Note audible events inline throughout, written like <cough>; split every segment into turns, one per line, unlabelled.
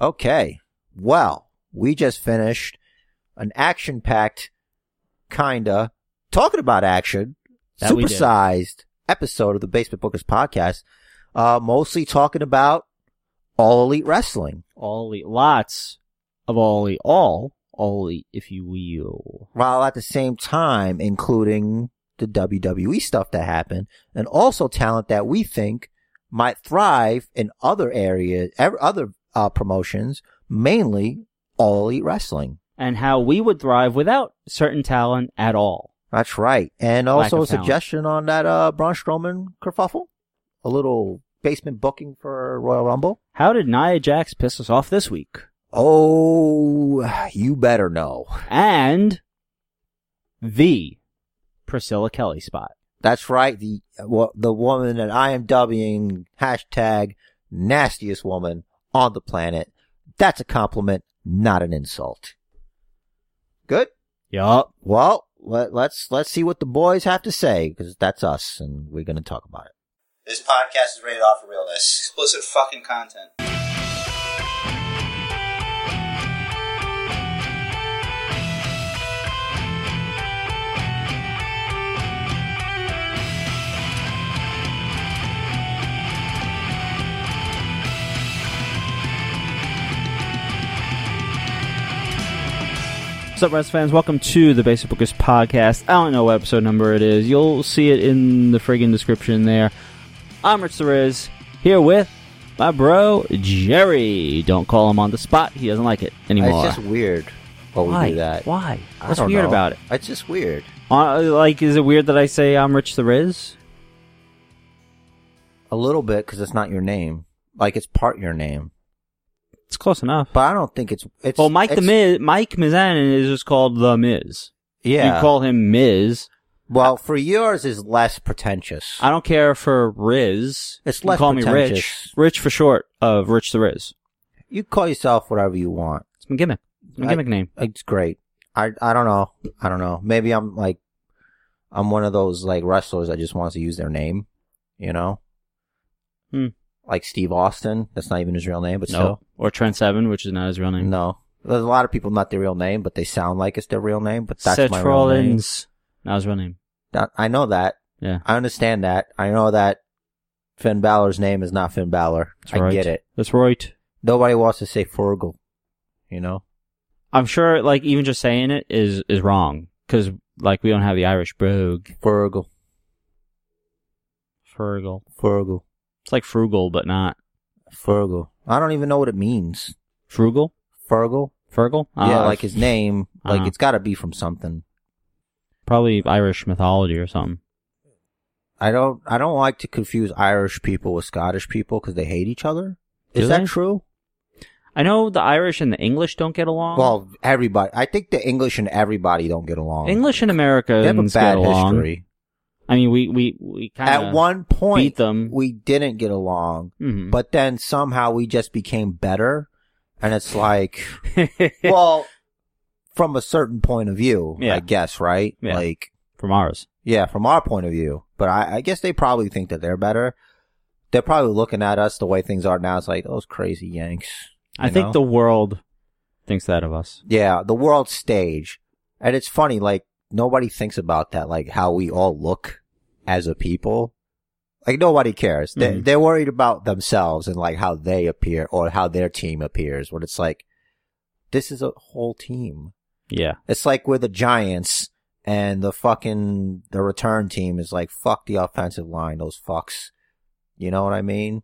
Okay. Well, we just finished an action packed, kinda, talking about action,
That we did.
supersized episode of the Basement Bookers podcast, uh, mostly talking about all elite wrestling.
All elite, lots of all elite, all all elite, if you will.
while at the same time including the WWE stuff that happened and also talent that we think might thrive in other areas, ev- other uh, promotions, mainly All Elite Wrestling.
And how we would thrive without certain talent at all.
That's right. And
Lack
also a
of talent.
suggestion on that uh, Braun Strowman kerfuffle, a little basement booking for Royal Rumble.
How did Nia Jax piss us off this week?
Oh, you better know.
And the Priscilla Kelly spot.
That's right. The wo- the woman that I am dubbing hashtag nastiest woman on the planet. That's a compliment, not an insult. Good.
Yup.
Well, let, let's let's see what the boys have to say because that's us, and we're going to talk about it. This podcast is rated off for realness.
Explicit fucking content.
What's up, Reds fans? Welcome to the Basic Bookers podcast. I don't know what episode number it is. You'll see it in the friggin' description there. I'm Rich the Riz, here with my bro, Jerry. Don't call him on the spot. He doesn't like it anymore.
It's just weird when
Why?
we do that.
Why?
I
What's
don't
weird
know.
about it?
It's just weird.
Uh, like, is it weird that I say I'm Rich the Riz?
A little bit because it's not your name. Like it's part your name,
It's close enough.
but I don't think it's. it's
well, Mike the
it's-
Miz, Mike Mizanin is just called the Miz.
Yeah.
You call him Miz.
well, for yours is less pretentious.
I don't care for Riz.
It's
You
less
call me Rich.
pretentious.
Rich for short of Rich the Riz.
You call yourself whatever you want.
It's my gimmick. It's my
I-
gimmick name.
It's great. I I don't know. I don't know. Maybe I'm like I'm one of those like wrestlers that just wants to use their name, you know?
Hmm.
Like Steve Austin. That's not even his real name, but
No. Or Trent Seven, which is not his real
still.
name.
No. There's a lot of people not their real name, but they sound like it's their real name, but that's
Seth
my real name.
Rollins. Not his real name.
That- I know that.
Yeah.
I understand that. I know that Finn Balor's name is not Finn Balor.
That's
I
right.
get it.
That's right.
Nobody wants to say Fergal, you know?
I'm sure, like, even just saying it is, is wrong. Cause, like, we don't have the Irish brogue.
Fergal.
Fergal.
Fergal.
It's like frugal, but not
Fergal. I don't even know what it means.
frugal.
Fergal?
Fergal?
yeah,
Uh,
like his name. Like
uh-huh.
it's got to be from something.
Probably Irish mythology or something.
I don't. I don't like to confuse Irish people with Scottish people because they hate each other. Is
Do
that
they?
true?
I know the Irish and the English don't get along.
Well, everybody. I think the English and everybody don't get along.
English and
They
Americans
have a bad
get along.
history.
I mean, we we we kind
At one point,
beat them.
we didn't get along,
hmm
but then somehow we just became better, and it's like,
<laughs>
well, from a certain point of view,
Yeah.
I guess, right?
Yeah.
Like,
from ours.
Yeah, from our point of view. But I, I guess they probably think that they're better. They're probably looking at us the way things are now. It's like those crazy Yanks.
I
you
think
know?
the world thinks that of us.
yeah the world stage, and it's funny. Like nobody thinks about that. Like how we all look as a people. Like nobody cares. They,
Mhm.
they're worried about themselves and like how they appear or how their team appears. When it's like, this is a whole team.
Yeah,
It's like we're the Giants and the fucking the return team is like fuck the offensive line, those fucks. You know what I mean?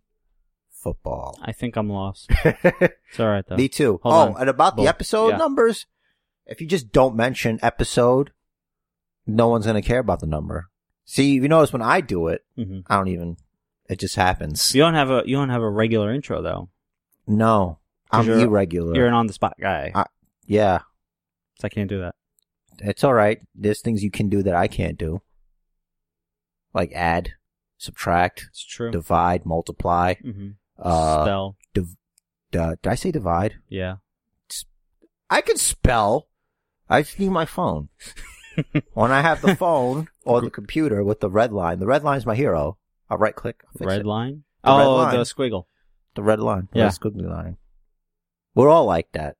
Football.
I think
<laughs>
I'm lost. It's all right though.
Me too.
Hold
oh,
on.
and about
Bull.
the episode
Yeah.
numbers, if you just don't mention episode, no one's gonna care about the number. See, you notice when I do it,
hmm
I don't even. It just happens.
You don't have a you don't have a regular intro though.
No, I'm
'Cause you're-
irregular.
You're an on the spot guy,
I- yeah,
so I can't do that.
it's all right. There's things you can do that I can't do, like add, subtract.
It's true.
divide, multiply.
hmm
Uh,
Spell.
div- uh, did I say divide?
Yeah.
I can spell. I just need my
<laughs>
phone. when I have the phone or the computer with the red line, the red line's my hero. I'll right click. I'll fix
Red
it.
line.
The red
oh,
line.
the squiggle.
The red line.
Yeah.
The squiggly line. We're all like that.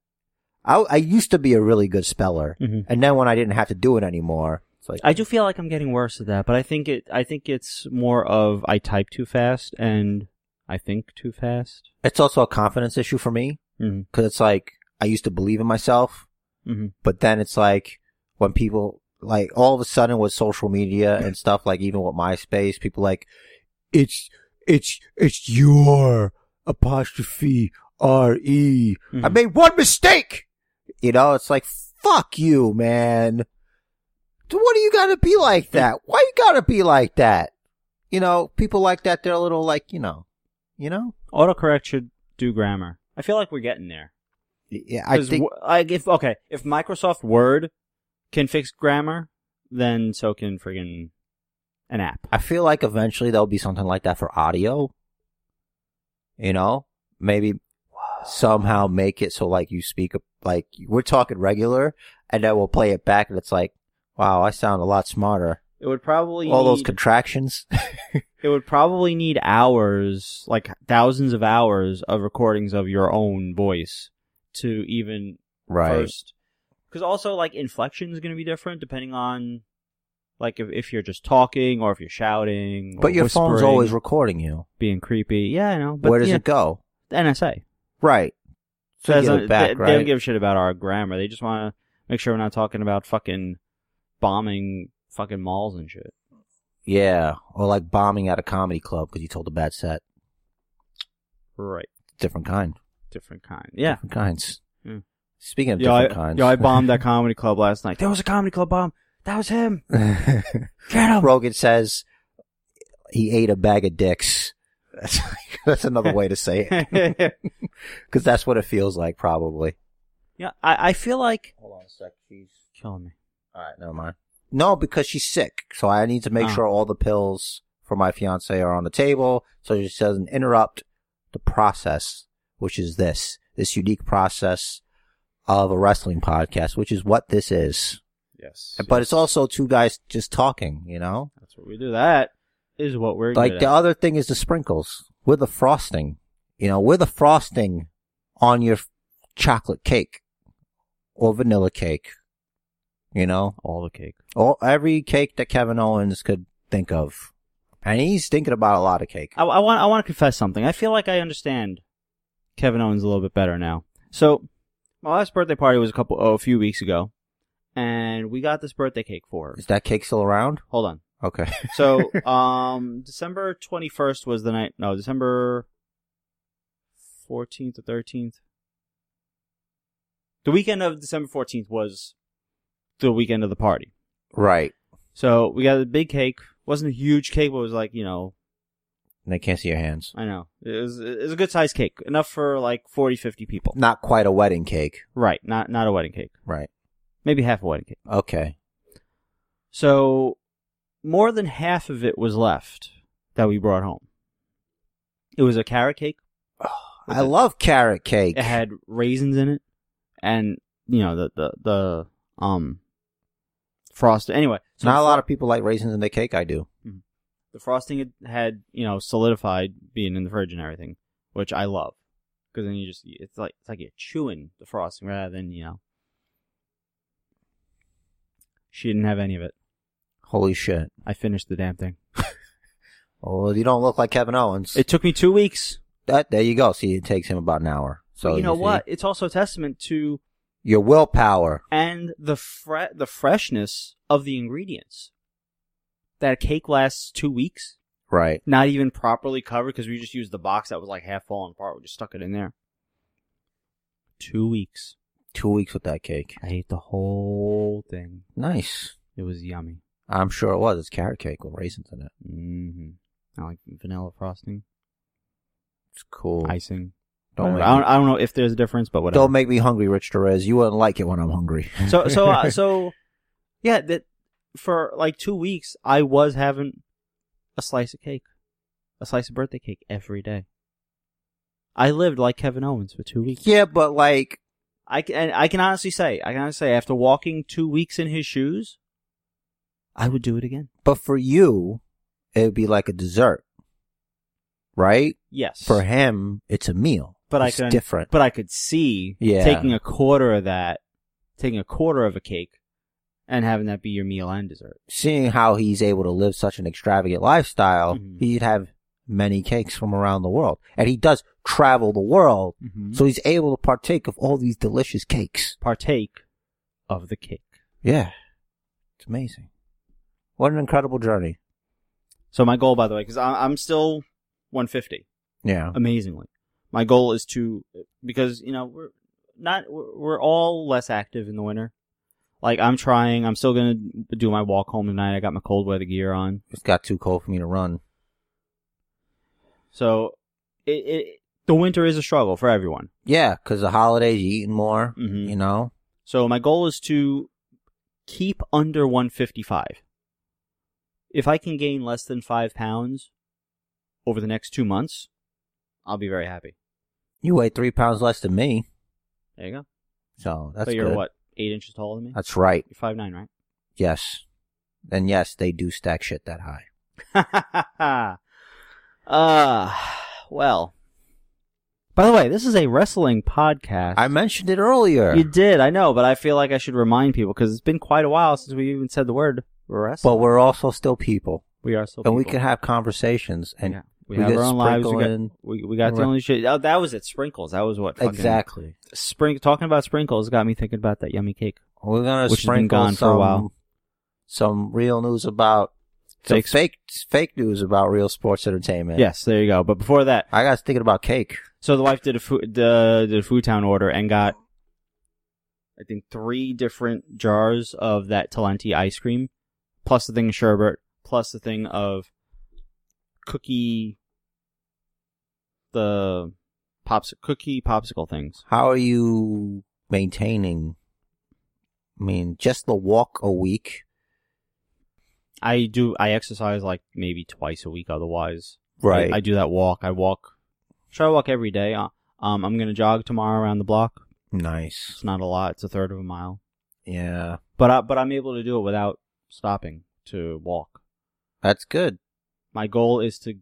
I, I used to be a really good speller,
Mhm.
and then when I didn't have to do it anymore, it's like
I do feel like I'm getting worse at that, but I think it. I think it's more of I type too fast and I think too fast.
it's also a confidence issue for me
Mm-hmm.
because it's like I used to believe in myself,
Mm-hmm.
but then it's like when people like all of a sudden with social media and stuff, like even with MySpace, people like it's it's it's your apostrophe R E. I
Mhm.
made one mistake. You know, it's like fuck you, man. Dude, What do you gotta be like that? Why you gotta be like that? You know, people like that, they're a little like, you know, you know?
Autocorrect should do grammar. I feel like we're getting there.
Yeah, I
'Cause
think,
w- like, if okay, if Microsoft Word can fix grammar, then so can friggin' an app.
I feel like eventually there'll be something like that for audio. You know, maybe somehow make it so like you speak like we're talking regular, and then we'll play it back, and it's like, wow, I sound a lot smarter.
It would probably
All those
need-
contractions.
It would probably need hours, like thousands of hours of recordings of your own voice to even first. Because also, like, inflection is going to be different depending on, like, if, if you're just talking or if you're shouting. Or
But your phone's
whispering,
always recording you.
being creepy. Yeah, I know. But
Where does
yeah,
it go?
the NSA.
Right. So
That's
give
not-
it back,
they,
right?
they don't give a shit about our grammar. They just want to make sure we're not talking about fucking bombing fucking malls and shit.
yeah, or like bombing at a comedy club because you told a bad set.
Right.
Different kind.
Different kind. Yeah.
Different kinds.
Hmm.
Speaking of
Yo, I,
different kinds, <laughs>
yo, I bombed that comedy club last night. There was a comedy club bomb. That was him.
<laughs>
Get him.
Rogan says he ate a bag of dicks. <laughs> That's, that's another way to say it
<laughs>
because that's what it feels like, probably.
<laughs> yeah, I, I feel like
Hold on a sec. She's
killing me.
all right. Never mind. No, because she's sick, so I need to make
Oh.
sure all the pills for my fiance are on the table, so she doesn't interrupt the process, which is this this unique process of a wrestling podcast, which is what this is.
Yes,
But it's also two guys just talking, you know.
that's what we do. That is what we're
like
good
the
at.
other thing is the sprinkles with the frosting. You know, with the frosting on your f- chocolate cake or vanilla cake. You know,
all the cake.
or every cake that Kevin Owens could think of, and he's thinking about a lot of cake.
I, I want I want to confess something. I feel like I understand Kevin Owens a little bit better now. So my last birthday party was a couple oh a few weeks ago, and we got this birthday cake for her.
Is that cake still around?
Hold on.
Okay. <laughs>
So <laughs> um December twenty first was the night. No, December fourteenth or thirteenth. The weekend of December fourteenth was the weekend of the party.
Right.
So we got a big cake. wasn't a huge cake, but it was like you know,
And they can't see your hands.
I know it was, it was a good sized cake, enough for like 40, 50 people.
Not quite a wedding cake.
Right, not not a wedding cake,
Right.
maybe half a wedding cake.
Okay.
So more than half of it was left that we brought home. It was a carrot cake.
I love carrot cake.
It had raisins in it, and you know the the the um frost. Anyway, so
Not a lot of people like raisins in their cake. I do.
the frosting had, had you know solidified being in the fridge and everything, which I love because then you just it's like it's like you're chewing the frosting rather than you know. She didn't have any of it.
Holy shit.
I finished the damn thing.
Well, you don't look like Kevin Owens.
It took me two weeks.
That there you go. See, it takes him about an hour. So
So you know
see,
what? It's also a testament to
Your willpower.
and the fre- the freshness of the ingredients. That a cake lasts two weeks,
Right.
not even properly covered because we just used the box that was like half falling apart. We just stuck it in there. Two weeks.
Two weeks with that cake.
I ate the whole thing.
Nice.
It was yummy.
I'm sure it was. It's carrot cake with raisins in it.
Mm-hmm. I like vanilla frosting,
It's cool.
icing.
don't
Whatever.
make
I, don't,
me,
I don't know if there's a difference, but whatever.
don't make me hungry, Rich Torres. You wouldn't like it when I'm hungry.
<laughs> so so uh, so, yeah. That for like two weeks, I was having a slice of cake, a slice of birthday cake every day. I lived like Kevin Owens for two
<laughs>
weeks.
yeah, but like,
I can and I can honestly say I can honestly say after walking two weeks in his shoes, I would do it again.
but for you, it would be like a dessert, right?
Yes.
For him, it's a meal.
but I
It's
can
different.
but I could see
Yeah.
taking a quarter of that, taking a quarter of a cake, and having that be your meal and dessert.
Seeing how he's able to live such an extravagant lifestyle,
Mhm.
he'd have many cakes from around the world. And he does travel the world,
Mm-hmm.
so he's able to partake of all these delicious cakes.
Partake of the cake.
Yeah. It's amazing. What an incredible journey.
So my goal, by the way, because I'm still 150,
Yeah.
amazingly. My goal is to because you know we're not we're we're all less active in the winter. Like I'm trying, I'm still gonna do my walk home tonight. I got my cold weather gear on.
It's got too cold for me to run.
So it, it the winter is a struggle for everyone.
Yeah, because the holidays, you eating more,
Mhm.
you know?
So my goal is to keep under 155. If I can gain less than five pounds over the next two months, I'll be very happy.
You weigh three pounds less than me,
There you go.
so that's
so you're
good.
what eight inches taller than me?
That's right.
You're five nine,
Yes. And yes, they do stack shit that high.
right? <laughs> uh well. By the way, this is a wrestling podcast.
I mentioned it earlier.
you did, I know, but I feel like I should remind people because it's been quite a while since we even said the word wrestling.
but we're also still people,
we are still
and we
people.
can have conversations. And
yeah. we,
we
have
could
our own lives.
sprinkle
We got,
in-
we, we got the
Right.
only shit. Oh, that was it. Sprinkles. That was what. fucking-
exactly,
Spring. Talking about sprinkles got me thinking about that yummy cake.
we're gonna
Which has been
sprinkle
gone
some,
for a while.
some real news about some
Fake
fake,
sp-
fake news about real sports entertainment.
Yes, there you go. But before that,
I got thinking about cake.
so the wife did a food uh, did a food town order and got, I think three different jars of that Talenti ice cream, plus the thing of sherbet, plus the thing of cookie, the pops cookie popsicle things.
How are you maintaining? I mean, just the walk a week,
I do. I exercise like maybe twice a week. Otherwise, I, I
I,
do that walk. I walk. Try to walk every day. Uh, Um, I'm gonna jog tomorrow around the block.
nice.
It's not a lot. It's a third of a mile.
Yeah,
But I, but I'm able to do it without stopping to walk.
that's good.
My goal is to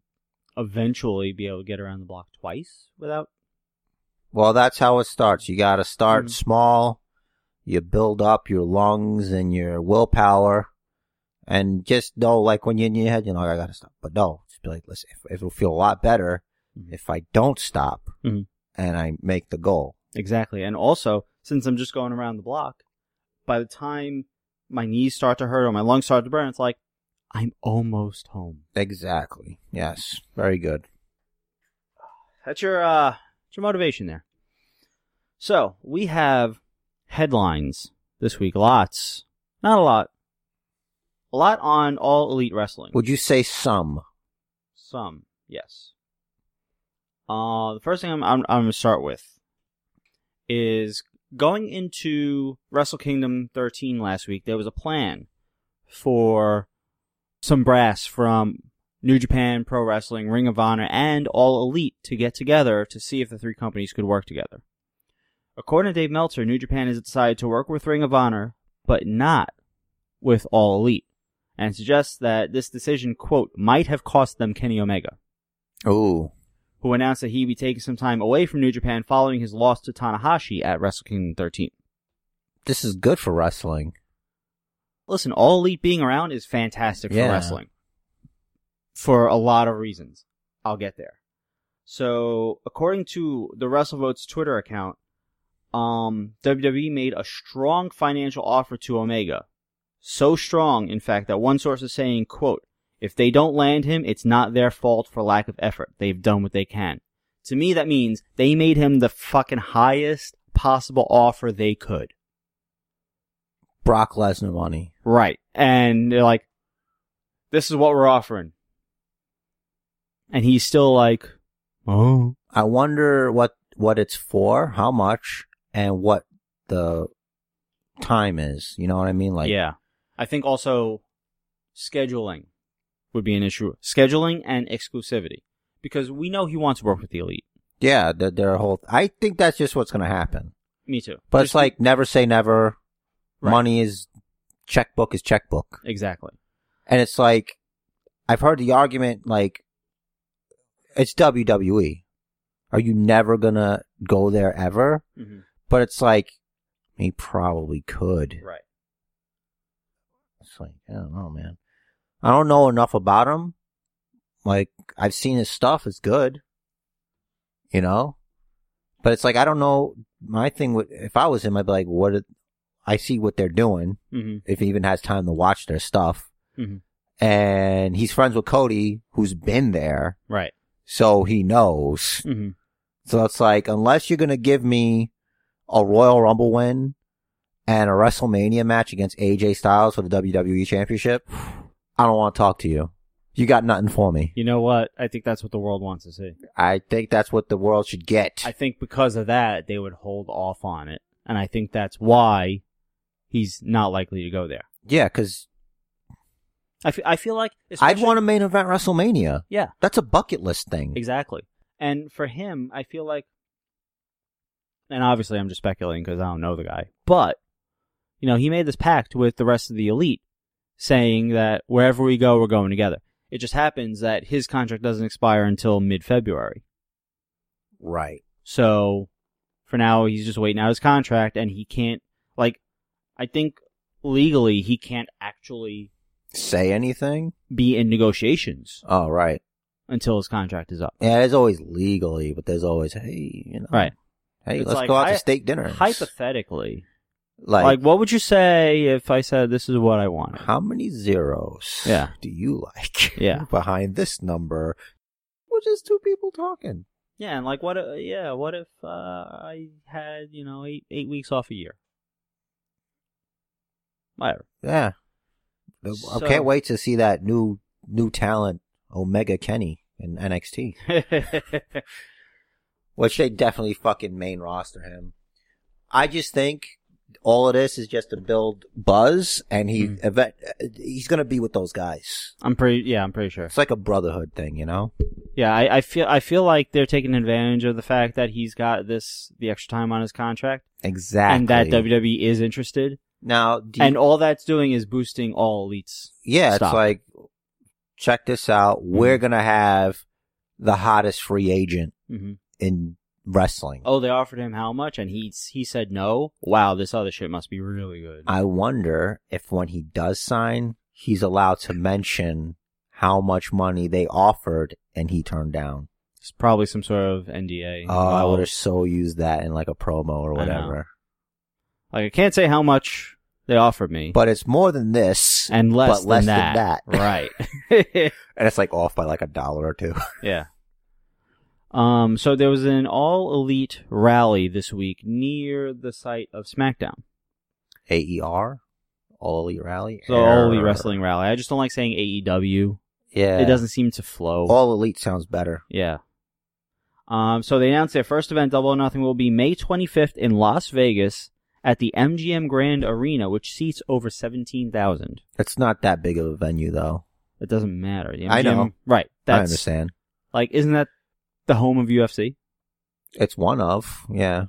eventually be able to get around the block twice without.
Well, that's how it starts. You got to start
Mhm.
small. You build up your lungs and your willpower, and just know, like when you're in your head, you know, I got to stop. But no, just be like, listen, if, it'll feel a lot better
Mhm.
if I don't stop
Mhm.
and I make the goal.
Exactly. And also, since I'm just going around the block, by the time my knees start to hurt or my lungs start to burn, it's like I'm almost home.
Exactly. Yes. Very good.
That's your uh that's your motivation there. So we have headlines this week. Lots. Not a lot. A lot on all elite wrestling.
Would you say some?
Some, yes. Uh the first thing I'm I'm, I'm gonna start with is going into Wrestle Kingdom thirteen last week, there was a plan for some brass from New Japan Pro Wrestling, Ring of Honor, and All Elite to get together to see if the three companies could work together. According to Dave Meltzer, New Japan has decided to work with Ring of Honor, but not with All Elite, and suggests that this decision, quote, might have cost them Kenny Omega,
Ooh.
who announced that he'd be taking some time away from New Japan following his loss to Tanahashi at Wrestle Kingdom 13.
This is good for wrestling.
listen, all elite being around is fantastic for
Yeah.
wrestling. For a lot of reasons. I'll get there. So, according to the WrestleVotes Twitter account, um, WWE made a strong financial offer to Omega. So strong, in fact, that one source is saying, quote, if they don't land him, it's not their fault for lack of effort. They've done what they can. To me, that means they made him the fucking highest possible offer they could.
Brock Lesnar money.
Right. And they're like, this is what we're offering. And he's still like, oh.
I wonder what what it's for, how much, and what the time is. You know what I mean? Like,
yeah. I think also scheduling would be an issue. Scheduling and exclusivity. Because we know he wants to work with the elite.
yeah, there, there are whole. I think that's just what's gonna happen.
Me too.
But
Just-
it's like never say never.
Right.
Money is checkbook is checkbook,
Exactly.
and it's like I've heard the argument like it's WWE. E. Are you never gonna go there ever?
Mhm.
But it's like, he probably could.
Right.
It's like, I don't know, man. I don't know enough about him. Like, I've seen his stuff. It's good. You know? But it's like, I don't know. My thing would, if I was him, I'd be like, what, did- I see what they're doing.
Mm-hmm.
If he even has time to watch their stuff.
Mhm.
And he's friends with Cody, who's been there.
Right.
So he knows.
Mm-hmm.
So it's like, unless you're going to give me a Royal Rumble win and a WrestleMania match against AJ Styles for the WWE Championship, I don't want to talk to you. You got nothing for me.
You know what? I think that's what the world wants to see.
I think that's what the world should get.
I think because of that, they would hold off on it, and I think that's why he's not likely to go there.
yeah, because
I fe- I feel like
I'd
especially-
want a main event WrestleMania.
Yeah,
That's a bucket list thing.
exactly. And for him, I feel like, and obviously I'm just speculating because I don't know the guy, but you know, he made this pact with the rest of the elite, saying that wherever we go, we're going together. It just happens that his contract doesn't expire until mid-February.
Right.
So for now, he's just waiting out his contract, and he can't like. I think legally he can't actually
Say anything?
be in negotiations
Oh, right.
until his contract is up.
Yeah, there's always legally, but there's always, hey, you know.
Right.
Hey,
It's
let's
like,
go out
I-
to steak dinner.
Hypothetically,
like,
like, what would you say if I said this is what I want?
How many zeros
Yeah.
do you like <laughs>
Yeah.
behind this number? Which is two people talking.
Yeah, and like what? i- Yeah, what if uh, I had you know eight eight weeks off a year? Whatever. <laughs>
Yeah.
So-
I can't wait to see that new new talent, Omega Kenny in NXT. Which they definitely fucking main roster him. I just think all of this is just to build buzz and he
Mhm.
event, he's gonna be with those guys.
I'm pretty. Yeah, I'm pretty sure.
It's like a brotherhood thing, you know?
Yeah, I, I feel I feel like they're taking advantage of the fact that he's got this the extra time on his contract,
Exactly.
and that WWE is interested,
now do you-
and all that's doing is boosting all elites.
Yeah,
Stop. Mm-hmm.
it's like, check this out. We're gonna have the hottest free agent
hmm
in wrestling.
Oh, they offered him how much, and he he said no. Wow, this other shit must be really good.
I wonder if when he does sign, he's allowed to mention how much money they offered and he turned down.
It's probably some sort of NDA.
Oh, I
involved.
would have so used that in like a promo or
I know.
whatever.
like I can't say how much they offered me,
But it's more than this,
and less,
but less
than,
than
that.
that.
<laughs> right?
and it's like off by like a dollar or two. <laughs>
yeah. Um. So there was an all elite rally this week near the site of SmackDown.
AER, E All Elite Rally,
So all elite
Err.
wrestling rally. I just don't like saying AEW.
Yeah,
It doesn't seem to flow.
All Elite sounds better.
yeah. Um, so they announced their first event, Double or Nothing, will be May 25th in Las Vegas at the MGM Grand Arena, which seats over 17,000.
It's not that big of a venue though.
It doesn't matter. The MGM,
I know.
Right. That's,
I understand.
Like, isn't that the home of UFC?
It's one of, yeah.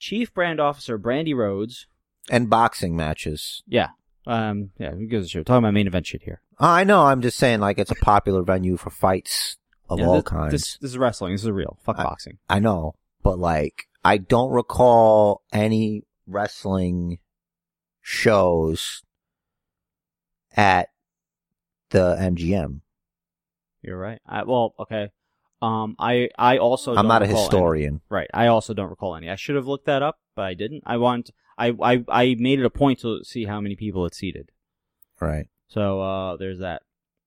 Chief Brand Officer Brandy Rhodes.
And boxing matches.
Yeah. Um, yeah, who gives a shit? We're talking about main event shit here.
Oh, I know, I'm just saying, like, it's a popular venue for fights of
Yeah,
all
this,
kinds.
This, this is wrestling. This is real. Fuck
I-
boxing.
I know, but like, I don't recall any wrestling shows at the MGM.
You're right. I, well, okay. Um, I I also
I'm
don't
not a
recall
historian.
any. Right. I also don't recall any. I should have looked that up, but I didn't. I want. I I I made it a point to see how many people it seated.
Right.
So uh, there's that.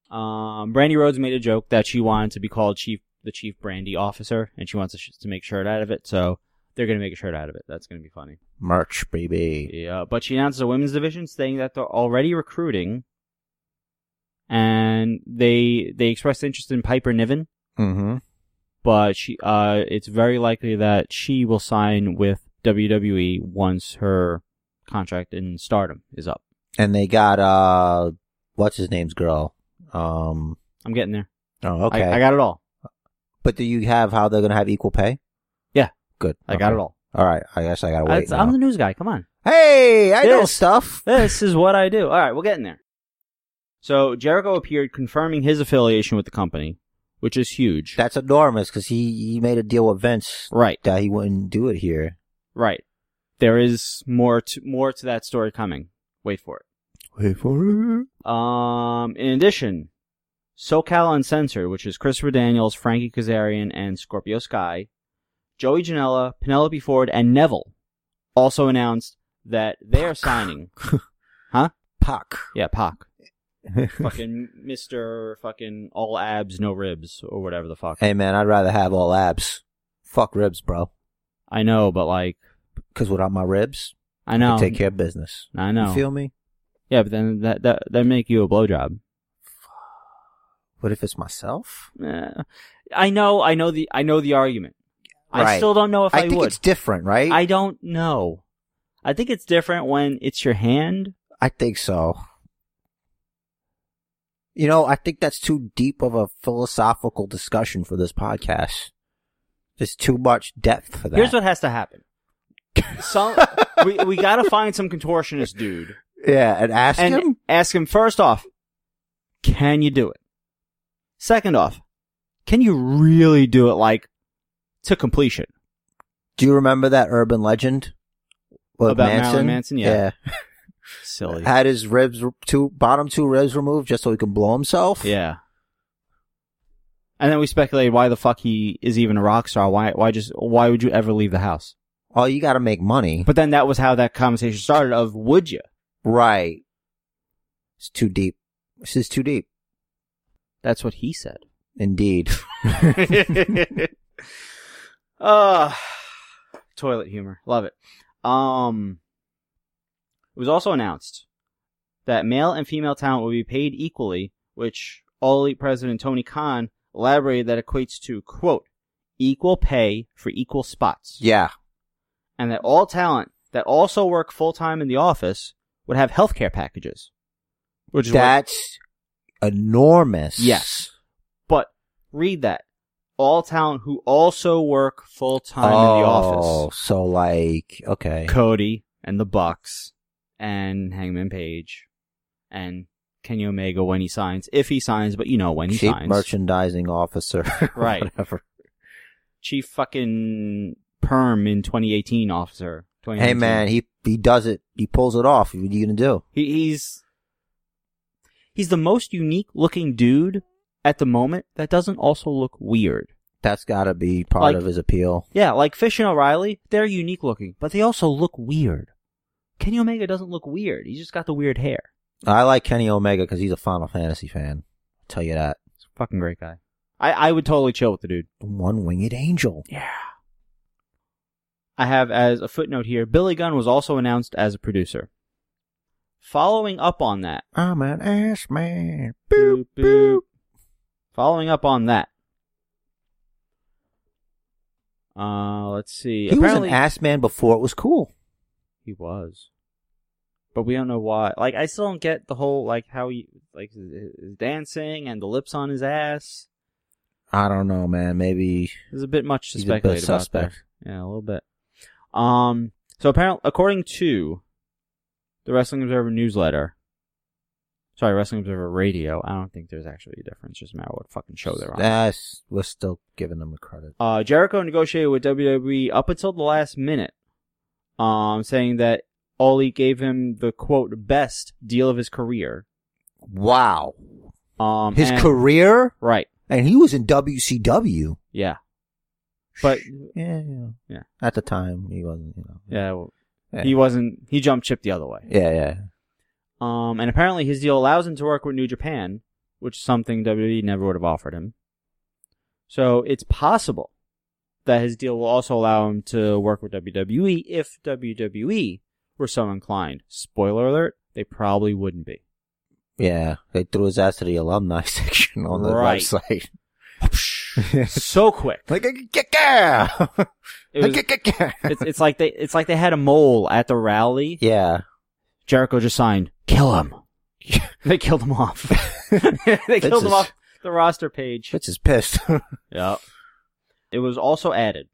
Um, Brandy Rhodes made a joke that she wanted to be called chief, the chief Brandy officer, and she wants to, sh- to make a shirt out of it. So they're gonna make a shirt out of it. That's gonna be funny.
Merch, baby.
Yeah, but she announced a women's division, saying that they're already recruiting, and they they expressed interest in Piper Niven.
Mm-hmm.
but she uh it's very likely that she will sign with WWE once her contract in Stardom is up.
And they got, uh, what's his name's girl? Um,
I'm getting there.
oh,
I-
okay.
I, got it all.
But do you have how they're gonna have equal pay?
Yeah.
Good.
I got
Okay.
it all.
All right. I guess I gotta wait.
That's- I'm
now.
the news guy. Come on.
Hey, I know
Yes.
stuff.
This is what I do. All right, we're getting there. So Jericho appeared confirming his affiliation with the company, which is huge.
That's enormous because he, he made a deal with Vince
right,
that he wouldn't do it here.
right. There is more to, more to that story coming. Wait for it.
Wait for it.
Um, in addition, SoCal Uncensored, which is Christopher Daniels, Frankie Kazarian, and Scorpio Sky, Joey Janela, Penelope Ford, and Neville also announced that they are signing.
Puck.
Yeah, Pac. fucking Mr. fucking all abs, no ribs, or whatever the fuck.
hey man, I'd rather have all abs. Fuck ribs, bro.
I know, but like,
Because without my ribs,
I
I
know.
can take care of business.
I know.
You feel me?
yeah, but then that, that, that make you a blowjob.
What if it's myself?
Eh, I know, I know the, I know the argument. I
Right.
still don't know if I,
I think
would.
it's different, right?
I don't know. I think it's different when it's your hand.
I think so. You know, I think that's too deep of a philosophical discussion for this podcast. There's too much depth for that.
Here's what has to happen.
<laughs>
Some, we, we gotta find some contortionist dude
yeah, and ask
and
him.
ask him first off, can you do it? Second off, can you really do it like to completion?
Do you remember that urban legend with
About Marilyn Manson? Yeah. Silly.
had his ribs re- two bottom two ribs removed just so he could blow himself.
Yeah. And then we speculated why the fuck he is even a rock star. Why, why just, why would you ever leave the house?
Oh, you got to make money,
But then that was how that conversation started of would you?
right? It's too deep. This is too deep,
That's what he said. <laughs>
indeed.
Ah, <laughs> toilet humor. Love it. Um, it was also announced that male and female talent will be paid equally, which All Elite President Tony Khan elaborated that equates to, quote, equal pay for equal spots.
yeah,
And that all talent that also work full time in the office would have healthcare packages. Which is what-
that's enormous.
Yes. But read that. All talent who also work full time in the
Oh,
office.
So like, okay,
Cody and the Bucks and Hangman Page and Kenny Omega when he signs, if he signs, but you know when he
chief
signs.
merchandising officer, <laughs>
Right.
Whatever.
Chief fucking perm in 2018 officer.
Hey
2019.
man, he he does it. He pulls it off. What are you gonna do?
He, he's he's the most unique looking dude at the moment that doesn't also look weird.
That's gotta be part
Like-
of his appeal.
Yeah, like Fish and O'Reilly, they're unique looking, but they also look weird. Kenny Omega doesn't look weird. He's just got the weird hair.
I like Kenny Omega because he's a Final Fantasy fan. I'll tell you that.
He's a fucking great guy. I, I would totally chill with the dude.
One winged angel.
Yeah. I have as a footnote here, Billy Gunn was also announced as a producer. Following up on that,
I'm an ass man.
boop, boop. Following up on that. Uh, let's see.
He
Apparently,
was an ass man before it was cool.
He was. But we don't know why. Like, I still don't get the whole, like, how he, like, his his dancing and the lips on his ass.
I don't know, man. Maybe
There's a bit much to
He's a bit
speculate about
suspect.
there. Yeah, a little bit. Um, so apparently, according to the Wrestling Observer newsletter, sorry, Wrestling Observer radio, I don't think there's actually a difference. Just no matter what fucking show they're on.
that's we're still giving them the credit.
Uh, Jericho negotiated with WWE up until the last minute, um, saying that Ollie gave him the quote best deal of his career.
Wow,
Um,
his
and-
career,
right?
and he was in WCW.
Yeah, but
Yeah, yeah,
Yeah.
At the time, he wasn't. You know.
yeah, well,
Yeah.
he wasn't. He jumped ship the other way.
yeah, yeah.
Um, and apparently his deal allows him to work with New Japan, which is something WWE never would have offered him. So it's possible that his deal will also allow him to work with WWE if WWE were so inclined. Spoiler alert: they probably wouldn't be.
Yeah, they threw his ass to the alumni <laughs> section on the
Right.
website. <laughs>
<laughs> so quick.
like, yeah, <laughs>
It was, it's, it's like they it's like they had a mole at the rally.
yeah.
Jericho just signed, kill him. they killed
<laughs>
him off. <laughs> they
This
killed him
is-
off the roster page.
Fitz is pissed. <laughs>
Yeah. It was also added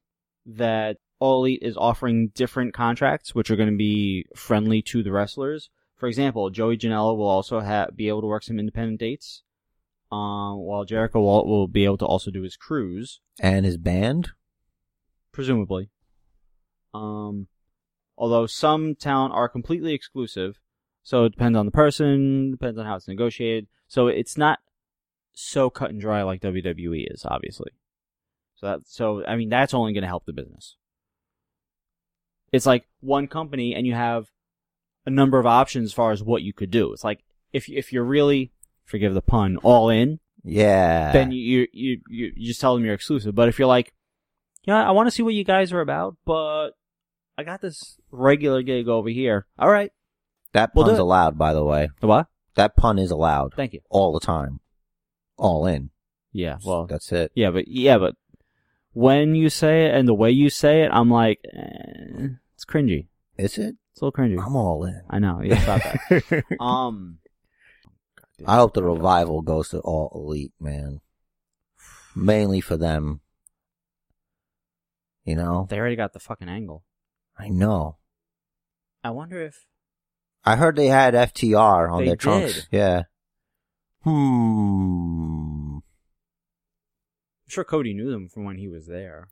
that All Elite is offering different contracts, which are going to be friendly to the wrestlers. For example, Joey Janela will also ha- be able to work some independent dates. Um, while Jericho will, will be able to also do his cruise,
and his band.
presumably. Um, although some town are completely exclusive, so it depends on the person, depends on how it's negotiated. So it's not so cut and dry like WWE is, obviously. So that, so I mean, that's only going to help the business. It's like one company, and you have a number of options as far as what you could do. It's like if if you're really, forgive the pun, all in,
Yeah.
then you you you, you just tell them you're exclusive. But if you're like, yeah, I want to see what you guys are about, but I got this regular gig over here. All right,
that
we'll do
pun's
it.
allowed, by the way.
what?
That pun is allowed
Thank you.
all the time. All in.
Yeah, well,
that's it.
yeah, but yeah, but when you say it and the way you say it, I'm like, eh, it's cringy.
Is it?
It's a little cringy.
I'm all in.
I know. Yeah, stop that. um,
<laughs> I hope the revival goes to all elite, man. Mainly for them. You know?
they already got the fucking angle.
I know.
I wonder if
I heard they had FTR on
They
their trunks.
did.
Yeah. Hmm.
I'm sure Cody knew them from when he was there.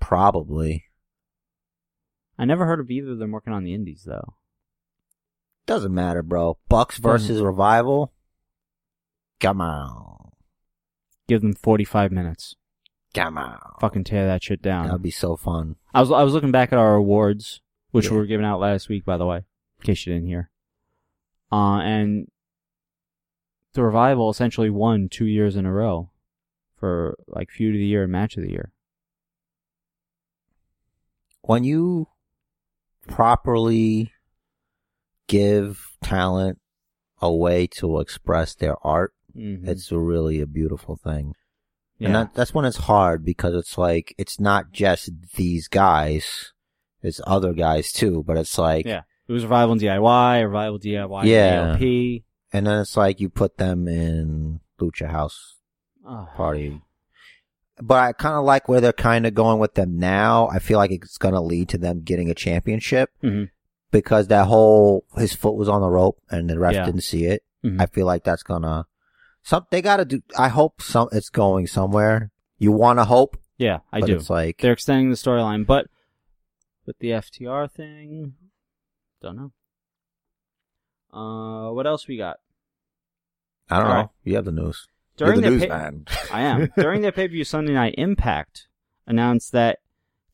Probably.
I never heard of either of them working on the indies though.
Doesn't matter, bro. Bucks versus Revival. Come on.
Give them 45 minutes.
Come on.
Fucking tear that shit down.
That'd be so fun.
I was I was looking back at our awards, which
Yeah.
were given out last week, by the way, in case you didn't hear. Uh, and the revival essentially won two years in a row for like feud of the year and match of the year.
When you properly give talent a way to express their art,
Mm-hmm.
it's a really a beautiful thing.
yeah,
And that, that's when it's hard because it's like, it's not just these guys, it's other guys too, but it's like,
yeah. It was revival and DIY, revival DIY,
Yeah.
yeah. AOP.
and then it's like you put them in Lucha House
Oh,
Party. But I kind of like where they're kind of going with them now. I feel like it's going to lead to them getting a championship
Mhm.
because that whole, his foot was on the rope and the ref
Yeah.
didn't see it.
Mhm.
I feel like that's gonna, some, they gotta do, I hope some, it's going somewhere. You want to hope,
yeah, I
but
do.
it's like,
They're extending the storyline, but with the FTR thing, don't know. Uh, what else we got?
I don't know.
Alright.
You have the news.
During
You're the,
the pa-
newsman.
I am. During their pay per view Sunday night, Impact announced that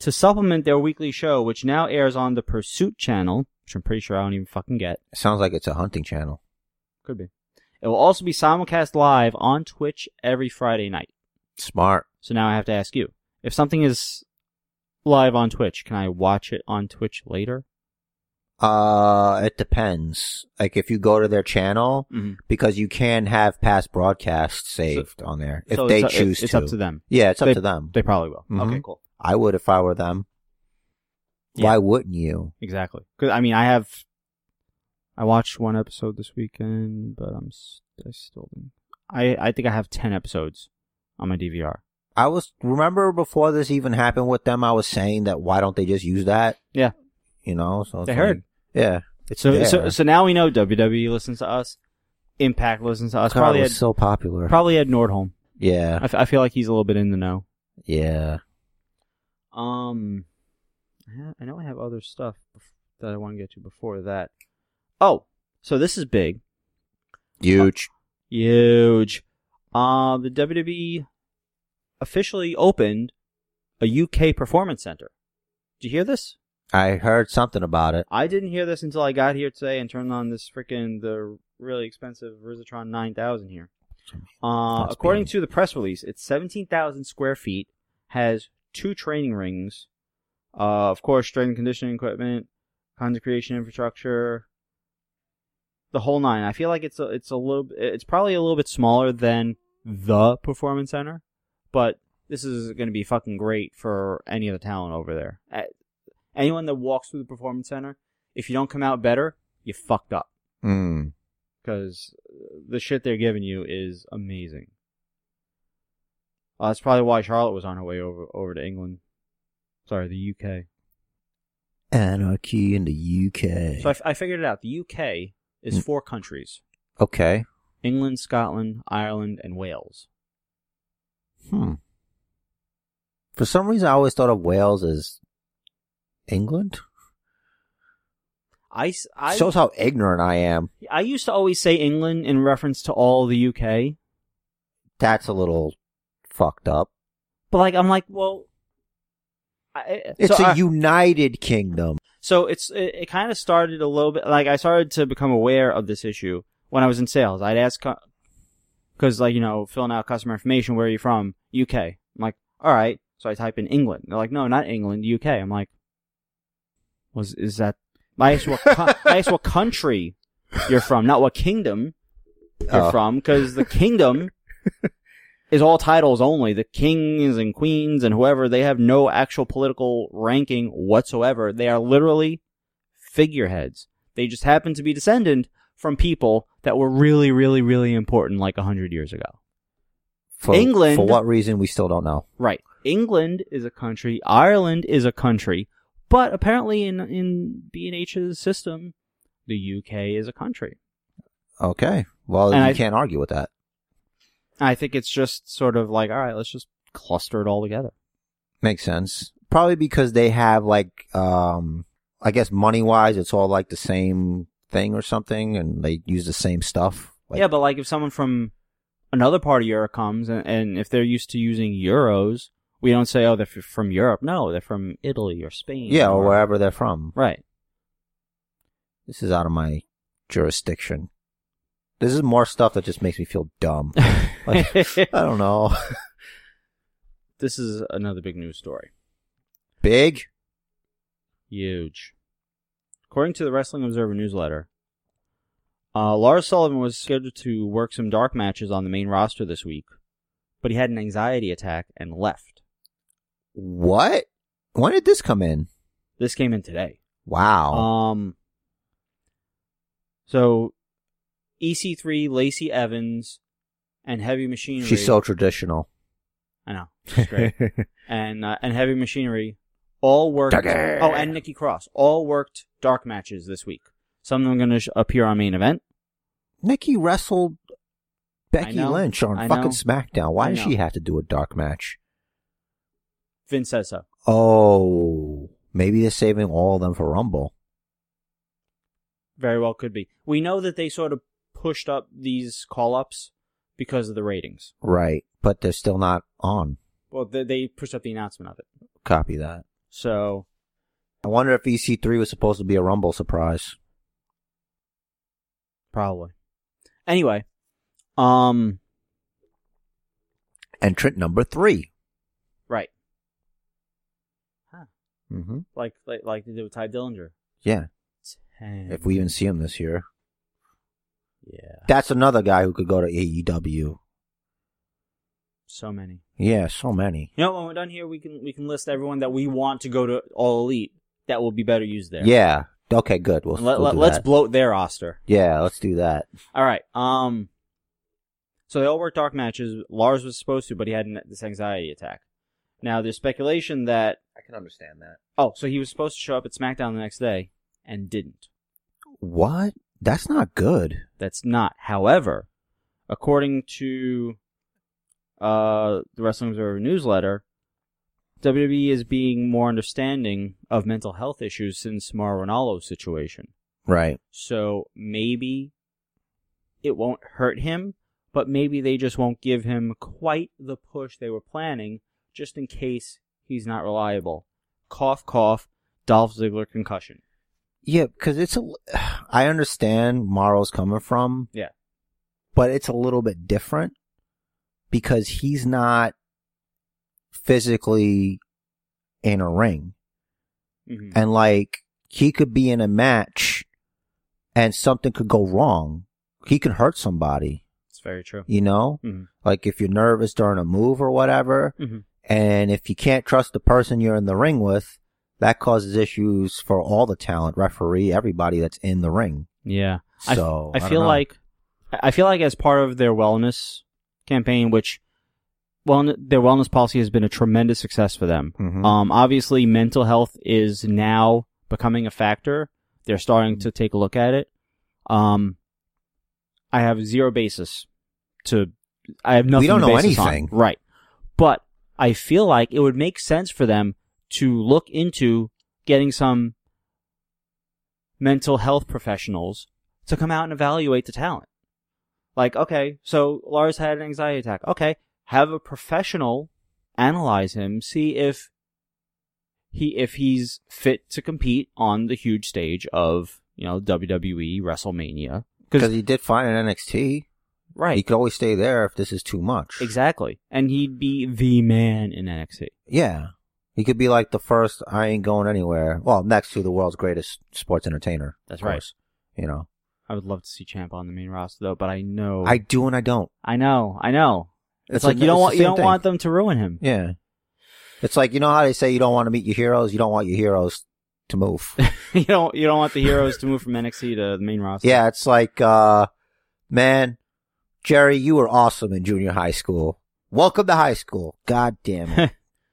to supplement their weekly show, which now airs on the Pursuit channel, which I'm pretty sure I don't even fucking get,
Sounds like it's a hunting channel.
could be. It will also be simulcast live on Twitch every Friday night.
Smart.
So now I have to ask you if something is live on Twitch, can I watch it on Twitch later?
Uh, it depends. Like if you go to their channel,
Mm-hmm.
because you can have past broadcasts saved on there if
so
they
it's,
choose
it's, it's
to.
up to them.
Yeah, it's up
They-
to them.
They probably will.
Mhm.
Okay, cool.
I would if I were them.
Yeah.
Why wouldn't you?
Exactly. Because I mean, I have. I watched one episode this weekend, but I'm s- I still. didn't- I I think I have ten episodes on my DVR.
I was remember before this even happened with them. I was saying that why don't they just use that?
Yeah.
you know. So it's
They heard.
like- Yeah, it's
So
there.
so so now we know WWE listens to us, Impact listens to us.
God,
probably
it
Ed,
was so popular.
probably Ed Nordholm. I,
yeah,
f- I feel like he's a little bit in the know.
yeah.
Um, I ha- I know I have other stuff bef- that I want to get to before that. Oh, so this is big.
Huge.
Huge. Uh, the WWE officially opened a UK performance center. Did you hear this?
I heard something about it.
I didn't hear this until I got here today and turned on this freaking the really expensive Rizatron 9000 here. Uh,
That's
according
big.
to the press release, it's 17,000 square feet, has two training rings, uh, of course, strength and conditioning equipment, content creation infrastructure, the whole nine. I feel like it's a, it's a little, it's probably a little bit smaller than the performance center, but this is going to be fucking great for any of the talent over there. Uh, Anyone that walks through the performance center, if you don't come out better, you fucked up
Mm.
because the shit they're giving you is amazing. Uh, that's probably why Charlotte was on her way over over to England. Sorry, the UK.
Anarchy in the UK. Hmm.
So I, f- I figured it out. The UK is four countries:
okay.
England, Scotland, Ireland, and Wales.
Hmm. For some reason, I always thought of Wales as England.
I, s- I-
Shows how ignorant I am.
I used to always say England in reference to all the UK,
That's a little fucked up.
but like I'm like, well, I,
It's
so
a
I-
United Kingdom.
So it's it, it kind of started a little bit like I started to become aware of this issue when I was in sales. I'd ask because like you know filling out customer information, where are you from? UK. I'm like, all right. So I type in England. They're like, no, not England, UK. I'm like, was is that? I asked what co- I asked what country you're from, not what kingdom you're
Oh.
from, because the kingdom is all titles only. The kings and queens and whoever, they have no actual political ranking whatsoever. They are literally figureheads. They just happen to be descended from people that were really, really, really important like a hundred years ago.
For,
England-
For what reason, we still don't know.
Right. England is a country. Ireland is a country. But apparently in, in B&H's system, the UK is a country.
Okay. Well,
And
you
I-
can't argue with that.
I think it's just sort of like, all right, let's just cluster it all together.
Makes sense. Probably because they have like, um, I guess money wise, it's all like the same thing or something, and they use the same stuff. Like,
yeah, but like if someone from another part of Europe comes and, and if they're used to using euros, we don't say, oh, they're f- from Europe. No, they're from Italy or Spain.
yeah, or wherever they're from.
Right.
This is out of my jurisdiction. This is more stuff that just makes me feel
<laughs>
dumb. Like, I don't know.
this is another big news story.
Big?
Huge. According to the Wrestling Observer newsletter, uh, Lars Sullivan was scheduled to work some dark matches on the main roster this week, but he had an anxiety attack and left.
What? When did this come in?
This came in today.
Wow.
Um. So, EC3, Lacey Evans, and Heavy Machinery.
She's so traditional.
I know.
<laughs>
She's great. and uh, and Heavy Machinery all worked.
Duggar.
Oh, and Nikki Cross all worked dark matches this week. Some of them going to sh- appear on main event.
Nikki wrestled Becky
know,
Lynch on
I
fucking
know,
SmackDown. Why
I
does she
know.
have to do a dark match?
Vince says so.
Oh, maybe they're saving all of them for Rumble.
Very well could be. We know that they sort of pushed up these call ups because of the ratings.
Right. But they're still not on.
Well, they, they pushed up the announcement of it.
Copy that.
So
I wonder if EC3 was supposed to be a Rumble surprise.
probably. Anyway, um.
Entrant number three.
Right.
Mm-hmm.
Like like like they did with Ty Dillinger.
Yeah.
Ten.
If we even see him this year.
yeah.
That's another guy who could go to E AEW.
So many.
Yeah, so many.
You know, when we're done here, we can we can list everyone that we want to go to All Elite that will be better used there.
Yeah. Okay, good. We'll,
And let,
we'll
let,
do
us
that.
bloat their roster.
yeah, let's do that.
All right. Um. So they all worked dark matches. Lars was supposed to, but he had an- this anxiety attack. Now there's speculation that
I can understand that.
oh, so he was supposed to show up at SmackDown the next day and didn't.
What? That's not good.
That's not. However, according to uh, the Wrestling Observer newsletter, WWE is being more understanding of mental health issues since Mauro Ronaldo's situation.
Right.
So maybe it won't hurt him, but maybe they just won't give him quite the push they were planning just in case he's not reliable. Cough, cough, Dolph Ziggler concussion.
Yeah, because it's a. <sighs> I understand Morrow's coming from.
Yeah.
but it's a little bit different because he's not physically in a ring,
hmm
and like he could be in a match, and something could go wrong. He can hurt somebody.
It's very true.
You know,
Mhm.
like if you're nervous during a move or whatever,
hmm
and if you can't trust the person you're in the ring with, that causes issues for all the talent, referee, everybody that's in the ring.
Yeah. I f-
So
I,
don't
feel
know.
like I I feel like as part of their wellness campaign, which well their wellness policy has been a tremendous success for them.
Mhm.
Um, obviously, mental health is now
Mm-hmm.
becoming a factor. They're starting to take a look at it. Um, I have zero basis to. I have nothing.
We don't
to
know
base this on.
anything.
right? But I feel like it would make sense for them to look into getting some mental health professionals to come out and evaluate the talent. Like, okay, so Lars had an anxiety attack. Okay, have a professional analyze him, see if he if he's fit to compete on the huge stage of you know WWE WrestleMania.
Because
Because
he did fine in NXT.
right,
He could always stay there if this is too much.
exactly, and he'd be the man in NXT.
Yeah. He could be like the first I ain't going anywhere. Well, next to the world's greatest sports entertainer. of
That's right.
course, You know.
I would love to see Champ on the main roster though, but I know
I do and I don't.
I know I know. It's,
It's
like
a-
you don't
it's
want
the
you
same
don't
thing.
want them to ruin him.
Yeah. It's like you know how they say you don't want to meet your heroes, you don't want your heroes to
<laughs>
move.
you don't you don't want the heroes to move from NXT to the main roster.
yeah, it's like uh man, Jerry, you were awesome in junior high school. Welcome to high school. God damn
<laughs>
it.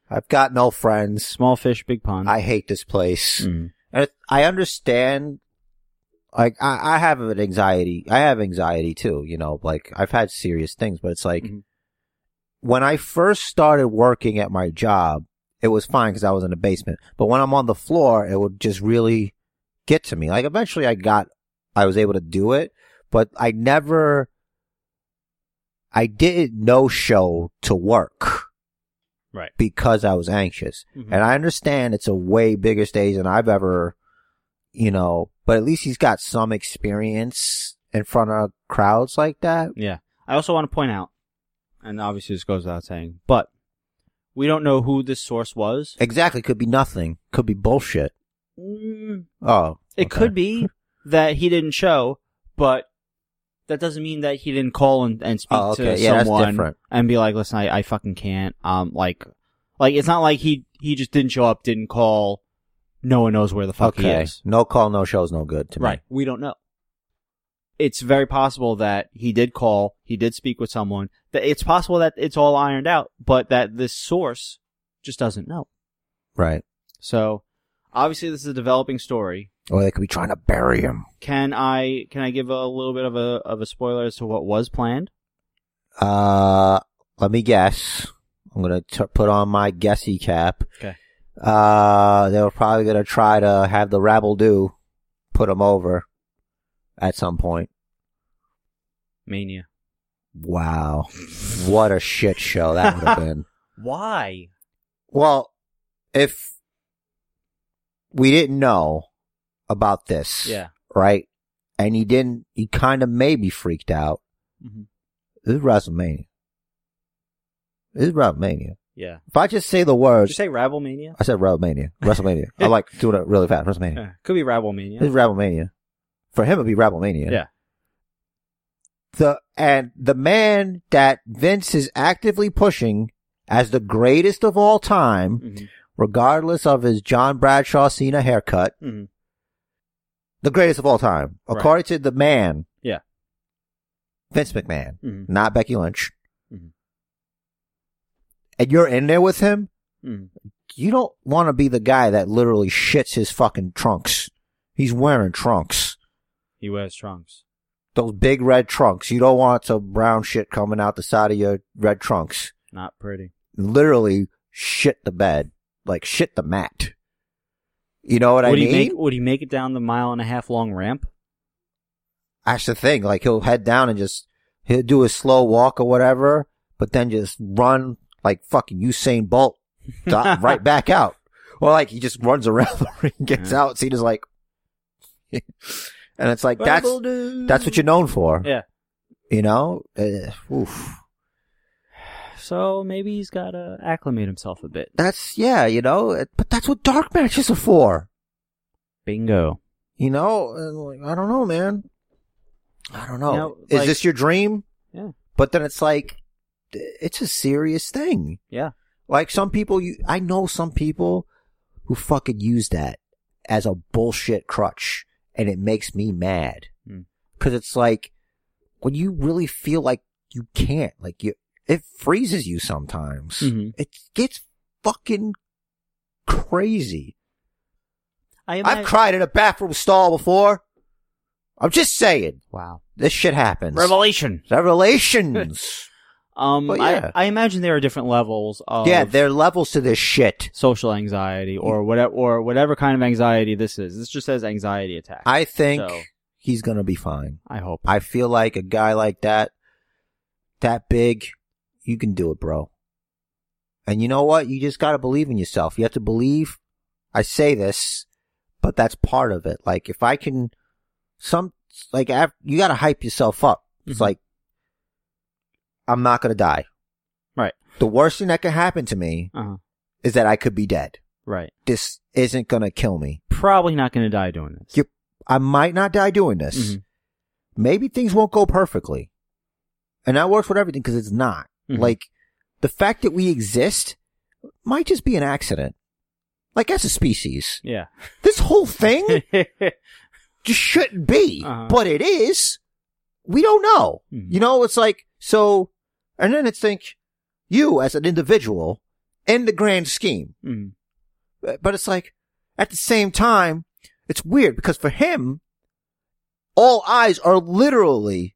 I've got no friends.
Small fish, big pond.
I hate this place.
Mm.
And it- I understand. Like I, I have an anxiety. I have anxiety too. You know, like I've had serious things, but it's like
Mhm.
when I first started working at my job, it was fine because I was in the basement. But when I'm on the floor, it would just really get to me. Like eventually, I got, I was able to do it, but I never, I didn't no show to work
Right.
because I was anxious.
Mhm.
And I understand it's a way bigger stage than I've ever, you know, but at least he's got some experience in front of crowds like that.
Yeah. I also want to point out, and obviously this goes without saying, but we don't know who this source was.
Exactly. Could be nothing. Could be bullshit.
Mm,
Oh.
It
okay.
could
<laughs>
be that he didn't show, but that doesn't mean that he didn't call and, and speak
Oh,
to
okay. Yeah, that's
someone
different.
and be like, listen, I, I fucking can't. Um, like, like, it's not like he, he just didn't show up, didn't call. No one knows where the fuck he
Okay.
is.
No call, no show's no good to me.
Right. We don't know. It's very possible that he did call, he did speak with someone. That it's possible that it's all ironed out, but that this source just doesn't know.
Right.
So obviously this is a developing story.
Or they could be trying to bury him.
Can I can I give a little bit of a of a spoiler as to what was planned?
Uh, let me guess. I'm gonna t- put on my guessy cap.
Okay.
Uh, they were probably gonna try to have the rabble do put him over at some point.
Mania.
Wow, what a shit show that <laughs> would have been.
Why?
Well, if we didn't know about this,
Yeah.
right, and he didn't, he kind of maybe freaked out.
hmm
This is WrestleMania. This is WrestleMania.
Yeah.
If I just say the
Did
words,
you say Rabble Mania?
I said
<laughs>
WrestleMania. WrestleMania. I like doing it really fast. WrestleMania.
Yeah. Could be Rabble
This
Mania.
is WrestleMania. For him, it'd be WrestleMania.
Yeah.
The and the man that Vince is actively pushing as the greatest of all time,
hmm
regardless of his John Bradshaw Cena haircut,
hmm
the greatest of all time,
Right.
according to the man,
Yeah.
Vince McMahon,
hmm
not Becky Lynch.
Mhm.
And you're in there with him.
hmm
you don't want to be the guy that literally shits his fucking trunks. He's wearing trunks.
He wears trunks.
Those big red trunks. You don't want some brown shit coming out the side of your red trunks.
Not pretty.
Literally shit the bed. Like shit the mat. You know what I
would
mean?
he make would he make it down the mile and a half long ramp?
That's the thing. Like he'll head down and just, he'll do a slow walk or whatever, but then just run like fucking Usain
<laughs>
Bolt do- right back out. Or like he just runs around <laughs> the ring, gets
Yeah.
out, Cena's like, <laughs> and it's like, that's, That's what you're known for.
Yeah.
You know? Uh, oof.
So maybe he's got to acclimate himself a bit.
That's, yeah, you know, uh, but that's what dark matches are for.
Bingo.
You know? And, like, I don't know, man. I don't know.
You know,
Is
like-
this your dream?
Yeah.
But then it's like, it's a serious thing.
Yeah.
Like some people, you, I know some people who fucking use that as a bullshit crutch and it makes me mad.
Hmm.
Cause it's like when you really feel like you can't, like you, it freezes you sometimes.
Mhm.
It gets fucking crazy.
I
I've cried in a bathroom stall before. I'm just saying,
Wow.
this shit happens.
Revelation. <laughs>
Revelations.
Um,
But yeah.
I, I imagine there are different levels of
yeah, there are levels to this shit.
social anxiety or whatever or whatever kind of anxiety this is. This just says anxiety attack.
I think
So-
he's gonna be fine.
I hope.
I feel like a guy like that, that big, you can do it, bro. And you know what? You just gotta believe in yourself. You have to believe. I say this, but that's part of it. Like if I can, some like af- you gotta hype yourself up. It's
Mhm.
like I'm not gonna die.
Right.
The worst thing that could happen to me
Uh-huh.
is that I could be dead.
Right.
This isn't gonna kill me.
Probably not going to die doing this.
You- I might not die doing this
Mhm.
maybe things won't go perfectly. And that works with everything because it's not.
Mhm.
Like, the fact that we exist might just be an accident. Like, as a species,
Yeah. <laughs>
this whole thing just shouldn't be,
Uh-huh.
but it is. We don't know.
Mhm.
You know, it's like, so, and then it's think you as an individual in the grand scheme,
Mm.
but but it's like, at the same time, it's weird because for him, all eyes are literally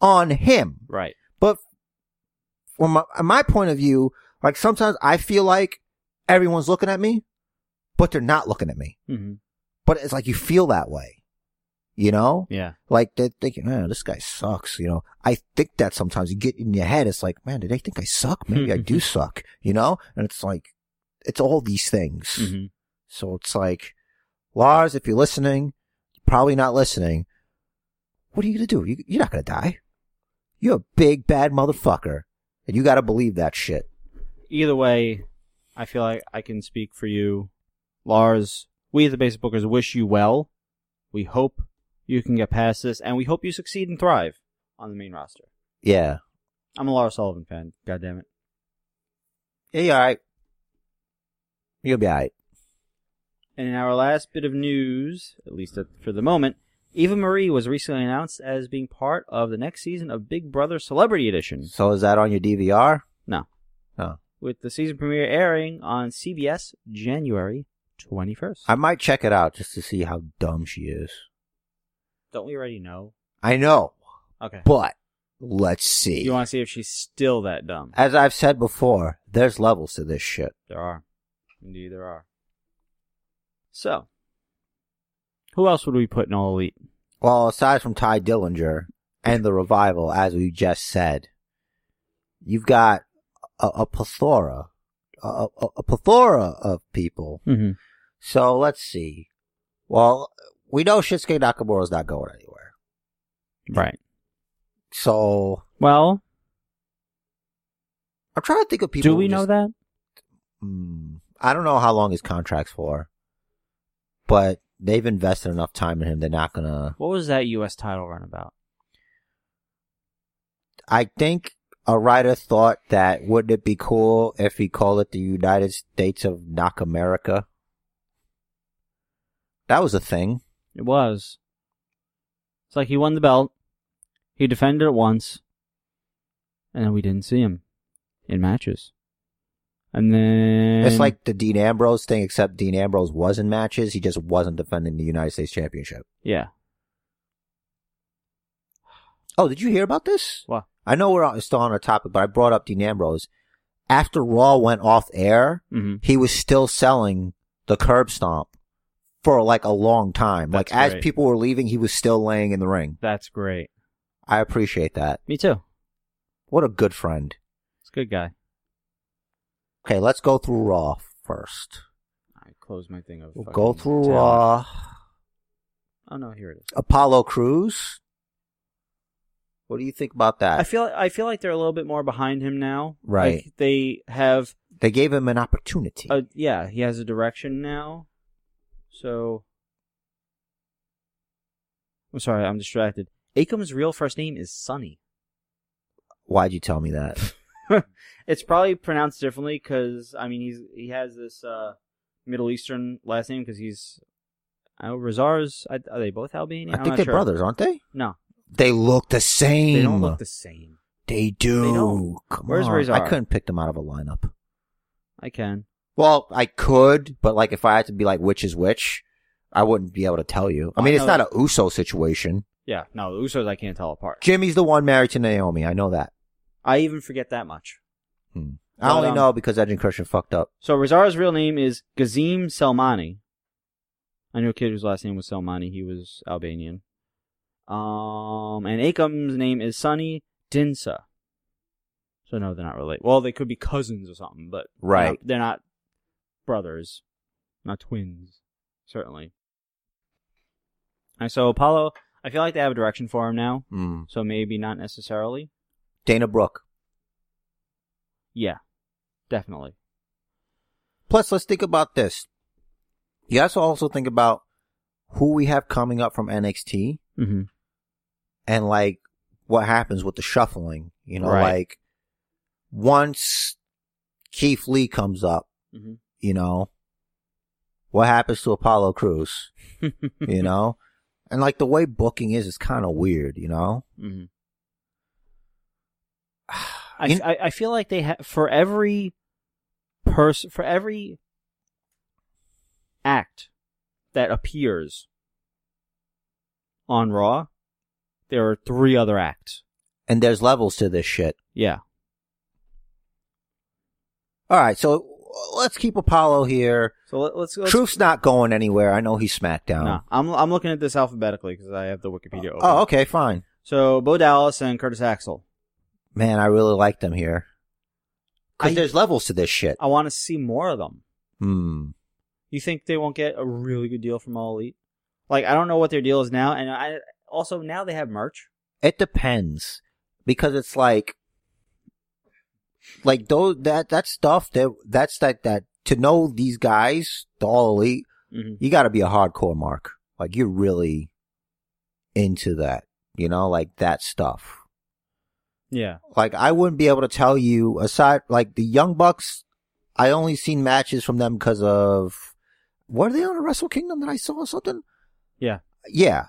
on him.
Right.
But from my, my point of view, like sometimes I feel like everyone's looking at me, but they're not looking at me.
hmm
But it's like you feel that way, you know?
Yeah.
Like they're thinking, man, this guy sucks. You know, I think that sometimes you get in your head. It's like, man, do they think I suck? Maybe I do suck, you know? And it's like, it's all these things.
hmm
So it's like, Lars, if you're listening, probably not listening. What are you gonna do? You, you're not gonna die. You're a big bad motherfucker, and you gotta believe that shit.
Either way, I feel like I can speak for you, Lars. We at the Basic Bookers wish you well. We hope you can get past this, and we hope you succeed and thrive on the main roster.
Yeah.
I'm a Lars Sullivan fan. God damn it.
Yeah, you alright. You'll be alright.
And in our last bit of news, at least at- for the moment, Eva Marie was recently announced as being part of the next season of Big Brother Celebrity Edition.
So is that on your DVR?
No.
Oh.
With the season premiere airing on CBS January 21st.
I might check it out just to see how dumb she is.
Don't we already know?
I know,
Okay.
but let's see.
You want to see if she's still that dumb?
As I've said before, there's levels to this shit.
There are. Indeed, there are. So, who else would we put in All Elite?
Well, aside from Ty Dillinger and the revival, as we just said, you've got a, a plethora, a, a, a plethora of people.
Mm-hmm.
So let's see. Well, we know Shinsuke Nakamura's not going anywhere.
Right.
So
Well,
I'm trying to think of people.
do we know that?
that? Mm, I don't know how long his contract's for, but they've invested enough time in him. They're not gonna.
What was that U.S. title run about?
I think a writer thought that wouldn't it be cool if he called it the United States of Knock America? That was a thing.
It was. It's like he won the belt, he defended it once, and then we didn't see him in matches. And then
It's like the Dean Ambrose thing, except Dean Ambrose was in matches. He just wasn't defending the United States Championship.
yeah,
Oh, did you hear about this?
Wow.
I know we're on- still on our topic, but I brought up Dean Ambrose. After Raw went off air,
Mm-hmm.
he was still selling the curb stomp for like a long time.
That's
like as
great.
people were leaving, he was still laying in the ring.
That's great.
I appreciate that.
Me too.
What a good friend.
It's a good guy.
Okay, let's go through Raw first.
I closed my thing. Of
We'll
fucking
go through uh,
talent.
Raw.
Oh no, here it is.
Apollo Cruz. What do you think about that?
I feel I feel like they're a little bit more behind him now.
Right.
Like they have
they gave him an opportunity.
a yeah, he has a direction now. So I'm sorry, I'm distracted. Akam's real first name is Sunny.
Why'd you tell me that?
It's probably pronounced differently cuz I mean he's he has this uh Middle Eastern last name cuz he's uh, Razar's I- are they both Albanian?
I
I'm
think
not
they're
sure.
brothers, aren't they?
No,
They look the same.
they don't look the same.
They do.
They don't.
Come
Where's
on.
Razor?
I couldn't pick them out of a lineup.
I can.
Well, I could, but like if I had to be like which is which, I wouldn't be able to tell you. I
I
mean, it's
know-
not a Uso situation.
Yeah, no, the Usos I can't tell apart.
Jimmy's the one married to Naomi. I know that.
I even forget that much.
Hmm. I
But,
only
um,
know because Edge and Christian fucked up.
So Rosaro's real name is Gazim Selmani. I knew a kid whose last name was Selmani. He was Albanian. Um, and Akam's name is Sunny Dinsa. So no, they're not related. Well, they could be cousins or something, but they're not-
Right.
they're not brothers, not twins, certainly. And so Apollo, I feel like they have a direction for him now.
Hmm.
So maybe not necessarily.
Dana Brooke.
Yeah, definitely.
Plus, let's think about this. You have to also think about who we have coming up from NXT
Mm-hmm.
and like what happens with the shuffling. You know,
Right.
like once Keith Lee comes up,
Mm-hmm.
you know, what happens to Apollo
<laughs>
Cruz? you know? And like the way booking is, is kind of weird, you know?
Mm-hmm. <sighs> I,
In-
I, I feel like they have for every person for every act that appears on Raw, there are three other acts.
And there's levels to this shit.
Yeah.
All right. So let's keep Apollo here.
So let, let's, let's
Truth's not going anywhere. I know he's SmackDown.
No, I'm I'm looking at this alphabetically because I have the Wikipedia open.
Oh, okay. Fine.
So Bo Dallas and Curtis Axel.
Man, I really like them here. Cause
I-
there's levels to this shit.
I want to see more of them.
Hmm.
You think they won't get a really good deal from All Elite? Like I don't know what their deal is now, and I also now they have merch.
It depends because it's like, like those, that, that stuff that, that's that, that to know these guys, the all elite,
Mm-hmm.
you gotta be a hardcore mark. Like you're really into that, you know, like that stuff.
Yeah.
Like I wouldn't be able to tell you aside, like the Young Bucks, I only seen matches from them because of, were they on a Wrestle Kingdom that I saw or something?
Yeah.
Yeah.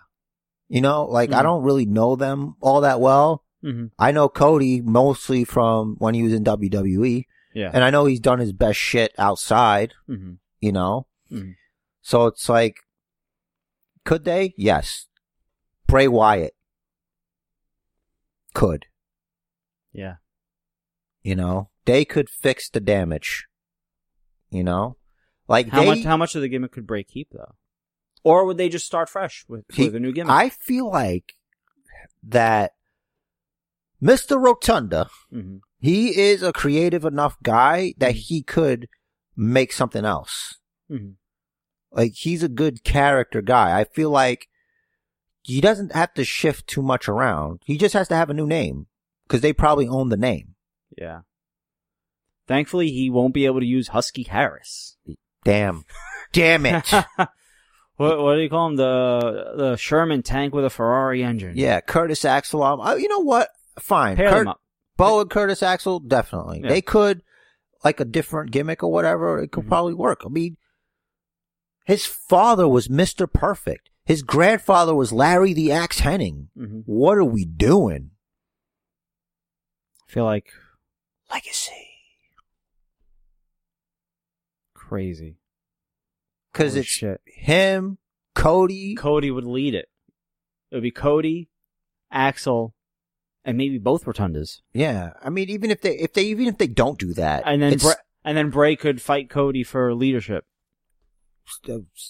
You know, like I
Mhm.
don't really know them all that well.
Mm-hmm.
I know Cody mostly from when he was in WWE
Yeah.
and I know he's done his best shit outside,
mm-hmm.
you know?
Mhm.
So it's like, could they? Yes. Bray Wyatt could,
Yeah.
you know? They could fix the damage, you know? Like
How
they,
much? How much of the gimmick could Bray keep though? Or would they just start fresh with,
He-
with a new gimmick?
I feel like that Mr. Rotunda,
mm-hmm.
he is a creative enough guy that he could make something else.
Mm-hmm.
Like he's a good character guy. I feel like he doesn't have to shift too much around. He just has to have a new name because they probably own the name.
Yeah. Thankfully, he won't be able to use Husky Harris. <laughs>
Damn, damn it.
What, what do you call him? The the Sherman tank with a Ferrari engine.
Yeah, Curtis Axel. Um, uh, you know what? Fine.
Pair
Curt-
them up.
Bo and Curtis Axel, definitely.
Yeah.
They could like a different gimmick or whatever. It could
Mhm.
probably work. I mean, his father was Mister Perfect. His grandfather was Larry the Axe Henning.
Mm-hmm.
What are we doing?
I feel like
Legacy.
crazy.
Because
Holy
it's
shit.
him, Cody.
Cody would lead it. It would be Cody, Axel, and maybe both Rotundas.
yeah, I mean, even if they if they even if they don't do that,
And then
it's,
Bra- and then Bray could fight Cody for leadership.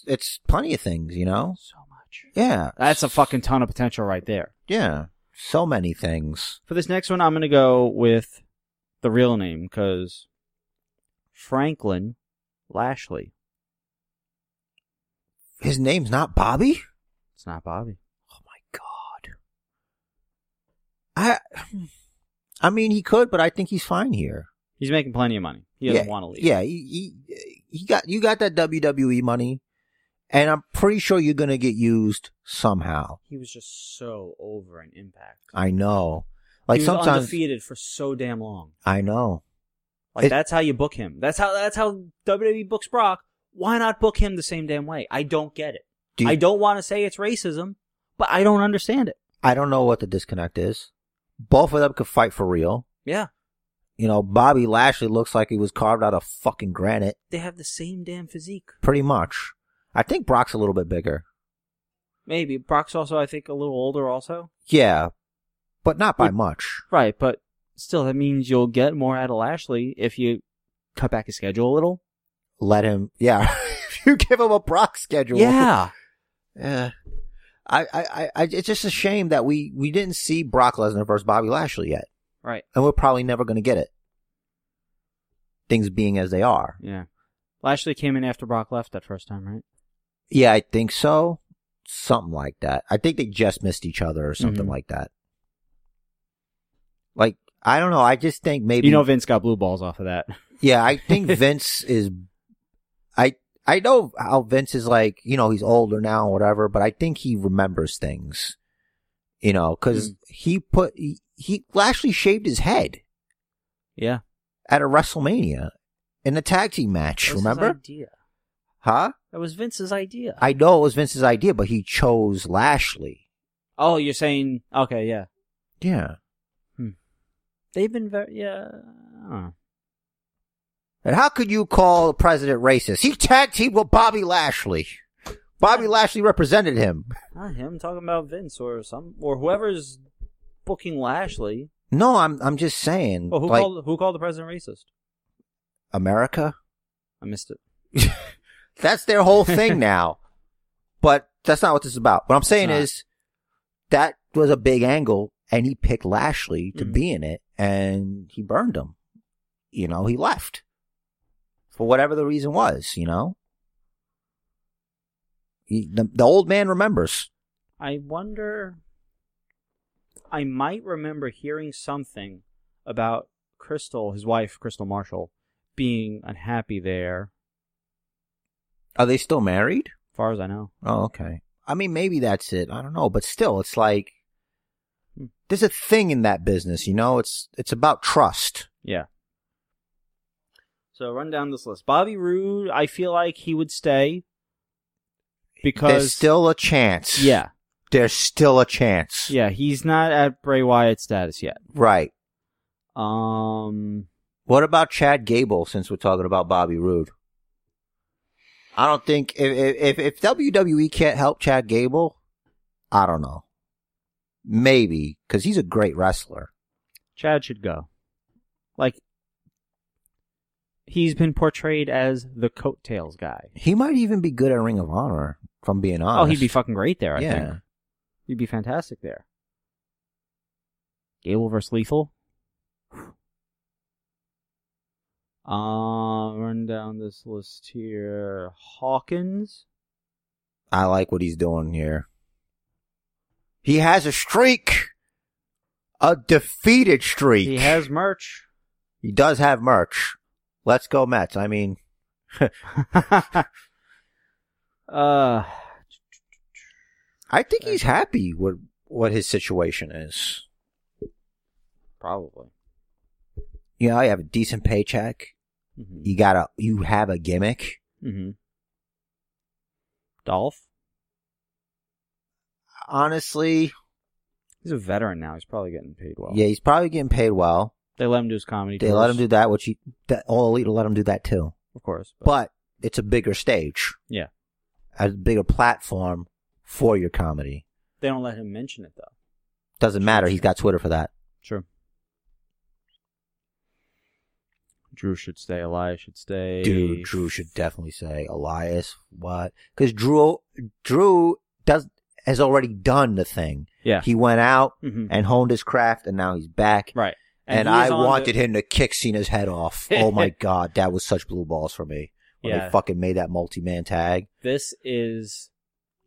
it's plenty of things, you know.
So much.
Yeah,
That's a fucking ton of potential right there.
yeah, so many things.
For this next one, I'm going to go with the real name because Franklin Lashley.
His name's not Bobby.
It's not Bobby.
Oh my god. I, I mean, he could, but I think he's fine here.
He's making plenty of money. He doesn't
yeah,
want to leave.
Yeah, he, he he got you got that WWE money, and I'm pretty sure you're gonna get used somehow.
He was just so over in Impact.
I know.
Like
Like
he was
sometimes
undefeated for so damn long.
I know.
Like
It-
that's how you book him. That's how that's how WWE books Brock. Why not book him the same damn way? I don't get it.
Do you-
I don't want to say it's racism, but I don't understand it.
I don't know what the disconnect is. Both of them could fight for real.
Yeah,
You know, Bobby Lashley looks like he was carved out of fucking granite,
they have the same damn physique.
pretty much. I think Brock's a little bit bigger.
Maybe Brock's also, I think, a little older, also.
Yeah, but not by
Would-
much.
Right, but still, that means you'll get more out of Lashley if you cut back his schedule a little.
Let him. Yeah, <laughs> if you give him a Brock schedule.
Yeah,
Yeah. I, I, I, I- it's just a shame that we, we didn't see Brock Lesnar versus Bobby Lashley yet.
right.
And we're probably never going to get it. Things being as they are.
Yeah, Lashley came in after Brock left that first time, right?
Yeah, I think so. Something like that. I think they just missed each other or something
Mhm.
like that. Like, I don't know. I just think maybe.
You know, Vince got blue balls off of that.
Yeah, I
<laughs>
think Vince is. I I know how Vince is like. You know, he's older now, and whatever. But I think he remembers things. You know,
Mm.
because he put he, he Lashley shaved his head
Yeah,
at a WrestleMania in a tag team match.
That was his
remember?
idea.
Huh?
That was Vince's idea.
I know it was Vince's idea, but he chose Lashley.
oh, you're saying okay? Yeah,
Yeah,
they've been very yeah. I don't know.
and how could you call the president racist? He tag teamed with Bobby Lashley. Bobby Lashley represented him.
Not him talking about Vince or some or whoever's booking Lashley.
No, I'm I'm just saying,
Well, who
Mm, like
called who called the president racist?
America.
I missed it.
That's their whole
<laughs>
thing now. But that's not what this is about. What I'm saying
not.
is that was a big angle and he picked Lashley to
Mhm.
be in it and he burned him. You know, he left for whatever the reason was, you know? He, the, the old man remembers.
I wonder. I might remember hearing something about Crystal, his wife, Crystal Marshall, being unhappy there.
Are they still married?
As far as I know,
Oh, okay. I mean, maybe that's it. I don't know, but still, it's like
Hmm.
there's a thing in that business, you know. It's it's about trust.
yeah. So run down this list. Bobby Roode, I feel like he would stay
There's
because
still a chance.
yeah,
there's still a chance.
yeah, he's not at Bray Wyatt status yet.
Right.
Um,
What about Chad Gable since we're talking about Bobby Roode? I don't think if, if if WWE can't help Chad Gable, I don't know. Maybe cuz he's a great wrestler.
Chad should go. Like, he's been portrayed as the coattails guy.
He might even be good at Ring of Honor, if I'm being honest.
Oh, he'd be fucking great there. I
Ah, Yeah.
think he'd be fantastic there. Gable versus Lethal. Uh, run down this list here. Hawkins.
I like what he's doing here. He has a streak. A defeated streak.
He has merch. <laughs>
He does have merch. Let's go Mets. I mean,
uh,
I think he's happy with what his situation is.
probably.
You know, you have a decent paycheck.
hmm
You got a, you have a gimmick.
hmm Dolph.
Honestly,
He's a veteran now. He's probably getting paid well.
yeah, he's probably getting paid well.
They let him do his comedy.
They
tours,
let him do that, which he, that, all elite will let him do that too.
of course. But,
But it's a bigger stage,
yeah,
a bigger platform for your comedy.
they don't let him mention it though.
Doesn't matter. He's got Twitter for that.
True. Drew should stay. Elias should stay.
Dude, Drew should definitely say Elias. What? Because Drew, Drew does has already done the thing.
Yeah.
He went out
Mhm.
and honed his craft, and now he's back.
right.
And,
he
I
was on the-
wanted him to kick Cena's head
<laughs>
off. oh my god, that was such blue balls for me when
Yeah.
they fucking made that multi-man tag,
This is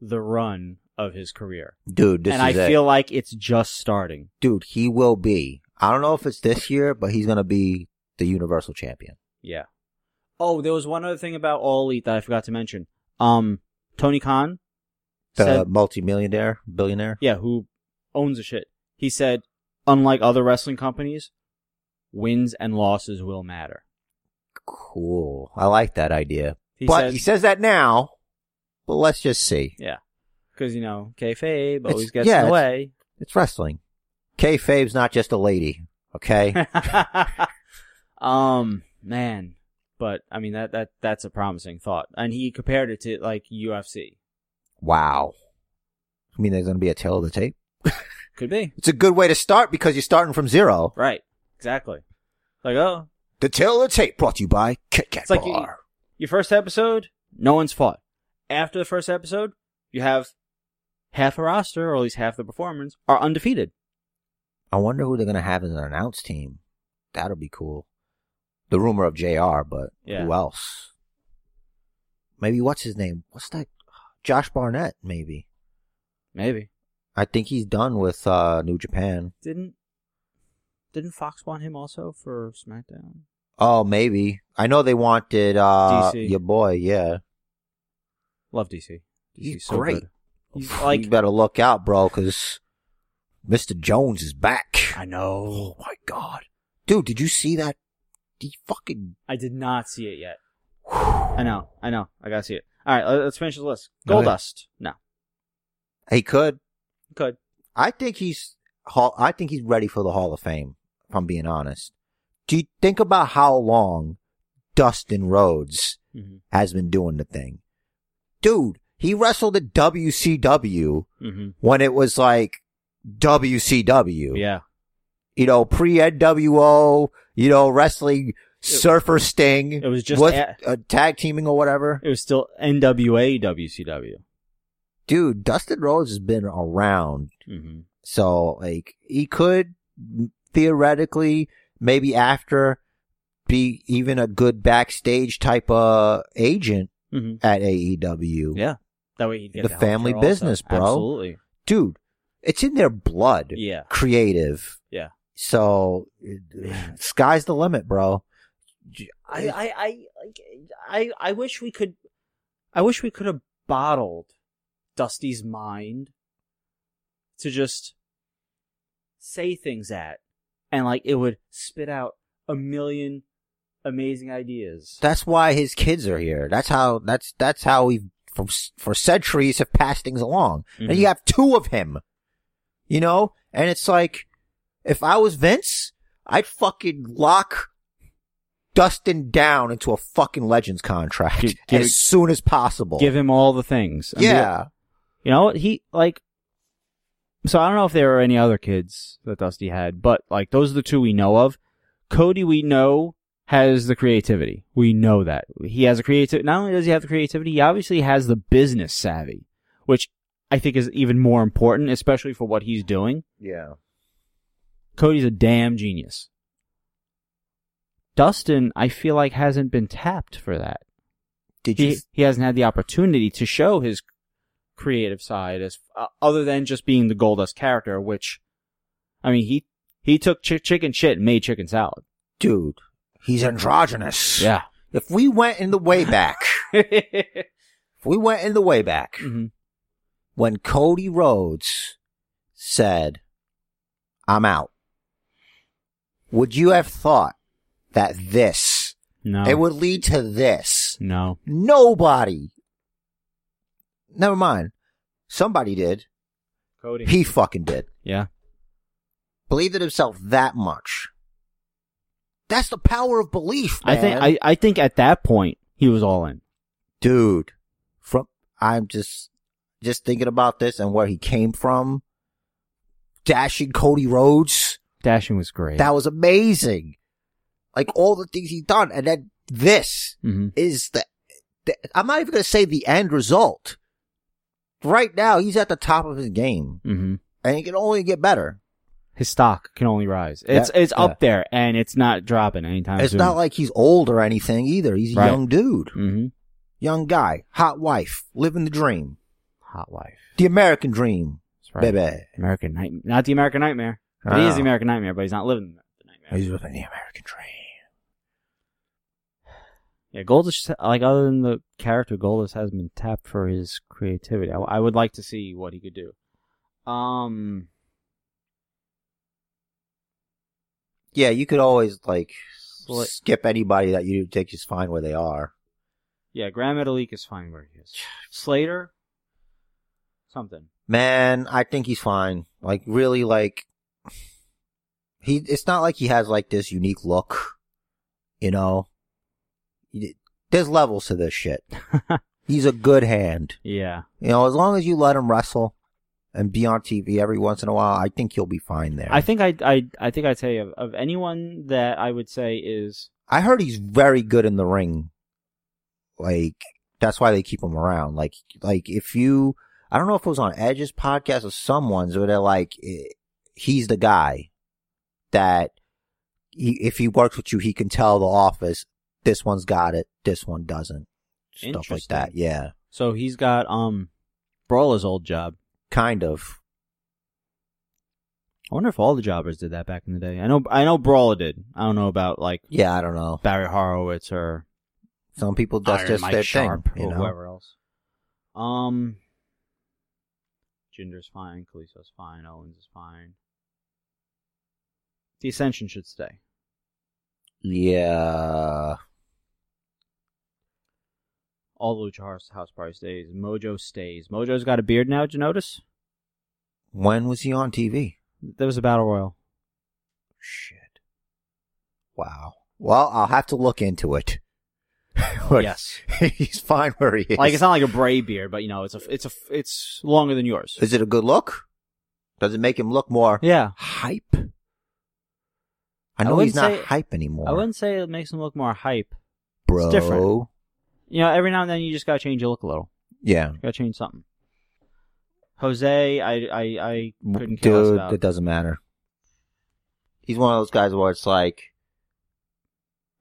the run of his career,
dude. This
and
is
I
it.
feel like it's just starting.
dude, he will be. I don't know if it's this year, but he's gonna be the universal champion.
Yeah. Oh, there was one other thing about All Elite that I forgot to mention. Um, Tony Khan
The
said,
multi-millionaire, billionaire.
yeah, who owns the shit. He said, unlike other wrestling companies, wins and losses will matter.
Cool. I like that idea.
He
but
says,
he says that now. But let's just see.
yeah, because you know, kayfabe
It's-
always gets
yeah,
in the
it's-
way.
It's wrestling.
<laughs>
<laughs> Kayfabe's not just a lady. Okay.
um, man, But I mean that that that's a promising thought. And he compared it to like UFC.
Wow. I mean, there's going to be a tail of the tape.
Could be.
It's a good way to start because you're starting from zero.
Right. Exactly. Like, oh,
The tail of the tape brought to you by Kit Kat
It's like you-
Bar.
your first episode, no one's fought. After the first episode, you have half a roster, or at least half the performers, are undefeated.
I wonder who they're going to have as an announce team. That'll be cool. The rumor of JR, but
Yeah.
who else? Maybe what's his name? What's that? Josh Barnett, maybe.
Maybe.
I think he's done with uh, New Japan.
Didn't didn't Fox want him also for SmackDown?
Oh, maybe. I know they wanted uh,
DC.
your boy, yeah.
Love DC. DC's
He's
so
great.
good. He's like
you better look out, bro, because Mr. Jones is back.
I
Oh
know.
my god, dude! Did you see that? He fucking
I did not see it yet. I know. I know. I gotta see it. All right, let- let's finish the list.
Go ahead.
Goldust. No,
he could.
could
I think he's hall. I think he's ready for the Hall of Fame. If I'm being honest, do you think about how long Dustin Rhodes
mm-hmm.
has been doing the thing, dude? He wrestled at WCW
Mm-hmm.
when it was like WCW.
yeah,
you know, pre NWO, you know, wrestling surfer sting.
it was just
with,
a-
uh, tag teaming or whatever.
it was still NWA WCW.
Dude, Dustin Rhodes has been around,
Mm-hmm.
so like he could theoretically maybe after be even a good backstage type of agent
Mm-hmm.
at E AEW.
Yeah, that way he'd get
The
healthcare
family
also.
business, bro.
Absolutely.
Dude, it's in their blood.
Yeah.
Creative.
Yeah.
So <sighs> sky's the limit, bro.
I, I, I, like, I, I wish we could, I wish we could have bottled Dusty's mind to just say things at, and like it would spit out a million amazing ideas.
That's why his kids are here. That's how. That's that's how we for for centuries have passed things along. And
Mhm.
you have two of him, you know. And it's like, if I was Vince, I'd fucking lock Dustin down into a fucking Legends contract
Give- give-
as soon as possible.
Give him all the things. and be like,
yeah,
You know what? He, like, so I don't know if there are any other kids that Dusty had, but, like, those are the two we know of. Cody, we know, has the creativity. We know that. He has a creative, not only does he have the creativity, he obviously has the business savvy, which I think is even more important, especially for what he's doing.
yeah.
Cody's a damn genius. Dustin, I feel like, hasn't been tapped for that
Did you?
he, he hasn't had the opportunity to show his creative side as uh, other than just being the Goldust character, which I mean he he took chi- chicken shit and made
<sighs>
chicken salad.
dude, he's androgynous.
Yeah.
If we went in the way back,
mm-hmm.
if we went in the way back. when Cody Rhodes said, I'm out, would you have thought that this,
No.
it would lead to this?
no.
Nobody. Never mind. Somebody did.
Cody.
He fucking did.
yeah.
Believed in himself that much. That's the power of belief, man.
I think I, I think at that point he was all in.
dude from i'm just just thinking about this and where he came from dashing cody rhodes
Dashing was great.
that was amazing like all the things he done and then this
mm-hmm.
is the, the i'm not even gonna say the end result right now he's at the top of his game
Mm-hmm.
and he can only get better
His stock can only rise. It's
Yeah,
it's
yeah.
up there and it's not dropping anytime
it's
soon.
not like he's old or anything either he's a
Right.
young dude
mm-hmm.
young guy hot wife living the dream
Hot life.
the american dream
That's right.
baby
American Nightmare. Not the American Nightmare. But He is the American Nightmare, but he's not living the Nightmare.
He's living the American dream.
Yeah, Goldust, like, other than the character, Goldust hasn't been tapped for his creativity. I, I would like to see what he could do. Um,
Yeah, you could always like
Sli-
skip anybody that you think is fine where they are.
yeah, Graham Metalik is fine where he is. Slater? Something.
Man, I think he's fine. Like really, like he. It's not like he has like this unique look, you know. You- There's levels to this shit. He's a good hand.
Yeah.
You know, as long as you let him wrestle and be on TV every once in a while, I think you'll be fine there.
I think I I I think I'd say of, of anyone that I would say is
I heard he's very good in the ring. Like that's why they keep him around. Like like if you, I don't know if it was on Edge's podcast or someone's, but they're like eh, he's the guy that he, if he works with you, he can tell the office this one's got it, this one doesn't, stuff like
Interesting.
that. Yeah,
so he's got um Brawler's old job.
kind of.
I wonder if all the jobbers did that back in the day. I know I know Brawler did. I don't know about like
Yeah, I don't know.
Barry Horowitz or
Some people that's
Iron
just
Mike
their
Sharp
thing, you
or
know.
whoever else. Um, Jinder's fine, Kalisto's fine, Owens is fine. The Ascension should stay.
Yeah,
All the Lucha House- House Party stays. Mojo stays. Mojo's got a beard now. Did you notice?
when was he on TV?
There was a battle royal.
Shit. Wow. Well, I'll have to look into it. <laughs> But
Yes.
<laughs> He's fine where he is.
Like it's not like a Bray beard, but you know it's a it's a it's longer than yours.
is it a good look? Does it make him look more
Yeah,
hype? I
I
know he's
wouldn't
not
say-
hype anymore.
I wouldn't say it makes him look more hype.
Bro.
different. You know, every now and then you just gotta change your look a little.
Yeah.
You gotta change something. Jose, I I I couldn't care less
Dude,
about.
it doesn't matter. He's one of those guys where it's like,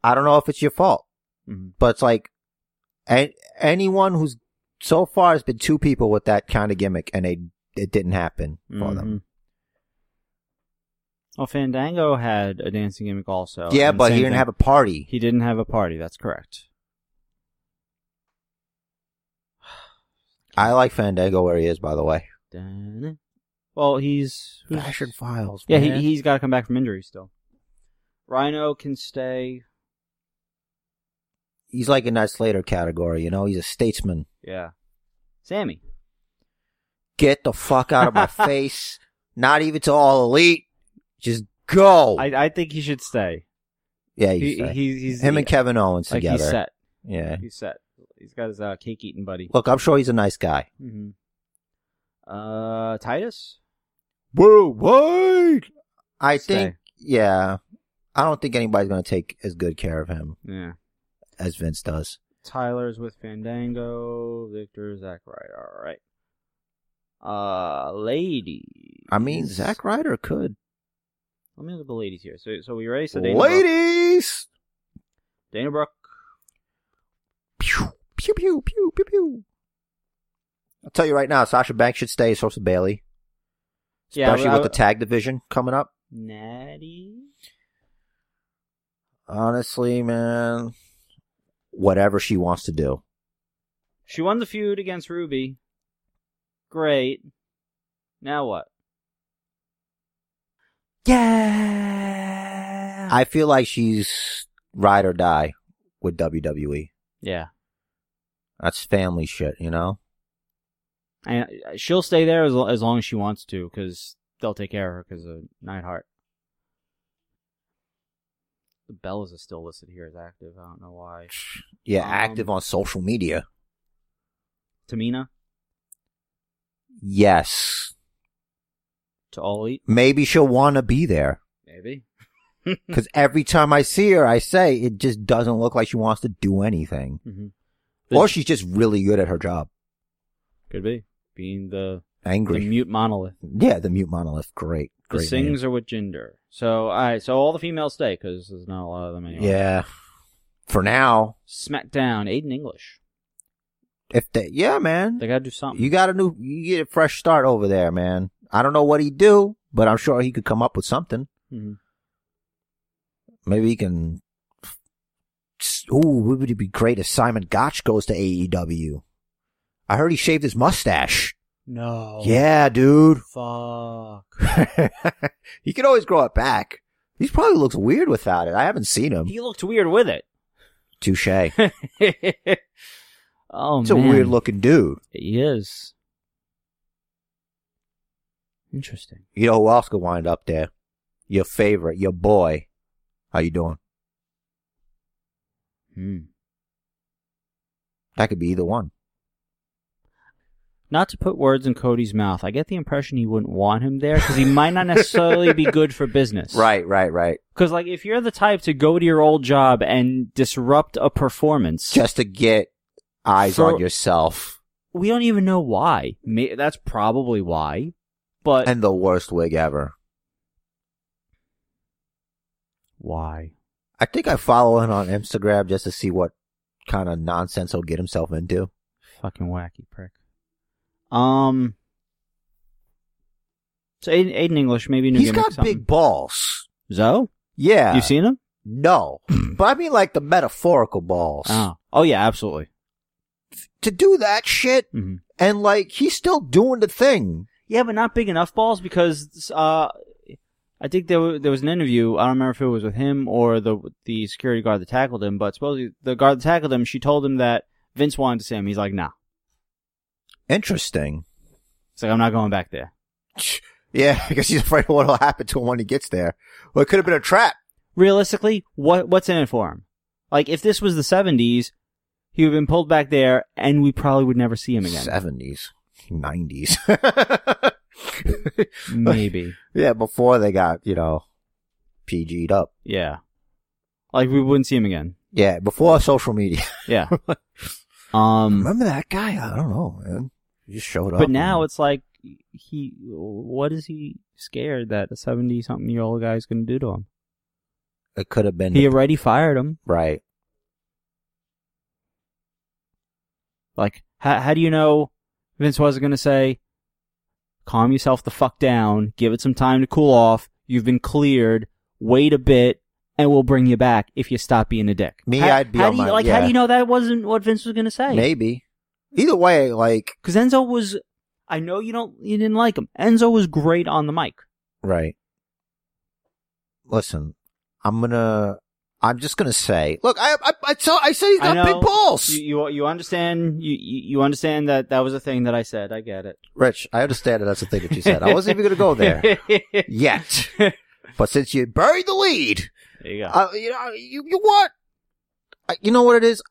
I don't know if it's your fault.
Mhm.
but it's like a- anyone who's so far has been two people with that kind of gimmick and they it didn't happen for them.
Mhm. Well, Fandango had a dancing gimmick also.
yeah,
Oh, and
but
same
he didn't
thing.
have a party.
he didn't have a party. That's correct.
I like Fandango where he is, by the way.
Dun- Well, he's who's-
Fashion Files.
Yeah,
man.
he, he's got to come back from injury still. Rhino can stay.
he's like in that Slater category. You know, he's a statesman.
Yeah, Sammy.
Get the fuck out of
<laughs>
my face. Not even to all elite. Just go.
I, I think he should stay.
yeah,
He,
he's
he, he's
him
he-
and Kevin Owens
like
together.
he's set.
Yeah.
He's set. He's got his uh, cake eating buddy.
Look, I'm sure he's a nice guy.
hmm Uh, Titus.
Worldwide. I
Stay.
think, yeah, I don't think anybody's going to take as good care of him
Yeah.
as Vince does.
Tyler's with Fandango, Victor, Zach Ryder. All right. Uh, ladies.
I mean, Zack Ryder could.
Let me look at the ladies here. So, so we ready? So Dana Brooke.
Ladies!
Dana Brooke.
Pew, pew, pew, pew, pew, pew. I'll tell you right now, Sasha Banks should stay, so should Bailey. Especially
I-
with the tag division coming up.
Natty.
Honestly, man, whatever she wants to do.
She won the feud against Ruby. Great. Now what? Yeah.
I feel like she's ride or die with WWE.
yeah.
That's family shit, you know?
And uh, she'll stay there as, lo- as long as she wants to, because they'll take care of her because of Nightheart. The Bellas is still listed here as active. I don't know why.
Yeah,
Um,
active on social media.
Tamina
Yes.
to All Elite,
Maybe she'll want to be there.
maybe. Hmm.
Because every time I see her, I say it just doesn't look like she wants to do anything.
Mm-hmm.
Or she's just really good at her job.
could be being the, the
Angry.
mute monolith.
yeah, the mute monolith. Great.
The
Great. name.
sings are with gender. So all right, so all the females stay because there's not a lot of them anyway.
Yeah. For now,
SmackDown, Aiden English.
if they, yeah, man,
They gotta do something.
you got a new, you get a fresh start over there, man. I don't know what he'd do, but I'm sure he could come up with something.
hmm
Maybe he can. Ooh, it would be great if Simon Gotch goes to AEW. I heard he shaved his mustache.
No.
Yeah, dude. <laughs>
Fuck.
he could always grow it back. He probably looks weird without it. I haven't seen him.
He looked weird with it. <laughs>
Touche. It's
oh
a
man.
weird looking dude.
He is. Interesting.
You know who else could wind up there? Your favorite, your boy. How you doing?
Hmm.
That could be either one.
Not to put words in Cody's mouth, I get the impression he wouldn't want him there because he might not necessarily be good for
<laughs>
business.
Right, right, right.
Because, like, if you're the type to go to your old job and disrupt a performance,
Just to get eyes
So-
on yourself.
we don't even know why. May- That's probably why. But
And the worst wig ever.
why?
I think I follow him on Instagram just to see what kind of nonsense he'll get himself into.
Fucking wacky prick. Um. So Aiden, Aiden English, maybe new
He's
gimmick
got
something.
big balls.
Zoe.
Yeah.
You've seen him?
No.
<clears throat>
but I mean like the metaphorical balls.
Oh, oh yeah, absolutely.
To do that shit
hmm
and like he's still doing the thing.
Yeah, but not big enough balls because uh, I think there wa- there was an interview. I don't remember if it was with him or the the security guard that tackled him, but supposedly the guard that tackled him, she told him that Vince wanted to see him. He's like, nah.
Interesting.
It's like I'm not going back there.
Yeah, <laughs> because he's afraid of what'll happen to him when he gets there. Well, it could have been a trap.
Realistically, what what's in it for him? Like if this was the '70s, he would have been pulled back there, and we probably would never see him again.
<laughs> Seventies, nineties. <laughs>
Maybe.
yeah, before they got you know PG'd up.
Yeah. Like we wouldn't see him again.
Yeah, before social media.
Yeah. um
Remember that guy? I don't know. Man. He just showed up.
but now
and-
it's like he what is he scared that a 70 something year old guy's going to do to him?
it could have been
He already fired him.
right.
Like how how do you know Vince wasn't going to say calm yourself the fuck down, give it some time to cool off. You've been cleared. Wait a bit and we'll bring you back if you stop being a dick.
Me,
how,
I'd be
how
on
do you,
my-
like
yeah.
how do you know that wasn't what Vince was going to say?
Maybe. Either way, like
Because Enzo was, I know you don't, you didn't like him. Enzo was great on the mic.
Right. Listen, I'm gonna. I'm just gonna say. Look, I I I, saw, I said he's got
I know.
big balls.
You, you, you understand, you, you you understand that that was a thing that I said. I get it.
Rich, I understand that that's the thing that you said. I wasn't even gonna go
<laughs>
there yet. But since you buried the lead,
there you go.
uh, you know, you, you what? I, you know what it is.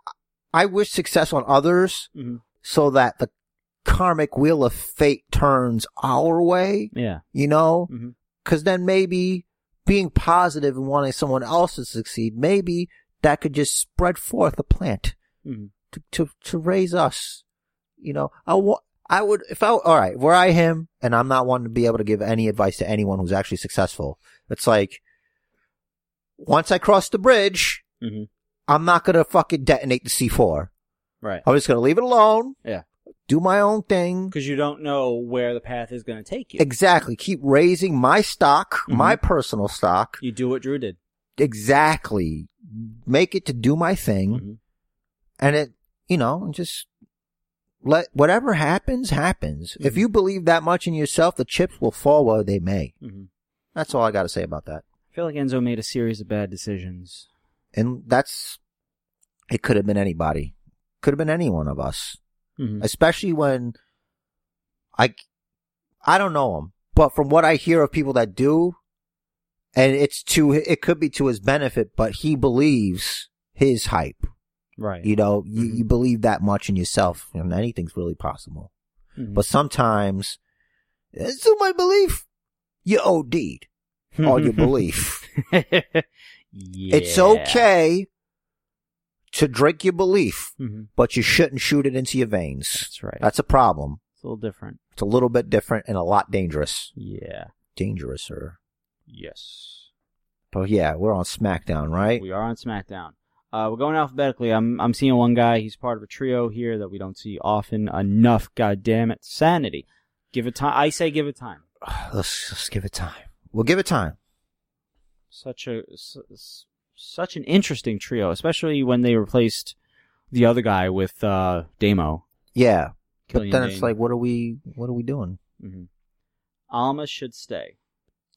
I wish success on others
Mhm.
so that the karmic wheel of fate turns our way.
Yeah.
You know,
Mhm.
because then maybe being positive and wanting someone else to succeed, maybe that could just spread forth a plant
Mhm.
to to, to raise us. You know, I wa- I would if I all right, were I him, and I'm not one to be able to give any advice to anyone who's actually successful. It's like once I cross the bridge,
Mhm.
I'm not gonna fucking detonate the C4.
Right.
I'm just gonna leave it alone.
Yeah.
Do my own thing.
Because you don't know where the path is going to take you.
Exactly. Keep raising my stock, my personal stock.
You do what Drew did.
exactly make it to do my thing
Mhm.
and it you know and just let whatever happens happens if
Mhm.
you believe that much in yourself the chips will fall where they may
Mhm.
that's all i got to say about that
I feel like Enzo made a series of bad decisions.
and that's it could have been anybody could have been any one of us
Mhm.
especially when I I don't know him, but from what I hear of people that do, and it's to it could be to his benefit, but he believes his hype.
Right.
You know, you,
Mhm.
you believe that much in yourself, and anything's really possible.
Mhm.
But sometimes it's too much belief. You OD'd on
<laughs>
your belief.
yeah.
It's okay to drink your belief,
Mhm.
but you shouldn't shoot it into your veins.
That's right.
That's a problem.
it's a little different.
It's a little bit different and a lot dangerous.
Yeah.
Dangerouser.
Yes.
But yeah, we're on SmackDown, right?
We are on SmackDown. Uh, we're going alphabetically. I'm I'm seeing one guy. He's part of a trio here that we don't see often enough. God damn it, sanity. Give it time. I say give it time.
<sighs> Let's, let's give it time. We'll give it time.
Such a s- s- such an interesting trio, especially when they replaced the other guy with uh, Damo.
Yeah.
Killian
but then it's
Dane.
like, what are we, what are we doing?
Mhm. Alma should stay.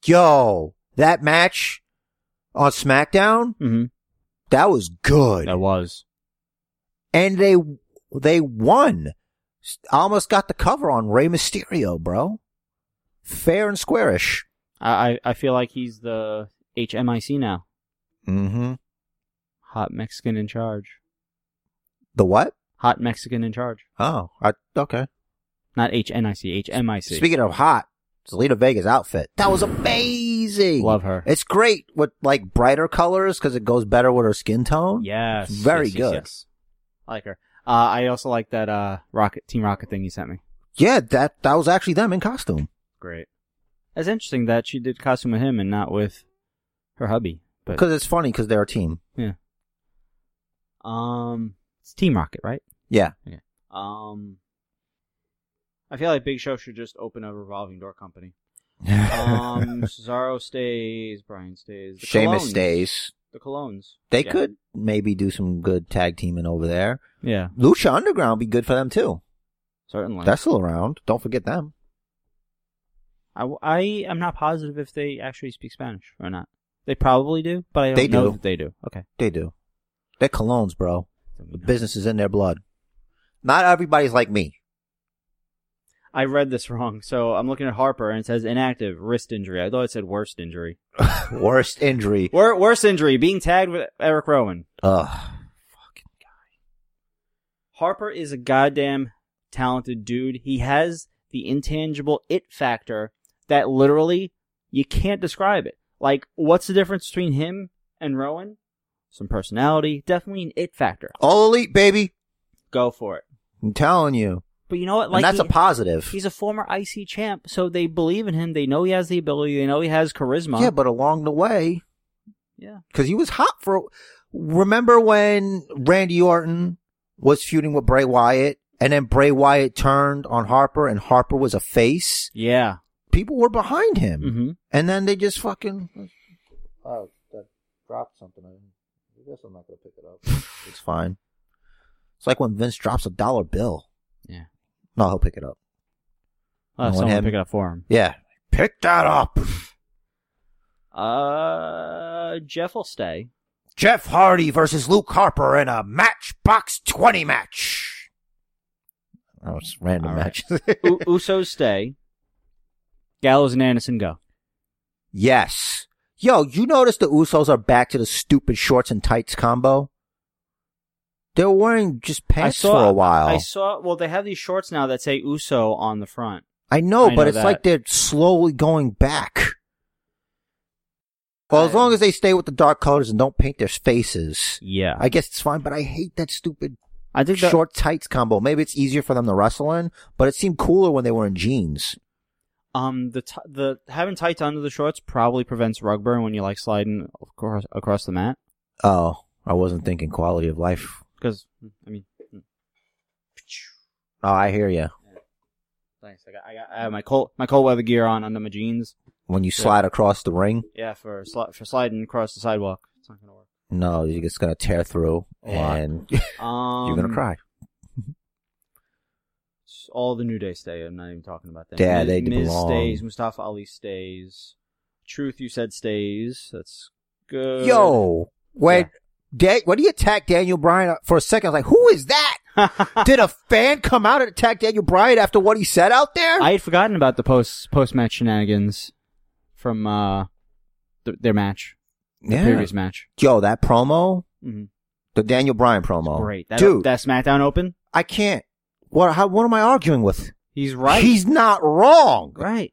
Yo, that match on SmackDown,
Mm-hmm.
that was good.
That was
And they, they won. S- Almost got the cover on Rey Mysterio, bro. Fair and squarish.
I I, I feel like he's the HMIC now,
Mm-hmm.
hot Mexican in charge.
The what?
Hot Mexican in charge.
Oh, I, okay.
Not H N I C, H M I C.
Speaking of hot, Zelita Vega's outfit. That was amazing.
Love her.
It's great with like brighter colors because it goes better with her skin tone.
Yes.
Very
yes, yes,
good.
yes. I like her. Uh, I also like that uh, Rocket Team Rocket thing you sent me.
Yeah, that that was actually them in costume.
Great. That's interesting that she did costume with him and not with her hubby. But
Because it's funny because they're a team.
um, it's Team Rocket, right?
Yeah.
Um, I feel like Big Show should just open a revolving door company.
<laughs>
Um, Cesaro stays, Brian stays, the
Sheamus
Colognes-
stays.
the Colognes.
They
Yeah.
could maybe do some good tag teaming over there.
yeah,
Lucha Underground be good for them too.
certainly.
That's still around. Don't forget them.
I, I am not positive if they actually speak Spanish or not. They probably do, but I don't
They
know
do.
that they do. Okay.
They do. They're colognes, bro. The business is in their blood. Not everybody's like
<laughs>
me.
I read this wrong, so I'm looking at Harper and it says inactive wrist injury. I thought it said worst injury.
Worst injury.
Wor- worst injury being tagged with Eric Rowan.
Ugh.
Harper is a goddamn talented dude. He has the intangible it factor that literally you can't describe it. Like, what's the difference between him and Rowan? Some personality, definitely an it factor.
All elite, baby.
Go for it.
I'm telling you.
But you know what?
and
Like
that's
he-
a positive.
He's a former IC champ, so they believe in him. They know he has the ability. They know he has charisma.
Yeah, but along the way,
yeah.
because he was hot for. Remember when Randy Orton was feuding with Bray Wyatt, and then Bray Wyatt turned on Harper, and Harper was a face.
Yeah.
People were behind him,
hmm
and then they just fucking. Oh, that dropped something. I guess I'm not gonna pick it up. <laughs> it's fine. It's like when Vince drops a dollar bill.
Yeah.
No, he'll pick it up.
Uh,
Want
someone
him?
pick it up for him.
Yeah, pick that up.
Uh, Jeff will
<laughs>
stay.
Jeff Hardy versus Luke Harper in a Matchbox 20 match. That was random
All right.
match. <laughs>
U- Usos stay. Gallows and Anderson go.
yes. Yo, you notice the Usos are back to the stupid shorts and tights combo? They're wearing just pants for a while.
I
I,
saw. Well, they have these shorts now that say Uso on the front.
know,
I
but
know
it's
that.
like they're slowly going back. Well, as
I-
long as they stay with the dark colors and don't paint their faces,
Yeah.
I guess it's fine, but I hate that stupid
I think that,
short tights combo. Maybe it's easier for them to wrestle in, but it seemed cooler when they were in jeans.
um the t- the having tights under the shorts probably prevents rug burn when you like sliding of course across the mat
Oh, I wasn't thinking quality of life.
because I mean
Oh, I hear you.
Thanks. I got, I got I have my cold my cold weather gear on under my jeans.
When you slide across the ring,
Yeah, for sli- for sliding across the sidewalk. It's not gonna work.
no, you're just gonna tear through
A lot.
and
Um,
you're gonna cry.
All the New Day stay. I'm not even talking about them.
Yeah,
Miz,
they
Miz
belong.
stays. Mustafa Ali stays. Truth, you said stays. That's good. <laughs>
Yo, when
uh, Yeah.
Da- when he attacked Daniel Bryan for a second, I was like, "Who is
<laughs>
that? Did a fan come out and attack Daniel Bryan after what he said out there?"
I had forgotten about the post post match shenanigans from uh th- their match, the
yeah.
previous match.
Yo, that promo,
Mm-hmm.
the Daniel Bryan promo,
Great, that,
dude.
That SmackDown open.
I can't. What? How? What am I arguing with?
He's right.
He's not wrong.
right.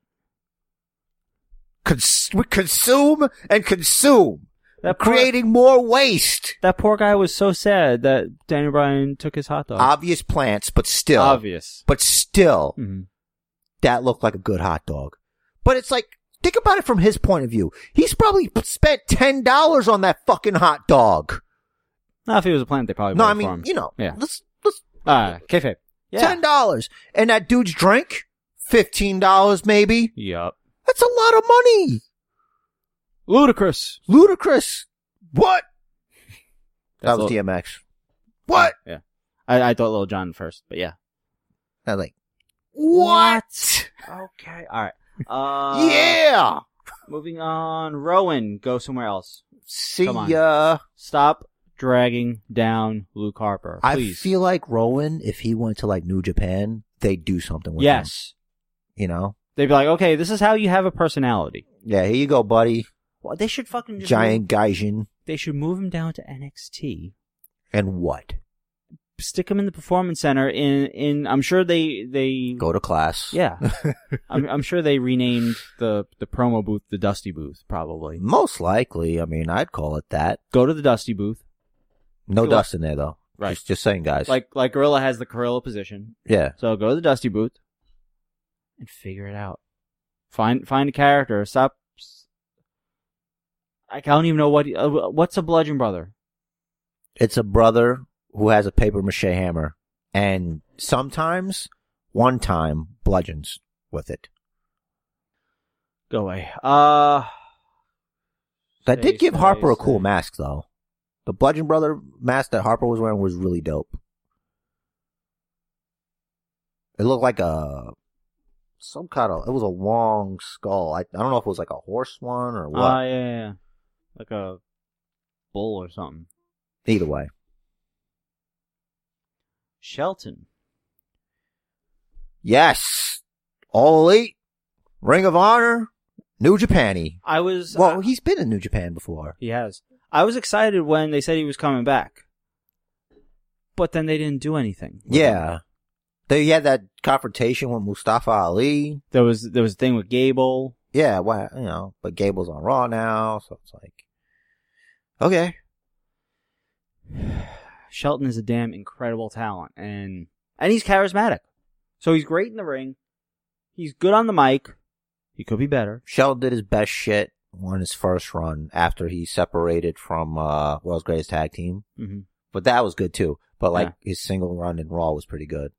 Cons- we consume and consume,
That poor-
creating more waste.
That poor guy was so sad that Daniel Bryan took his hot dog.
Obvious Mm-hmm. plants, but still,
Obvious.
but still,
Mhm.
that looked like a good hot dog. But it's like, think about it from his point of view. He's probably spent ten dollars on that fucking hot dog.
Not if he was a plant, they probably
no,
would
I
have for
mean,
him.
you know,
Yeah.
let's let's
Uh, kayfabe. Yeah.
ten dollars, and that dude's drink, fifteen dollars maybe.
Yup.
That's a lot of money.
Ludicrous.
Ludicrous. What?
That's
that was
Lil-
DMX. What?
Yeah. I, I thought Little John first, but yeah.
I was like, what?
Okay. All <laughs> right. Uh,
yeah.
Moving on. Rowan, go somewhere else.
See
Come on.
ya.
Stop dragging down Luke Harper.
I
Please.
feel like Rowan, if he went to like New Japan, they'd do something with him.
Yes.
You know?
They'd be like, okay, this is how you have a personality.
Yeah, here you go, buddy.
Well, they should fucking just move-
Giant Gaijin.
they should move him down to NXT.
And what?
stick them in the performance center. In in I'm sure they they
Go to class. <laughs>
yeah. I'm, I'm sure they renamed the the promo booth the Dusty booth probably.
Most likely. I mean, I'd call it that.
Go to the Dusty booth.
No
Sure.
dust in there though.
Right.
Just, just saying, guys.
Like like Gorilla has the Gorilla position.
yeah.
So go to the Dusty booth and figure it out. Find find a character. Stop. I don't even know what uh, what's a Bludgeon Brother.
It's a brother who has a paper mache hammer and sometimes, one time, bludgeons with it.
Go away. Uh
That
Say,
did give
say,
Harper a
say.
cool mask though. The Bludgeon Brother mask that Harper was wearing was really dope. It looked like a some kind of it was a long skull. I, I don't know if it was like a horse one or what.
Ah, yeah, yeah, yeah. Like a bull or something.
Either way.
Shelton.
Yes. All Elite, Ring of Honor, New Japani.
I was.
Well,
I-
he's been in New Japan before.
he has. I was excited when they said he was coming back, but then they didn't do anything. with him.
Yeah. They had that confrontation with Mustafa Ali.
There was there was a thing with Gable.
Yeah, why you know, but Gable's on Raw now, so it's like Okay.
Shelton is a damn incredible talent, and and he's charismatic. So he's great in the ring. He's good on the mic. He could be better.
Sheldon did his best shit on his first run after he separated from uh World's Greatest Tag Team.
hmm
But that was good too. But like his single run in Raw was pretty good.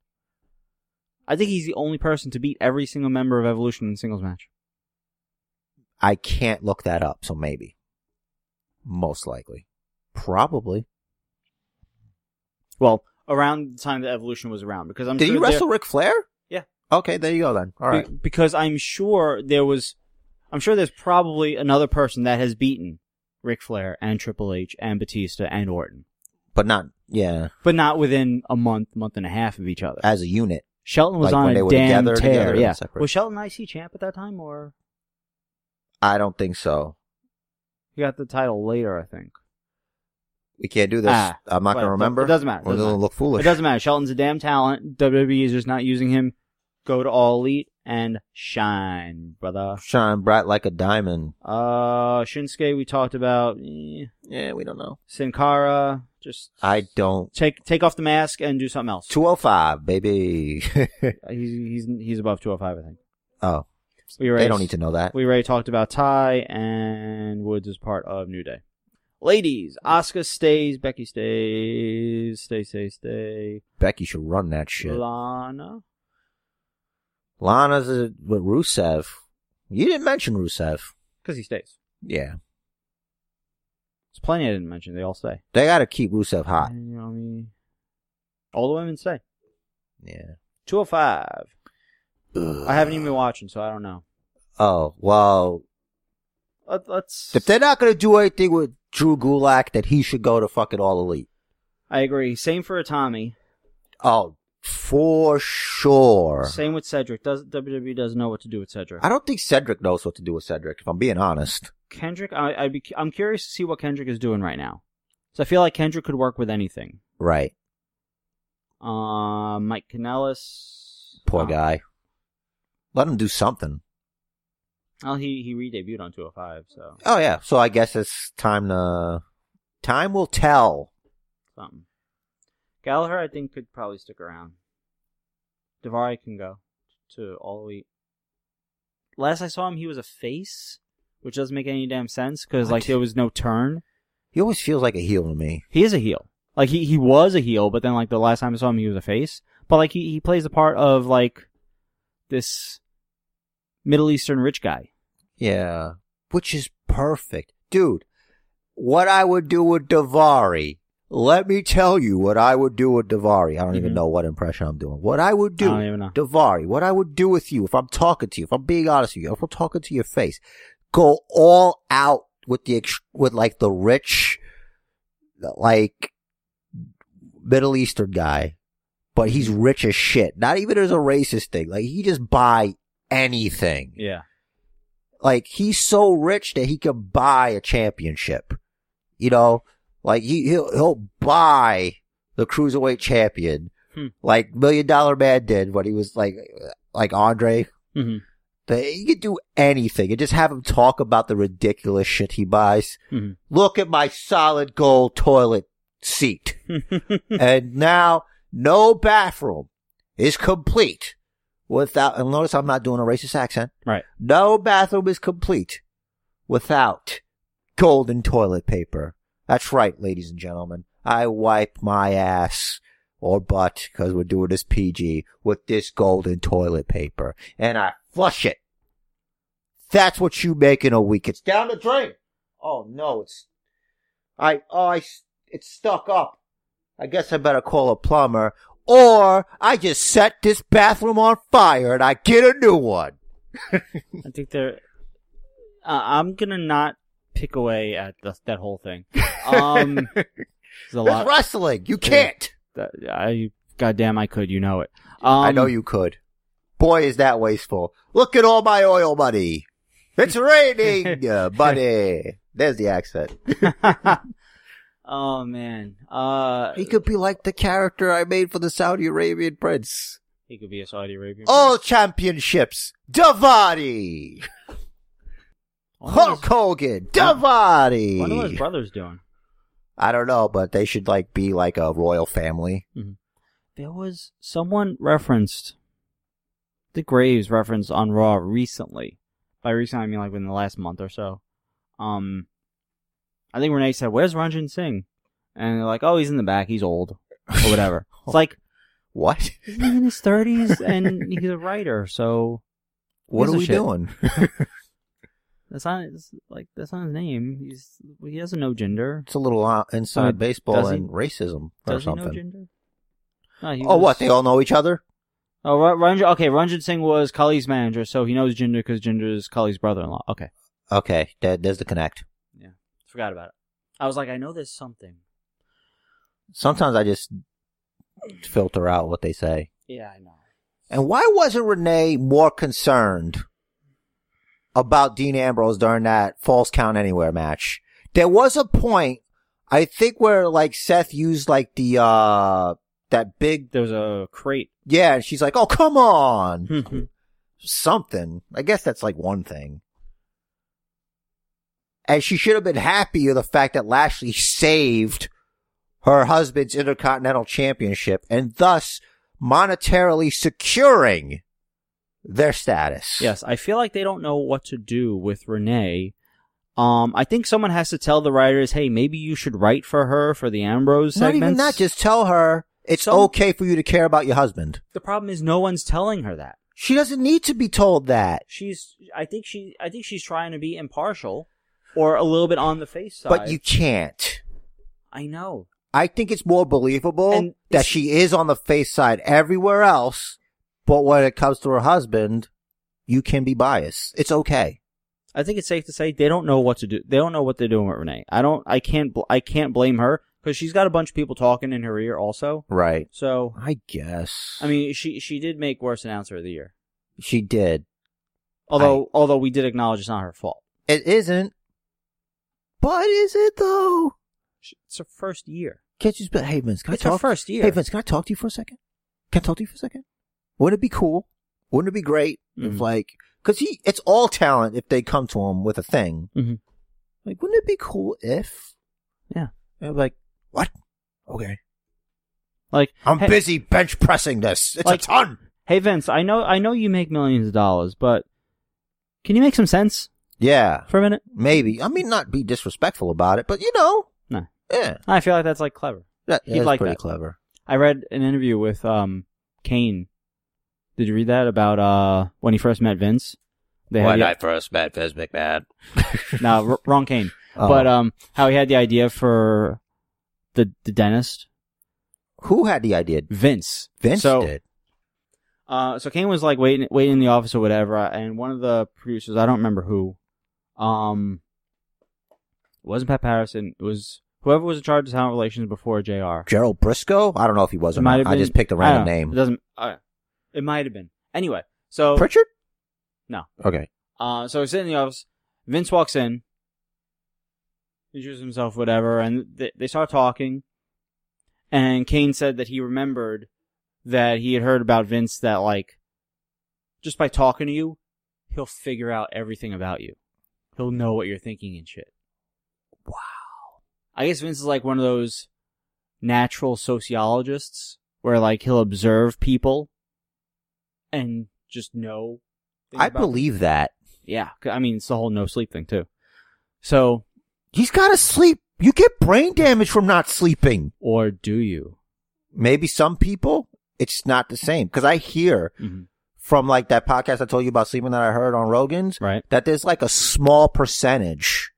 I think he's the only person to beat every single member of Evolution in a singles match.
I can't look that up, so maybe. Most likely. Probably.
Well, around the time that Evolution was around, because I'm
Did
sure
you
there-
wrestle Ric Flair?
Yeah.
Okay, there you go then. All
Be-
right.
because I'm sure there was, I'm sure there's probably another person that has beaten Ric Flair and Triple H and Batista and Orton,
But not, yeah,
but not within a month, month and a half of each other.
as a unit.
Shelton was
like
on
when they
a
were
damn
together,
tear.
together and
yeah,
separate.
was Shelton IC champ at that time, or
I don't think so.
he got the title later? I think.
We can't do this.
Ah,
I'm not going to
well, it
remember.
doesn't matter,
We're
doesn't
going to
matter.
look foolish.
It doesn't matter. Shelton's a damn talent. WWE is just not using him. Go to All Elite and shine, brother.
Shine bright like a diamond.
Uh, Shinsuke, we talked about. Eh,
Yeah, we don't know.
Sin Cara, just
I don't
take take off the mask and do something else.
205, <laughs> baby.
He's he's he's above 205, I think.
oh,
We
they don't need to know that.
We already talked about Ty and Woods is part of New Day. Ladies, Asuka stays, Becky stays, stay, stay, stay.
Becky should run that shit.
Lana,
Lana's uh, with Rusev. You didn't mention Rusev.
because he stays.
Yeah.
There's plenty I didn't mention. They all stay.
They got to keep Rusev hot.
You know what I mean? All the women stay.
Yeah.
205. I haven't even been watching, so I don't know.
Oh, well,
Let, let's.
if they're not going to do anything with Drew Gulak, that he should go to fucking All Elite.
I agree. Same for Tommy.
Oh, for sure.
Same with Cedric. Does WWE doesn't know what to do with Cedric?
I don't think Cedric knows what to do with Cedric, if I'm being honest.
Kendrick, I, I'd be, I'm curious to see what Kendrick is doing right now. So I feel like Kendrick could work with anything.
Right.
Uh, Mike Kanellis.
Poor
uh,
guy. Let him do something.
Well, he he re-debuted on 205, so
Oh yeah. So I guess it's time to time will tell.
something. Gallagher, I think, could probably stick around. Davari can go to all elite. Last I saw him, he was a face, which doesn't make any damn sense because like
What?
there was no turn.
He always feels like a heel to me.
he is a heel. Like he, he was a heel, but then like the last time I saw him, he was a face. But like he, he plays the part of like this Middle Eastern rich guy.
Yeah. Which is perfect. Dude, what I would do with Davari. Let me tell you what I would do with Davari. I don't even
Mhm.
know what impression I'm doing. What I would
I
do,
don't even know.
Davari, what I would do with you if I'm talking to you, if I'm being honest with you, if I'm talking to your face, go all out with the, ex- with like the rich, like Middle Eastern guy, but he's rich as shit. Not even as a racist thing. Like he just buy anything
Yeah.
like he's so rich that he can buy a championship. You know, like he he'll, he'll buy the cruiserweight champion,
Hmm.
like Million Dollar Man did when he was like, like Andre.
Mm-hmm.
They, you could do anything and just have him talk about the ridiculous shit he buys.
Mm-hmm.
Look at my solid gold toilet
<laughs>
seat. and now no bathroom is complete without, and notice I'm not doing a racist accent. <laughs>
right.
No bathroom is complete without golden toilet paper. That's right, ladies and gentlemen. I wipe my ass or butt because we're doing this PG with this golden toilet paper and I flush it. That's what you make in a week. It's down the drain. Oh no, it's, I, oh, I, s- it's stuck up. I guess I better call a plumber or I just set this bathroom on fire and I get a new one.
I think they're. Uh, I'm gonna not pick away at the, that whole thing.
<laughs>
Um, there's a
It's
lot.
wrestling. You can't.
that- I goddamn, I could. You know it. Um,
I know you could. Boy, is that wasteful. Look at all my oil money. <laughs> It's raining, uh, <laughs> buddy. There's the accent.
<laughs> oh man. Uh,
He could be like the character I made for the Saudi Arabian prince.
he could be a Saudi Arabian.
All championships. Davadi.
what
Hulk Hogan. Davadi.
What are his brothers doing?
I don't know, but they should like be like a royal family.
There was someone referenced the Graves referenced on Raw recently. By recent, I mean like within the last month or so. Um, I think Renee said, "Where's Ranjan Singh?" And they're like, "Oh, he's in the back. He's old
<laughs>
or whatever." it's like
What?
he's in his thirties and he's a writer, so
<laughs> What
Gives
are
a
we
shit.
doing?
that's not it's like that's not his name. He's he doesn't know gender.
<laughs> It's a little uh, inside
Uh, does
baseball
he-
and racism or
Does he
something.
know gender? No, he
oh,
was-
what? They all know each other?
Oh, Ra- Ranjan. Okay, Ranjan Singh was Kali's manager, so he knows Jinder because Jinder is Kali's brother-in-law. Okay,
Okay, there- there's the connect.
forgot about it. I was like, I know there's something.
Sometimes I just filter out what they say.
Yeah, I know.
And why wasn't Renee more concerned about Dean Ambrose during that false count anywhere match? There was a point, I think, where like Seth used like the uh that big
There was a crate.
yeah, and she's like, "Oh, come on,
I
something." I guess that's like one thing. And she should have been happy with the fact that Lashley saved her husband's Intercontinental Championship and thus monetarily securing their status.
yes, I feel like they don't know what to do with Renee. Um, I think someone has to tell the writers, hey, maybe you should write for her for the Ambrose
Not
segments.
even that. Just tell her it's
Some-
okay for you to care about your husband.
the problem is no one's telling her that.
She doesn't need to be told that.
She's, I think she, I think she's trying to be impartial or a little bit on the face side.
But you can't.
I know.
I think it's more believable
And
that
it's-
she is on the face side everywhere else, but when it comes to her husband, you can be biased. It's okay.
I think it's safe to say they don't know what to do. They don't know what they're doing with Renee. I don't. I can't. Bl- I can't blame her because she's got a bunch of people talking in her ear also.
Right.
So
I guess.
I mean, she she did make worst announcer of the year.
she did.
Although although we did acknowledge it's not her fault.
It isn't. But is it though?
She- It's her first year.
Can't you? But hey, Vince, can
It's
I
her
talk?
first year.
Hey, Vince, can I talk to you for a second? Can I talk to you for a second? Wouldn't it be cool? Wouldn't it be great
Mhm.
if like, cause he, it's all talent if they come to him with a thing.
Mm-hmm.
Like, wouldn't it be cool if?
Yeah.
And I'm like, what? Okay.
Like
I'm
hey,
busy bench pressing this. It's
Like-
a ton.
Hey Vince, I know I know you make millions of dollars, but can you make some sense
Yeah,
for a minute?
maybe. I mean, not be disrespectful about it, but you know,
No,
yeah,
I feel like that's like clever.
that,
He'd
that's
like
pretty
that.
clever.
I read an interview with um Kane. Did you read that about uh when he first met Vince? They had the-
first met Vince McMahon.
<laughs> no, r- wrong Kane. But um, how he had the idea for the the dentist
who had the idea?
Vince.
Vince
so,
did.
Uh, so Kane was like waiting waiting in the office or whatever, uh, and one of the producers, I don't remember who, um, it wasn't Pat Patterson. It was whoever was in charge of talent relations before Jr.
Gerald Briscoe. I don't know if he was.
It
Or
might have
not. I
been-
just picked a
I
random
don't know. It
name.
doesn't. Uh, it might have been. Anyway, so
Pritchard.
No.
Okay.
Uh, so he's sitting in the office. Vince walks in. He introduces himself, whatever, and they, they start talking. And Kane said that he remembered that he had heard about Vince that like just by talking to you, he'll figure out everything about you. He'll know what you're thinking and shit. Wow. I guess Vince is like one of those natural sociologists where like he'll observe people and just know. things
I
about
believe that.
Them. Yeah, 'cause, I mean it's the whole no sleep thing too. So,
He's gotta sleep. You get brain damage from not sleeping.
or do you?
Maybe some people, it's not the same. Cause I hear
Mhm.
from like that podcast I told you about sleeping that I heard on Rogan's
Right.
that there's like a small percentage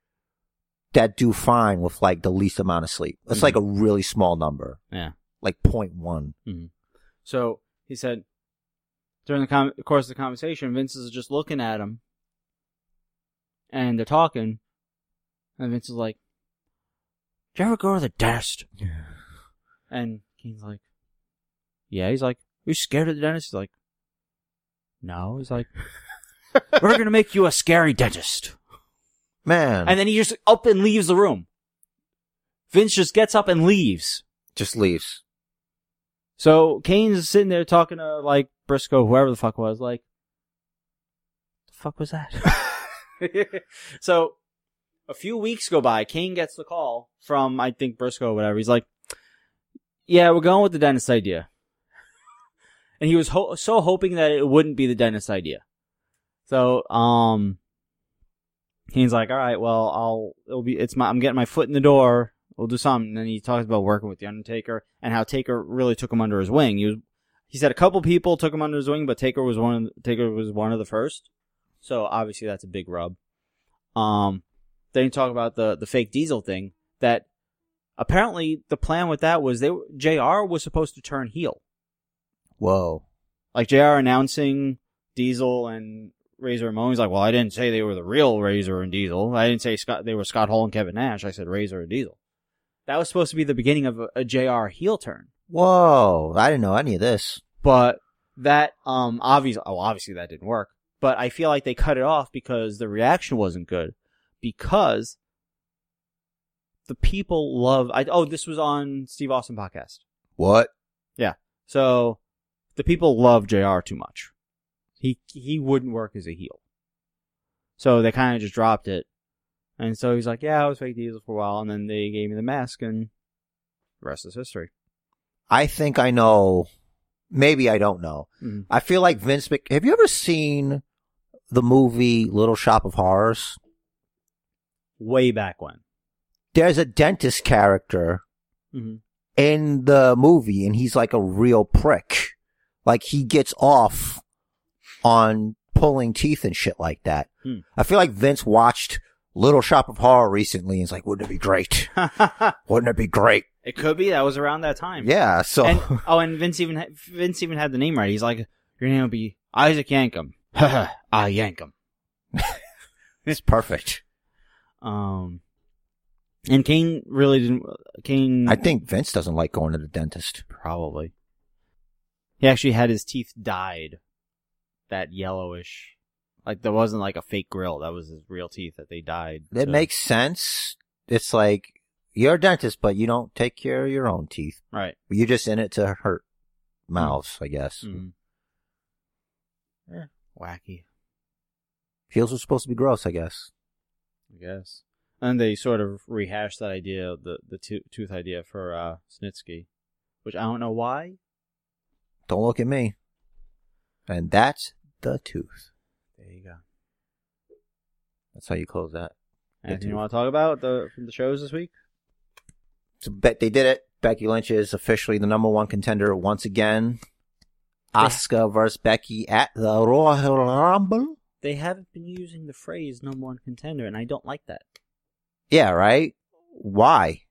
that do fine with like the least amount of sleep. It's like a really small number,
Mm-hmm. Yeah.
like 0.1.
So he said, during the com- course of the conversation, Vince is just looking at him, and they're talking, and Vince is like, "Did you ever go to the dentist?" And King's like, "Yeah." He's like, "Are you scared of the dentist?" He's like, "No." He's <laughs> like, "We're gonna make you a scary dentist,"
Man,
and then he just up and leaves the room. Vince just gets up and leaves.
just leaves.
So Kane's sitting there talking to like Briscoe, whoever the fuck was, like, the fuck was that? <laughs> so a few weeks go by. Kane gets the call from I think Briscoe, or whatever. He's like, yeah, we're going with the dentist idea. <laughs> and he was ho- so hoping that it wouldn't be the dentist idea. So um, Kane's like, all right, well, I'll it'll be it's my I'm getting my foot in the door. We'll do something. And then he talks about working with the Undertaker and how Taker really took him under his wing. He was, he said a couple people took him under his wing, but Taker was one of the, Taker was one of the first. So obviously that's a big rub. Um, then you talk about the the fake Diesel thing that apparently the plan with that was they were- Jr was supposed to turn heel,
Whoa.
like Jr announcing Diesel and Razor Ramon. He's like, well, I didn't say they were the real Razor and Diesel. I didn't say Scott they were Scott Hall and Kevin Nash. I said Razor and Diesel. That was supposed to be the beginning of a, a Jr heel turn.
Whoa. I didn't know any of this.
but that um obviously oh obviously that didn't work but i feel like they cut it off because the reaction wasn't good because the people love i oh this was on steve austin podcast
What?
so the people love jr too much he he wouldn't work as a heel so they kind of just dropped it and so he's like yeah i was fake diesel for a while and then they gave me the mask and the rest is history
I think I know. Maybe I don't know.
Mhm.
I feel like Vince Mc. Have you ever seen the movie Little Shop of Horrors?
way back when
There's a dentist character
mm-hmm.
in the movie and he's like a real prick. Like he gets off on pulling teeth and shit like that.
Hmm.
I feel like Vince watched Little Shop of Horror recently and he's like, wouldn't it be great?
<laughs>
Wouldn't it be great?
Mm-hmm. It could be that was around that time.
Yeah. So
And, oh, and Vince even ha- Vince even had the name right. He's like, your name will be
<laughs>
Isaac Yankum.
Ah,
I Yankum.
<laughs> it's perfect.
Um, and Kane really didn't. Kane,
I think Vince doesn't like going to the dentist.
probably. He actually had his teeth dyed, that yellowish. Like there wasn't like a fake grill. That was his real teeth that they dyed.
It
to-
makes sense. It's like you're a dentist, but you don't take care of your own teeth.
right.
You're just in it to hurt mouths, I guess.
Mm. Eh, wacky.
Heels are supposed to be gross, I guess.
I guess. And they sort of rehashed that idea, the the to- tooth idea for uh, Snitsky, which I don't know why.
Don't look at me. And that's the tooth.
There you go.
That's how you close that.
Anything you want to talk about the from the shows this week?
So bet they did it. Becky Lynch is officially the number one contender once again. Asuka versus Becky at the Royal Rumble.
They haven't been using the phrase "number one contender," and I don't like that.
Yeah, right? Why?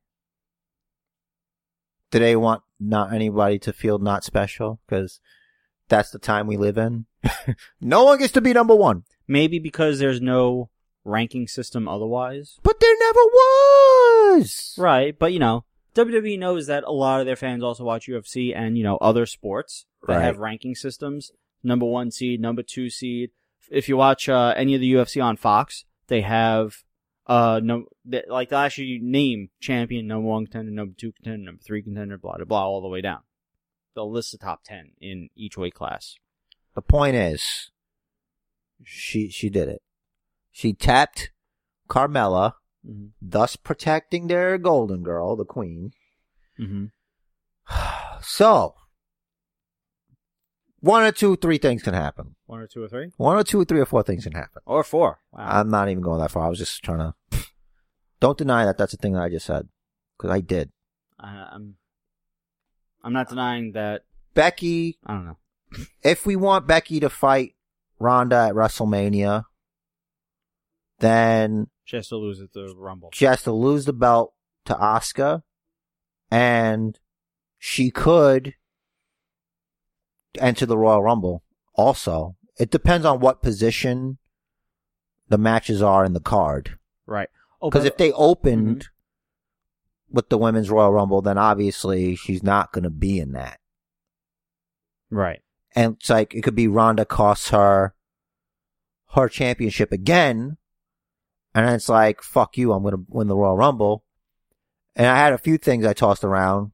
Do they want not anybody to feel not special? Because that's the time we live in. <laughs> no one gets to be number one.
Maybe because there's no ranking system otherwise.
But there never was.
Right, but you know, WWE knows that a lot of their fans also watch UFC and you know other sports that
Right.
have ranking systems. Number one seed, number two seed. If you watch uh, any of the UFC on Fox, they have uh, no, that, like they'll actually name champion, number one contender, number two contender, number three contender, blah, blah, blah, all the way down. They'll list the top 10 in each weight class.
The point is, she she did it. She tapped Carmella,
Mm-hmm.
thus protecting their golden girl, the queen.
Mm-hmm.
So, one or two, three things can happen.
One or two or three?
One or two, or three or four things can happen.
Or four.
I'm not even going that far. I was just trying to. <laughs> Don't deny that. That's the thing that I just said because I did.
I, I'm, I'm not denying that.
Becky,
I don't know.
if we want Becky to fight Ronda at WrestleMania, then
She has to lose at the Rumble.
she has to lose the belt to Asuka, and she could enter the Royal Rumble. Also, it depends on what position the matches are in the card.
Right. Oh,
Because
by
if they opened with the women's Royal Rumble, then obviously she's not going to be in that.
the- right.
And it's like it could be Ronda costs her her championship again, and it's like fuck you, I'm going to win the Royal Rumble. And I had a few things I tossed around.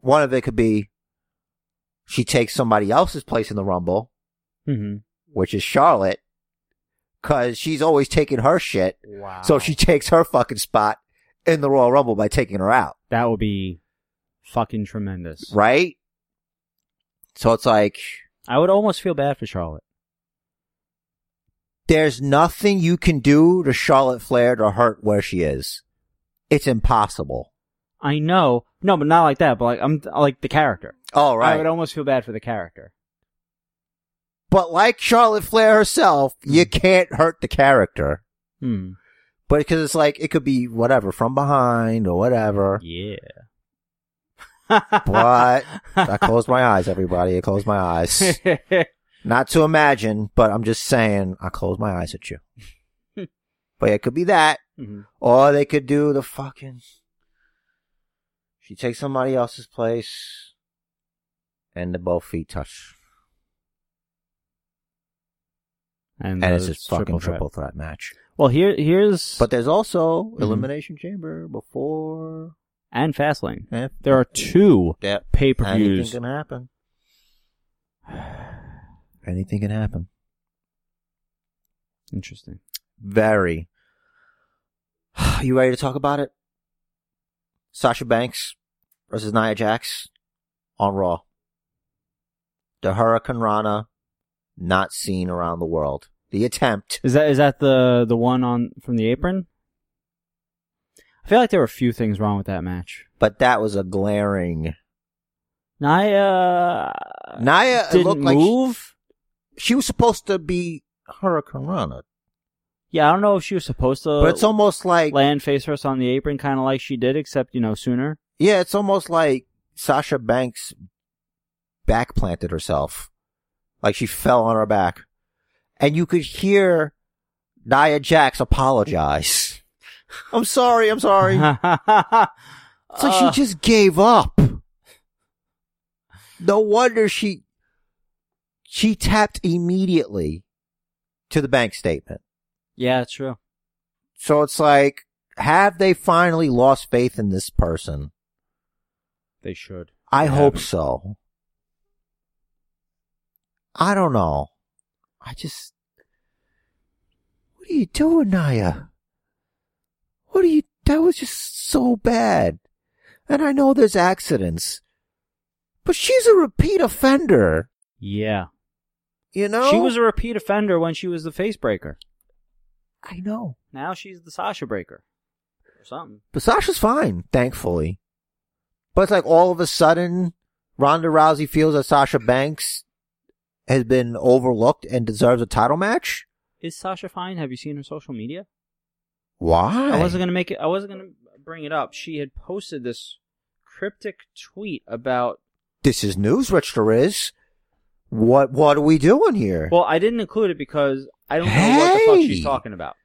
One of it could be she takes somebody else's place in the Rumble,
Mm-hmm.
which is Charlotte, because she's always taking her shit.
Wow.
So she takes her fucking spot in the Royal Rumble by taking her out,
that would be fucking tremendous.
right? So it's like
I would almost feel bad for Charlotte.
there's nothing you can do to Charlotte Flair to hurt where she is. It's impossible.
I know. No, but not like that. But like I'm like the character.
All
I
right.
would almost feel bad for the character.
but like Charlotte Flair herself, you can't hurt the character.
Hmm.
But because it's like, it could be whatever, from behind or whatever.
Yeah. <laughs>
But <laughs> I
<laughs>
closed my eyes, everybody. I closed my eyes. <laughs> Not to imagine, but I'm just saying, I closed my eyes <laughs> at you. but it could be that.
Mhm.
Or they could do the fucking. She takes somebody else's place, and the both feet touch, and, it's
those
a fucking
threat.
triple threat match.
Well, here here's
But there's also
Mhm.
elimination chamber before.
and Fastlane.
Yeah,
There are two
Yep.
pay per
anything
views.
can happen. <sighs> Anything can happen.
Interesting.
Very. <sighs> You ready to talk about it? Sasha Banks versus Nia Jax on Raw. The Hurricane Rana not seen around the world. The attempt.
Is that is that the the one on from the apron? I feel like there were a few things wrong with that match.
But that was a glaring.
Naya
Nia it
Uh, didn't
looked like she,
move.
she was supposed to be Hurricane Rana.
yeah, I don't know if she was supposed to
But it's almost like,
land face first on the apron, kind of like she did, except you know sooner.
yeah, it's almost like Sasha Banks backplanted herself. Like she fell on her back. And you could hear Nia Jax apologize. <laughs> I'm sorry, I'm
<laughs>
sorry. It's like
Uh,
she just gave up. No wonder she she tapped immediately to the bank statement.
yeah, it's true.
So it's like, have they finally lost faith in this person?
They should.
I
They
hope
haven't.
so. I don't know. I just. What are you doing, Naya? What are you. That was just so bad. And I know there's accidents. But she's a repeat offender,
Yeah,
you know?
she was a repeat offender when she was the face breaker.
I know.
Now she's the Sasha breaker, or something.
But Sasha's fine, thankfully. But it's like all of a sudden, Ronda Rousey feels that Sasha Banks has been overlooked and deserves a title match.
Is Sasha fine? Have you seen her social media?
Why?
I wasn't gonna make it. I wasn't gonna bring it up. She had posted this cryptic tweet about.
this is news, Rich. There is. What What are we doing here?
Well, I didn't include it because I don't know what the fuck she's
Hey!
talking about.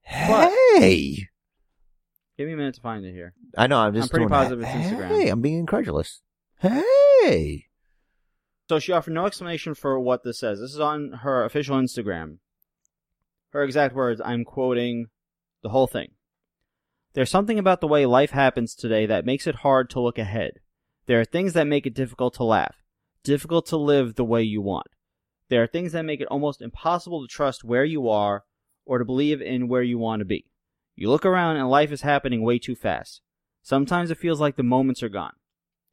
hey,
Give me a minute to find it here.
I know. I'm just
I'm pretty
doing
positive
that.
it's Instagram.
Hey, I'm being incredulous. Hey,
So she offered no explanation for what this says. This is on her official Instagram. Her exact words, I'm quoting the whole thing. There's something about the way life happens today that makes it hard to look ahead. There are things that make it difficult to laugh, difficult to live the way you want. There are things that make it almost impossible to trust where you are or to believe in where you want to be. You look around and life is happening way too fast. Sometimes it feels like the moments are gone.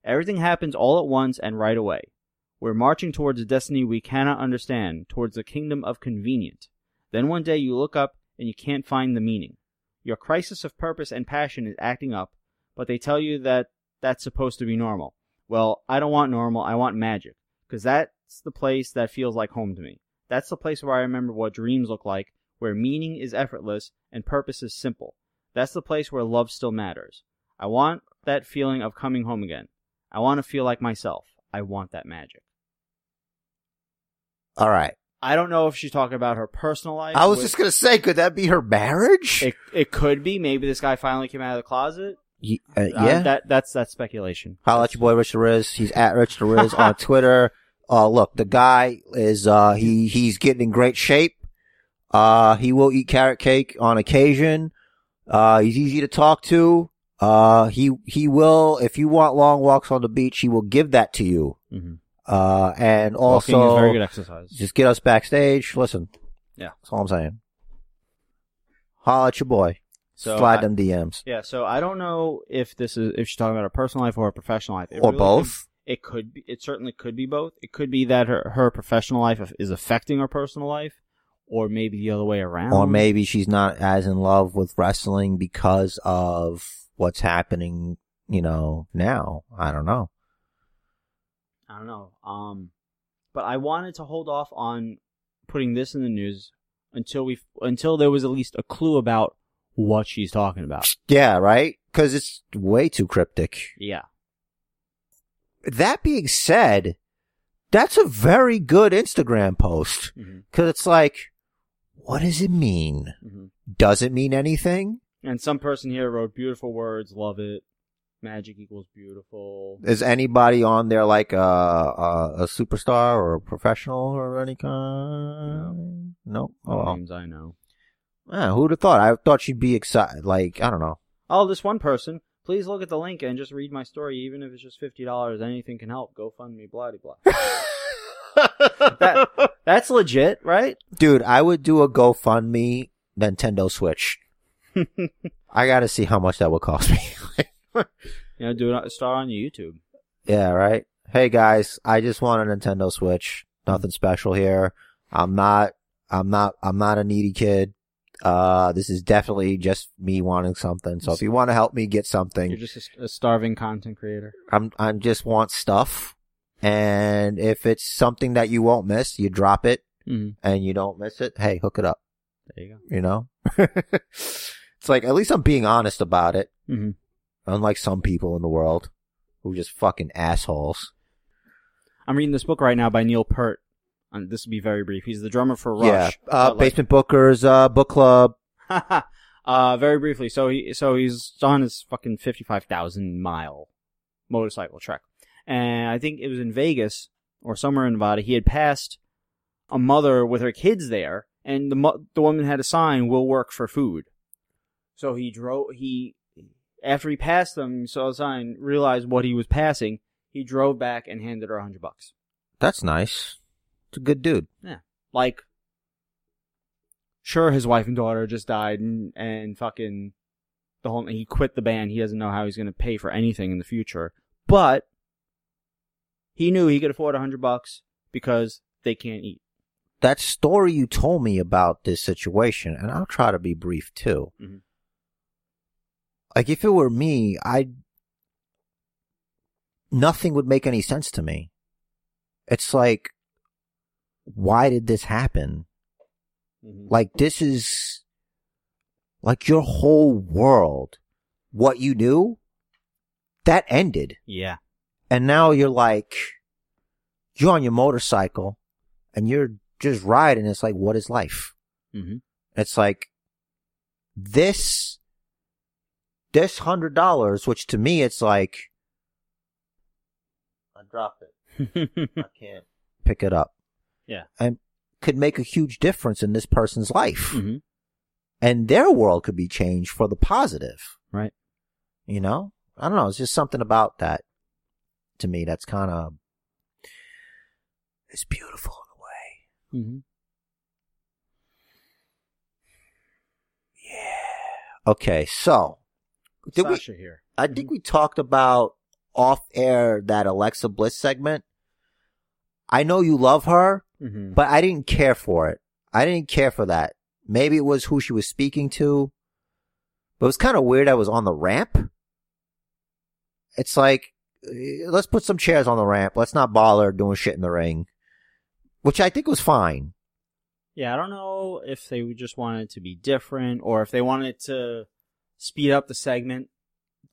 Everything happens all at once and right away. We're marching towards a destiny we cannot understand, towards the kingdom of convenient. Then one day you look up and you can't find the meaning. Your crisis of purpose and passion is acting up, but they tell you that that's supposed to be normal. Well, I don't want normal, I want magic, because that's the place that feels like home to me. That's the place where I remember what dreams look like, where meaning is effortless and purpose is simple. That's the place where love still matters. I want that feeling of coming home again. I want to feel like myself. I want that magic.
All right.
I don't know if she's talking about her personal life.
I was
which-
just gonna say, could that be her marriage?
It, it could be. Maybe this guy finally came out of the closet.
Ye- uh,
Uh,
yeah.
that that's that's speculation.
Holla at your boy Rich the Riz. He's at Rich the Riz
<laughs>
on Twitter. Uh, look, the guy is, uh, he, he's getting in great shape. Uh, he will eat carrot cake on occasion. Uh, he's easy to talk to. Uh, he, he will, if you want long walks on the beach, he will give that to you.
Mhm.
Uh, and
Walking
also,
is very good exercise.
just get us backstage. Listen.
Yeah.
That's all I'm saying. Holla at your boy.
So
Slide
I-
them DMs.
Yeah, so I don't know if this is if she's talking about her personal life or her professional life, It
Or
really
both.
could- it could be. It certainly could be both. It could be that her her professional life is affecting her personal life, or maybe the other way around.
or maybe she's not as in love with wrestling because of what's happening, you know, now. I don't know.
I don't know. Um, but I wanted to hold off on putting this in the news until we until there was at least a clue about what she's talking about.
Yeah, right? Cause it's way too cryptic.
Yeah.
That being said, that's a very good Instagram post.
Mm-hmm.
Cause it's like, what does it mean?
Mm-hmm.
Does it mean anything?
And some person here wrote beautiful words. Love it. Magic equals beautiful.
Is anybody on there like a, a, a superstar or a professional or any kind? No. Oh,
All
well.
names I know.
Yeah, who'd have thought? I thought she'd be excited. Like, I don't know.
Oh, this one person. Please look at the link and just read my story, even if it's just fifty dollars. Anything can help. Go fund me. Blah de blah. That- That's legit, right?
Dude, I would do a GoFundMe Nintendo Switch. I gotta see how much that would cost me. <laughs>
You know, do it. Start on YouTube.
yeah, right? Hey guys, I just want a Nintendo Switch. Nothing special here. I'm not, I'm not, I'm not a needy kid. Uh, this is definitely just me wanting something. So if you want to help me get something,
You're just a s- a, starving content creator.
I'm I just want stuff. And if it's something that you won't miss, you drop it
Mm-hmm.
and you don't miss it. Hey, hook it up.
There you
You know, <laughs> it's like at least I'm being honest about it.
go. Mm-hmm.
Unlike some people in the world who are just fucking assholes.
I'm reading this book right now by Neil Peart. And this will be very brief. He's the drummer for Rush.
yeah, uh,
but, like-
Basement Booker's uh, book club.
<laughs> uh, very briefly. So he, so he's on his fucking fifty-five thousand mile motorcycle trek, and I think it was in Vegas or somewhere in Nevada. He had passed a mother with her kids there, and the mo- the woman had a sign: "We'll work for food." So he drove. He after he passed them, saw the sign, realized what he was passing. He drove back and handed her a hundred bucks.
That's nice. It's a good dude.
Like, sure, his wife and daughter just died, and and fucking the whole he quit the band. He doesn't know how he's gonna pay for anything in the future, but he knew he could afford a hundred bucks because they can't eat.
That story you told me about this situation, and I'll try to be brief too.
Mhm.
Like if it were me, I nothing would make any sense to me. It's like, why did this happen?
Mm-hmm.
Like this is like your whole world. What you knew that ended.
Yeah,
And now you're like you're on your motorcycle and you're just riding. It's like what is life?
mm-hmm. <laughs>
It's like this this hundred dollars, which to me it's like I dropped it.
Mm-hmm.
I can't Hmm. pick it up.
Yeah.
Hmm. And could make a huge difference in this person's life.
mm-hmm.
and their world could be changed for the positive.
Right.
You know, I don't know. It's just something about that to me that's kind of it's beautiful in a way.
Mm-hmm.
Okay, so did we?
Sasha here.
I think we talked about off air that Alexa Bliss segment. I know you love her,
Mm-hmm.
but I didn't care for it. I didn't care for that. Maybe it was who she was speaking to, but it was kind of weird. I was on the ramp. It's like, eh, let's put some chairs on the ramp. Let's not bother doing shit in the ring, which I think was fine.
Yeah, I don't know if they just wanted to be different or if they wanted to speed up the segment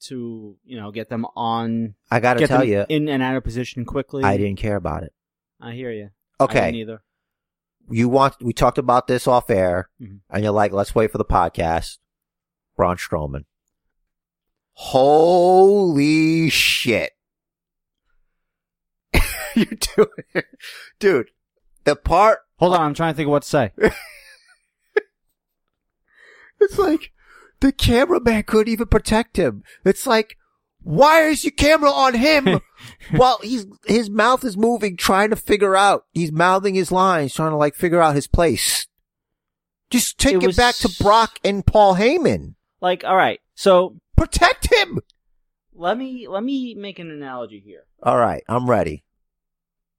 to, you know, get them on,
I gotta
get
tell
them
you,
in and out of position quickly.
I didn't care about it.
I hear you. I didn't
Okay.
either.
You want, we talked about this off air
Mhm.
and you're like, let's wait for the podcast. Braun Strowman. Holy shit. <laughs> you do it. Dude, the part,
Hold on, I'm trying to think of what
<laughs>
to say.
it's like, the cameraman couldn't even protect him. It's like, why is your camera on
<laughs>
him while he's, his mouth is moving, trying to figure out, he's mouthing his lines, trying to like figure out his place. Just take
It
it,
was-
back to Brock and Paul Heyman.
Like, all right, so
Protect him!
let me let me make an analogy here.
All right, I'm ready.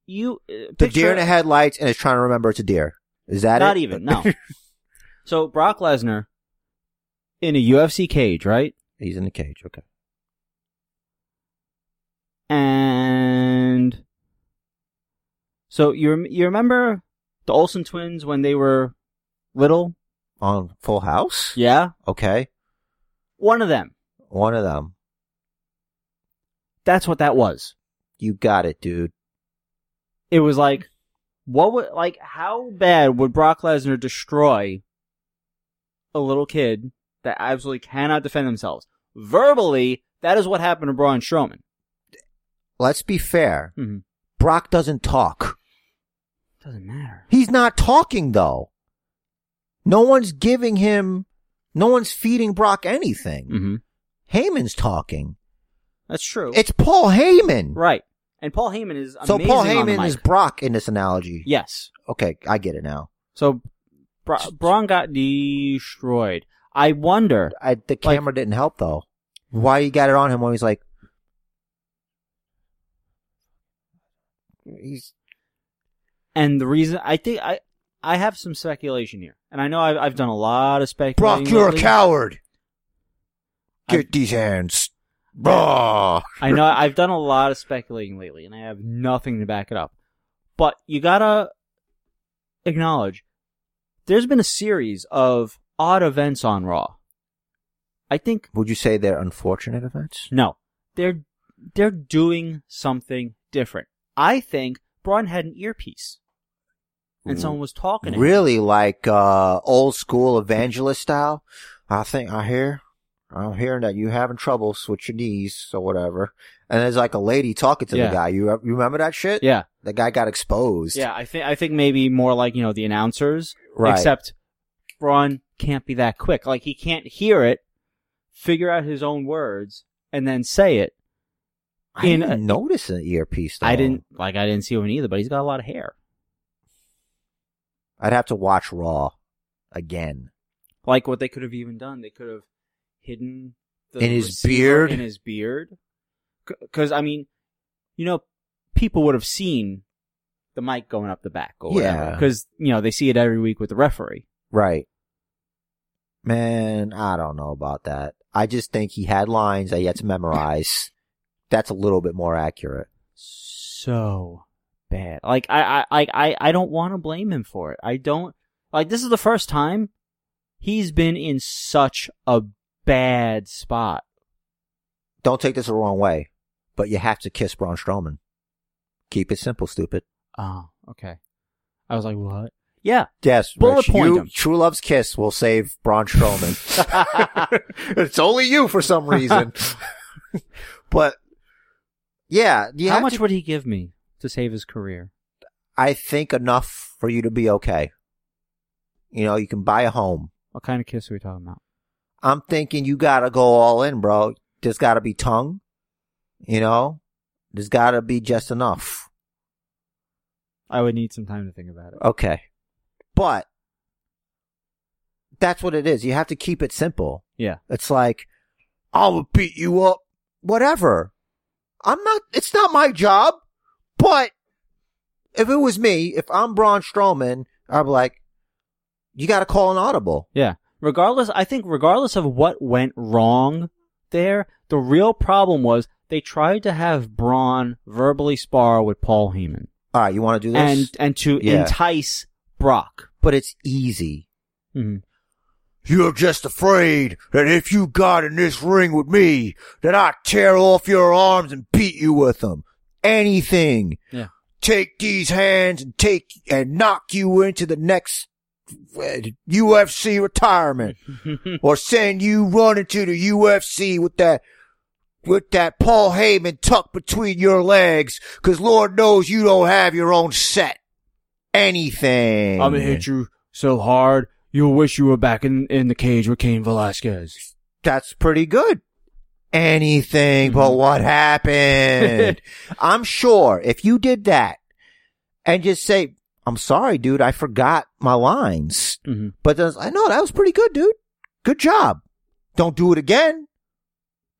You uh,
The
picture,
deer in the headlights and it's trying to remember it's a deer. Is that
Not
it? <laughs>
even, no. So Brock Lesnar in a UFC cage, right?
He's in the cage. Okay.
And so you rem- you remember the Olsen twins when they were little?
On Full House.
Yeah,
Okay.
one of them.
One of them.
That's what that was.
You got it, dude.
It was like what would like how bad would Brock Lesnar destroy a little kid that absolutely cannot defend themselves verbally? That is what happened to Braun Strowman.
Let's be fair.
Mm-hmm.
Brock doesn't talk.
Doesn't matter.
He's not talking though. No one's giving him. No one's feeding Brock anything.
Mm-hmm.
Heyman's talking.
That's true.
It's Paul Heyman.
right. And Paul Heyman is
So
amazing
Paul
on the
Heyman
mic.
is Brock in this analogy.
yes.
Okay, I get it now.
So Bra- Braun got destroyed. I wonder.
I, the camera didn't help though. Why you got it on him when he's like, he's
And the reason I think I I have some speculation here, and I know I've, I've done a lot of speculating.
Brock, you're a
lately.
coward. Get
I've-
these hands, Brock.
I know I've done a lot of speculating lately, and I have nothing to back it up. But you gotta acknowledge there's been a series of odd events on Raw. I think
Would you say they're unfortunate events?
No, they're they're doing something different. I think Braun had an earpiece, and
Ooh.
someone was talking. to him.
Really, like uh, old school evangelist style. I think I hear, I'm hearing that you're having troubles with your knees or whatever. And there's like a lady talking to
Yeah.
the guy. You, re- you remember that shit?
Yeah,
The guy got exposed.
yeah. I think I think maybe more like you know the announcers,
Right.
except Braun can't be that quick. Like he can't hear it, figure out his own words, and then say it.
I
in
didn't
a-
notice an earpiece. Though.
I didn't like I didn't see him either, but he's got a lot of hair.
I'd have to watch Raw again.
Like what they could have even done, they could have hidden the
In his
receiver
beard?
In his beard, because I mean, you know, people would have seen the mic going up the back or whatever.
Yeah.
Because you know they see it every week with the referee.
Right. Man, I don't know about that. I just think he had lines that he had to memorize. That's a little bit more accurate.
So bad. Like I, I, I, I, I don't want to blame him for it. I don't. Like this is the first time he's been in such a bad spot.
Don't take this the wrong way, but you have to kiss Braun Strowman. Keep it simple, stupid.
Oh, okay. I was like, what? <laughs> Yeah.
Yes,
Bullet
Rich,
point
you-
him.
True Love's kiss will save Braun
<laughs>
Strowman. it's only you for some reason. but yeah, you
How
have
much
to-
would he give me to save his career?
I think enough for you to be okay. You know, you can buy a home.
What kind of kiss are we talking about?
I'm thinking you gotta go all in, bro. There's gotta be tongue. You know? There's gotta be just enough.
I would need some time to think about it.
Okay. But that's what it is. You have to keep it simple.
Yeah.
It's like, I'll beat you up. Whatever. I'm not, it's not my job. But if it was me, if I'm Braun Strowman, I'd be like, you gotta call an audible.
Yeah. Regardless, I think regardless of what went wrong there, the real problem was they tried to have Braun verbally spar with Paul Heyman
All right, you want to do this?
and and to
Yeah.
entice Brock.
but it's easy.
Mm-hmm.
You're just afraid that if you got in this ring with me, that I tear off your arms and beat you with them. Anything.
Yeah.
Take these hands and take and knock you into the next uh, UFC retirement, or send you running to the UFC with that with that Paul Heyman tucked between your legs, because Lord knows you don't have your own set. Anything.
you so hard you'll wish you were back in, in the cage with Cain Velasquez.
that's pretty good. Anything but what happened. I'm sure if you did that and just say, I'm sorry, dude, I forgot my lines.
Mm-hmm.
But then it's like, no, that was pretty good, dude. Good job. Don't do it again.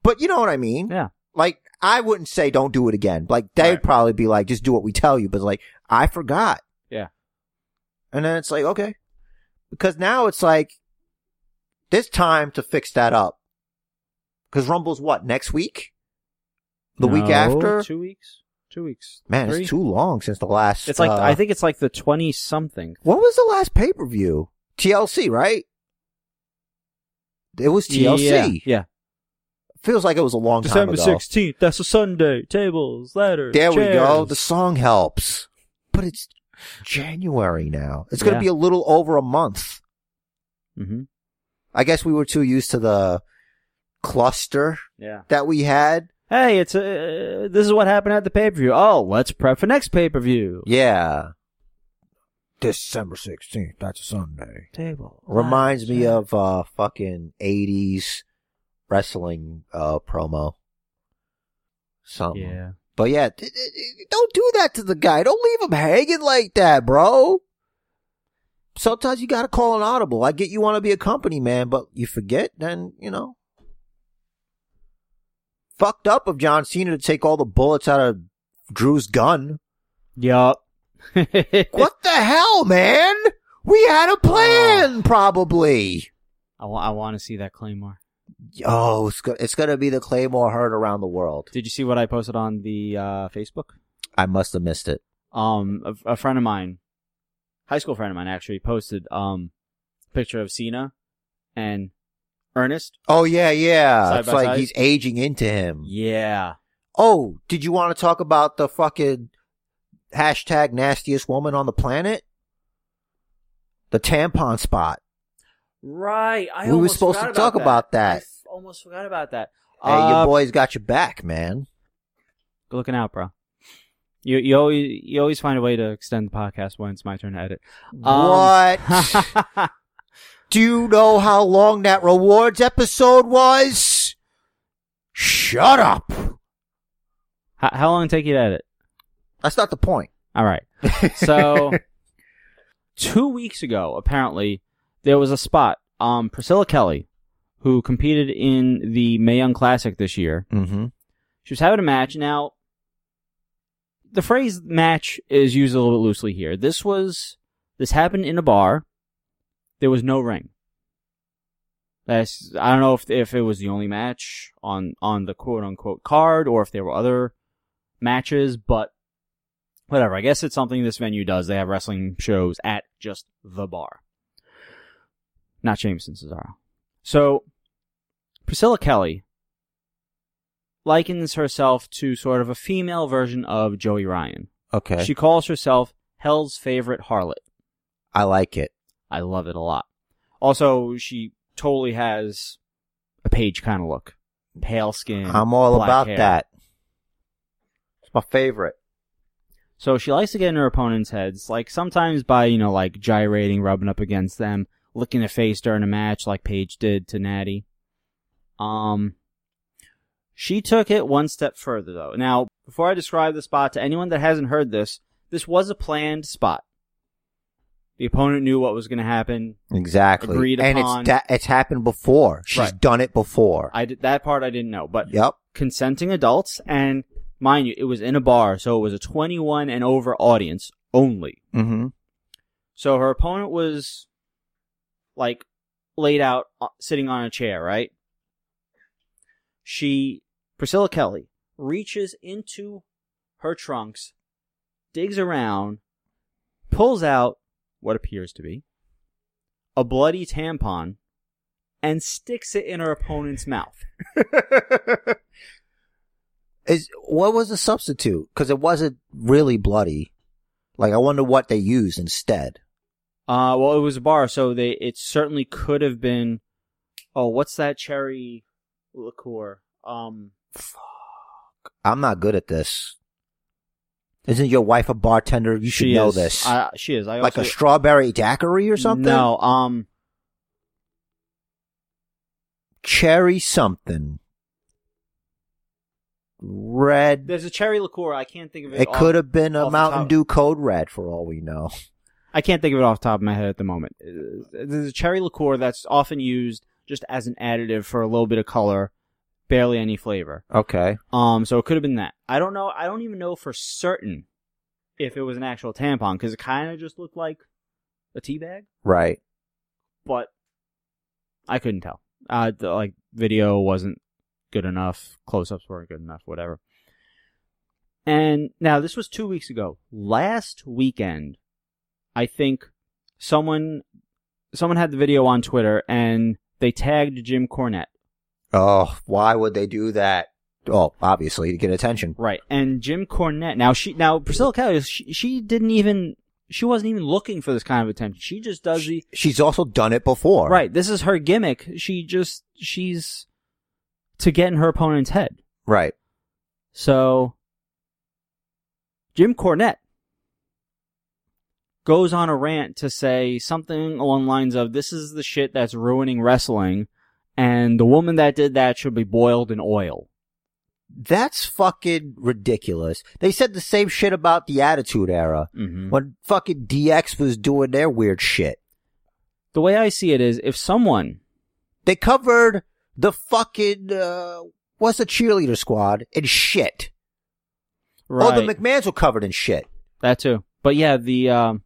But you know what I mean?
Yeah.
Like, I wouldn't say don't do it again. Like, they'd
Right.
probably be like, just do what we tell you. But like, I forgot.
Yeah.
And then it's like, okay. Because now it's like, there's time to fix that up. Because Rumble's what, next week? The week
No,
after?
Two weeks? Two weeks.
Man,
Three?
it's too long since the last.
It's like,
uh,
I think it's like the 20 something.
What was the last pay per view? TLC, right? It was TLC.
Yeah. yeah.
Feels like it was a long
December
time ago.
16th. That's a Sunday. Tables, ladders.
There we go.
chairs.
The song helps. But it's January now. It's going to
Yeah.
be a little over a month.
Mm-hmm.
I guess we were too used to the cluster
Yeah.
that we had.
Hey, it's uh, this is what happened at the pay per view. Oh, let's prep for next pay per view.
Yeah. December 16th. That's a Sunday.
Table
Reminds me
ladders.
of uh fucking 80s wrestling uh promo. Something.
Yeah.
But yeah, d- d- d- don't do that to the guy. Don't leave him hanging like that, bro. Sometimes you gotta call an audible. I get you want to be a company man, but you forget, then you know. Fucked up of John Cena to take all the bullets out of Drew's gun.
Yup. <laughs>
What the hell, man? We had a
Oh.
plan, probably.
I, wa- I want to see that claymore.
Oh, it's, go- it's gonna be the Claymore heard around the world.
Did you see what I posted on the uh, Facebook?
I must have missed it.
Um, a, a friend of mine, high school friend of mine, actually posted um, a picture of Cena and Ernest.
Oh yeah, yeah.
Side
it's
by
like
side?
he's aging into him.
Yeah.
Oh, did you want to talk about the fucking hashtag nastiest woman on the planet? The tampon spot.
Right. I
We were
almost
supposed
forgot
to talk about that.
I f- almost forgot about that.
Hey,
Uh,
your boy's got your back, man.
Good looking out, bro. You you always you always find a way to extend the podcast when it's my turn
<laughs>
to edit. <laughs> um,
What?
what?
Do you know how long that rewards episode was? Shut up.
how, how long did it take you to edit?
That's not the point.
All right.
<laughs>
So two weeks ago, apparently there was a spot. Um, Priscilla Kelly, who competed in the Mae Young Classic this year,
Mm-hmm.
she was having a match. Now, the phrase "match" is used a little bit loosely here. This was this happened in a bar. There was no ring. That's I don't know if if it was the only match on on the quote unquote card or if there were other matches, but whatever. I guess it's something this venue does. They have wrestling shows at just the bar. Not Jameson Cesaro. So Priscilla Kelly likens herself to sort of a female version of Joey Ryan.
Okay.
She calls herself Hell's favorite harlot.
I like it.
I love it a lot. Also, she totally has a page kind of look. Pale skin.
I'm all
Mm. black
about
hair.
that. It's my favorite.
So she likes to get in her opponents' heads, like sometimes by, you know, like gyrating, rubbing up against them, licking her face during a match like Paige did to Natty. Um, she took it one step further though. Now, before I describe the spot to anyone that hasn't heard this, this was a planned spot. The opponent knew what was going to happen.
Exactly.
Agreed
and
upon.
it's that it's happened before. She's
Right.
done it before.
I did, that part I didn't know, but
yep.
consenting adults, and mind you, it was in a bar, so it was a 21 and over audience only.
Mm-hmm.
So her opponent was like laid out uh, sitting on a chair, right? She, Priscilla Kelly, reaches into her trunks, digs around, pulls out what appears to be a bloody tampon, and sticks it in her opponent's mouth.
<laughs> Is what was the substitute? Because it wasn't really bloody. Like I wonder what they used instead.
Uh, well, it was a bar, so they it certainly could have been. Oh, what's that cherry liqueur? Um,
I'm not good at this. Isn't your wife a bartender? You should
she
know
is-
this.
I, she is. I
like a
also,
strawberry daiquiri or something?
No, um,
Cherry something. Red.
there's a cherry liqueur. I can't think of it.
It
off-
could have been
off
a
the
Mountain
top.
Dew Code Red for all we know.
I can't think of it off the top of my head at the moment. Uh, There's a cherry liqueur that's often used just as an additive for a little bit of color, barely any flavor.
Okay.
Um, so it could have been that. I don't know. I don't even know for certain if it was an actual tampon because it kind of just looked like a tea bag.
Right.
but I couldn't tell. Uh, the, like video wasn't good enough, close-ups weren't good enough, whatever. And now this was two weeks ago. Last weekend, I think someone someone had the video on Twitter and they tagged Jim Cornette.
Oh, why would they do that? Oh, obviously to get attention.
Right. And Jim Cornette. Now she now Priscilla Kelly she, she didn't even she wasn't even looking for this kind of attention. She just does the
She's also done it before.
Right. This is her gimmick. She just she's to get in her opponent's head.
Right.
So Jim Cornette goes on a rant to say something along the lines of this is the shit that's ruining wrestling and the woman that did that should be boiled in oil.
That's fucking ridiculous. They said the same shit about the Attitude Era
Mm-hmm.
when fucking DX was doing their weird shit.
The way I see it is if someone
They covered the fucking uh, what's the cheerleader squad in shit.
right,
All Oh, the McMahons were covered in shit.
that too. But yeah, the um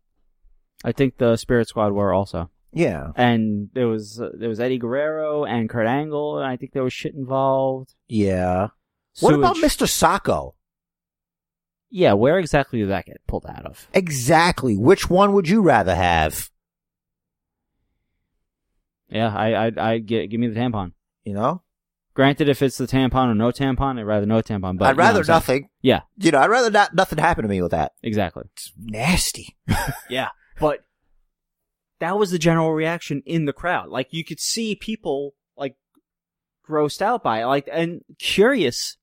I think the Spirit Squad were also.
Yeah,
and there was uh, there was Eddie Guerrero and Kurt Angle, and I think there was shit involved.
yeah. What about
Sewage.
Mr. Sacco?
Yeah, where exactly did that get pulled out of?
Exactly. Which one would you rather have?
Yeah, I I I get give me the tampon.
You know,
Granted, if it's the tampon or no tampon, I'd rather no tampon. But
I'd
you know what
rather
I'm saying.
nothing.
Yeah,
You know, I'd rather not nothing happen to me with that.
exactly.
It's nasty.
Yeah, but that was the general reaction in the crowd. Like you could see people like grossed out by it, like and curious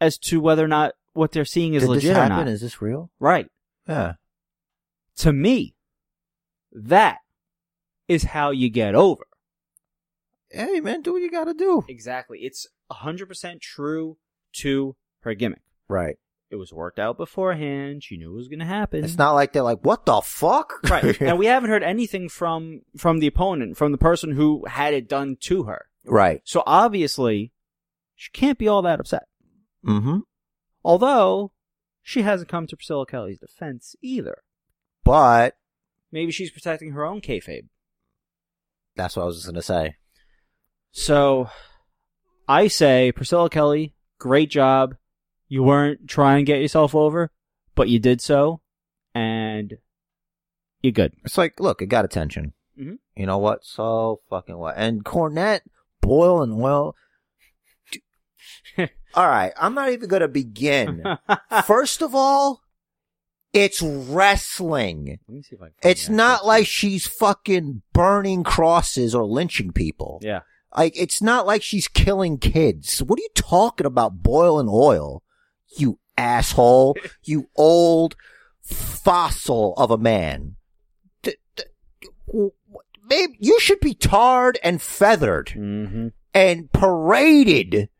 as to whether or not what they're seeing is
Did
legit
this
or
happen?
not.
Is this real?
right.
Yeah.
to me, that is how you get over.
Hey man, do what you gotta do.
Exactly. It's 100% true to her gimmick.
Right.
It was worked out beforehand. She knew it was going to happen.
It's not like they're like, what the fuck? <laughs>
right. and we haven't heard anything from from the opponent, from the person who had it done to her.
right.
So obviously, she can't be all that upset.
Mm-hmm.
Although, she hasn't come to Priscilla Kelly's defense either.
But
Maybe she's protecting her own kayfabe.
that's what I was just gonna say.
So I say, Priscilla Kelly, great job. You weren't trying to get yourself over, but you did so, and you're <laughs> good.
It's like, look, it got attention.
Mhm.
You know what? So fucking what? And Cornette, Boyle, and
<laughs>
well. all right, I'm not even gonna
<laughs>
begin.
Let
First of all, it's wrestling.
me see if I can
It's not like she's fucking burning crosses or lynching people.
Yeah.
Like, it's not like she's killing kids. What are you talking about boiling oil? You asshole. you old fossil of a man. D- d- w- w- maybe you should be tarred and feathered
Mm-hmm.
and paraded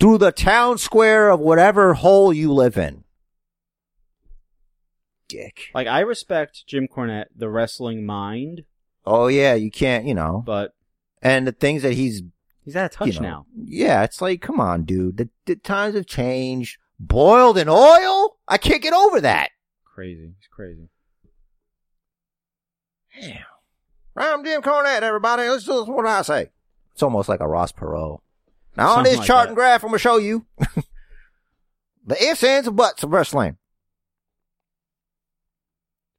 through the town square of whatever hole you live in. Dick.
Like I respect Jim Cornette, the wrestling mind,
Oh yeah, you can't, you know.
but
And the things that he's
he's out of touch
you know,
now.
Yeah, it's like, come on, dude. The, the times have changed. Boiled in oil? I can't get over that.
Crazy. He's crazy.
Damn. I'm Jim Cornette, everybody. Let's do what I say. It's almost like a Ross Perot. Now, on
Something
this
like
chart
that.
and graph, I'm going to show you <laughs> the ifs, ands, and buts of wrestling.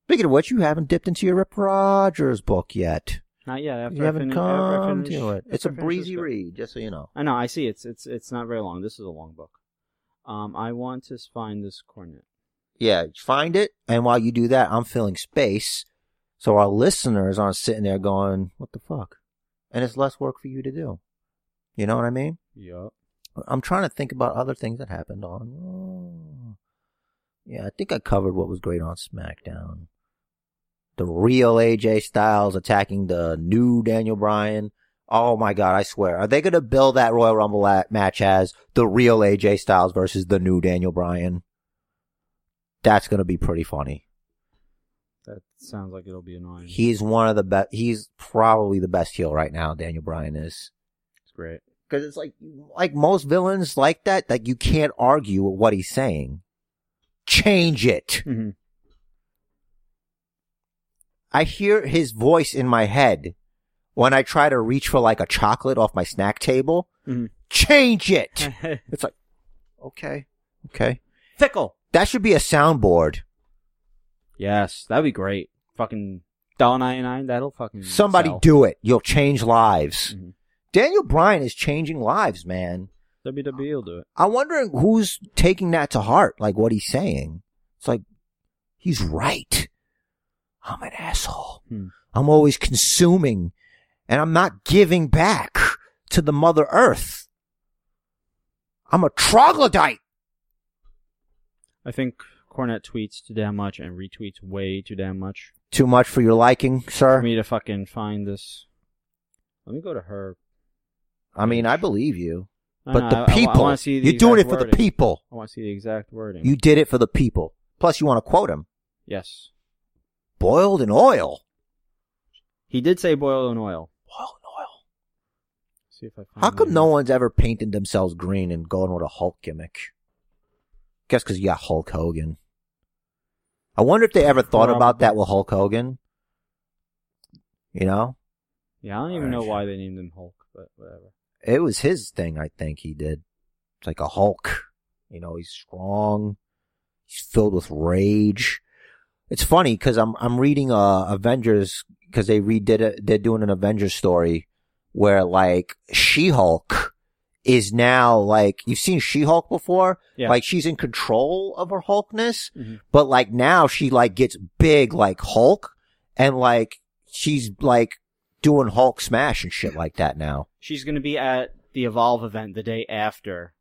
Speaking of which, you haven't dipped into your Rip Rogers book yet.
Not yet. After
you
I
haven't
finish- after I
come
finish-
to it.
after
It's a
I finish this
breezy
book.
read, just so you know.
I know. I see. It's it's it's not very long. This is a long book. Um, I want to find this cornet.
Yeah, find it. And while you do that, I'm filling space. So our listeners aren't sitting there going, what the fuck? And it's less work for you to do. You know what I mean?
Yup.
I'm trying to think about other things that happened on. Raw. Yeah, I think I covered what was great on SmackDown. The real AJ Styles attacking the new Daniel Bryan. Oh my God, I swear. Are they going to build that Royal Rumble la- match as the real AJ Styles versus the new Daniel Bryan? That's going to be pretty funny.
That sounds like it'll be annoying.
He's one of the best. He's probably the best heel right now, Daniel Bryan is.
it's <laughs> great.
Cause it's like, like most villains like that, like you can't argue with what he's saying. Change it.
Mhm.
I hear his voice in my head when I try to reach for like a chocolate off my snack table.
Mhm.
Change it.
Mm-hmm.
it's like, okay, okay.
<laughs> Fickle.
That should be a soundboard.
Yes, that'd be great. Fucking dollar ninety nine. That'll fucking
Somebody
sell.
do it. You'll change lives.
Mhm.
Daniel Bryan is changing lives, man.
WWE E will do it.
I'm wondering who's taking that to heart, like what he's saying. It's like, he's right. I'm an asshole.
Hmm.
I'm always consuming and I'm not giving back to the mother earth. I'm a troglodyte.
I think Cornette tweets too damn much and retweets way too damn much
Too much for your liking,
for
sir.
me to fucking find this. Let me go to her.
I mean, I believe you,
I
but
know, I- I
the
wa- I
people,
wanna see the
you're doing it
exact
for the
wording.
people.
I want to see the exact wording.
You did it for the people. Plus you want to quote him.
yes,
Boiled in oil.
he did say boil in oil.
Boiled in oil.
See if I find
How come
that.
no one's ever painted themselves green and going with a Hulk gimmick? Guess because you got Hulk Hogan. I wonder if they ever thought about that with Hulk Hogan. You know,
Yeah, I don't even know why they named him Hulk, but whatever.
it was his thing. I think he did. It's like a Hulk. You know, he's strong. He's filled with rage. It's funny because I'm I'm reading uh Avengers because they redid it. They're doing an Avengers story where like She Hulk is now like you've seen She Hulk before.
Yeah.
Like she's in control of her Hulkness,
Mhm.
but like now she like gets big like Hulk and like she's like doing Hulk smash and shit like that now.
She's going to be at the Evolve event the day after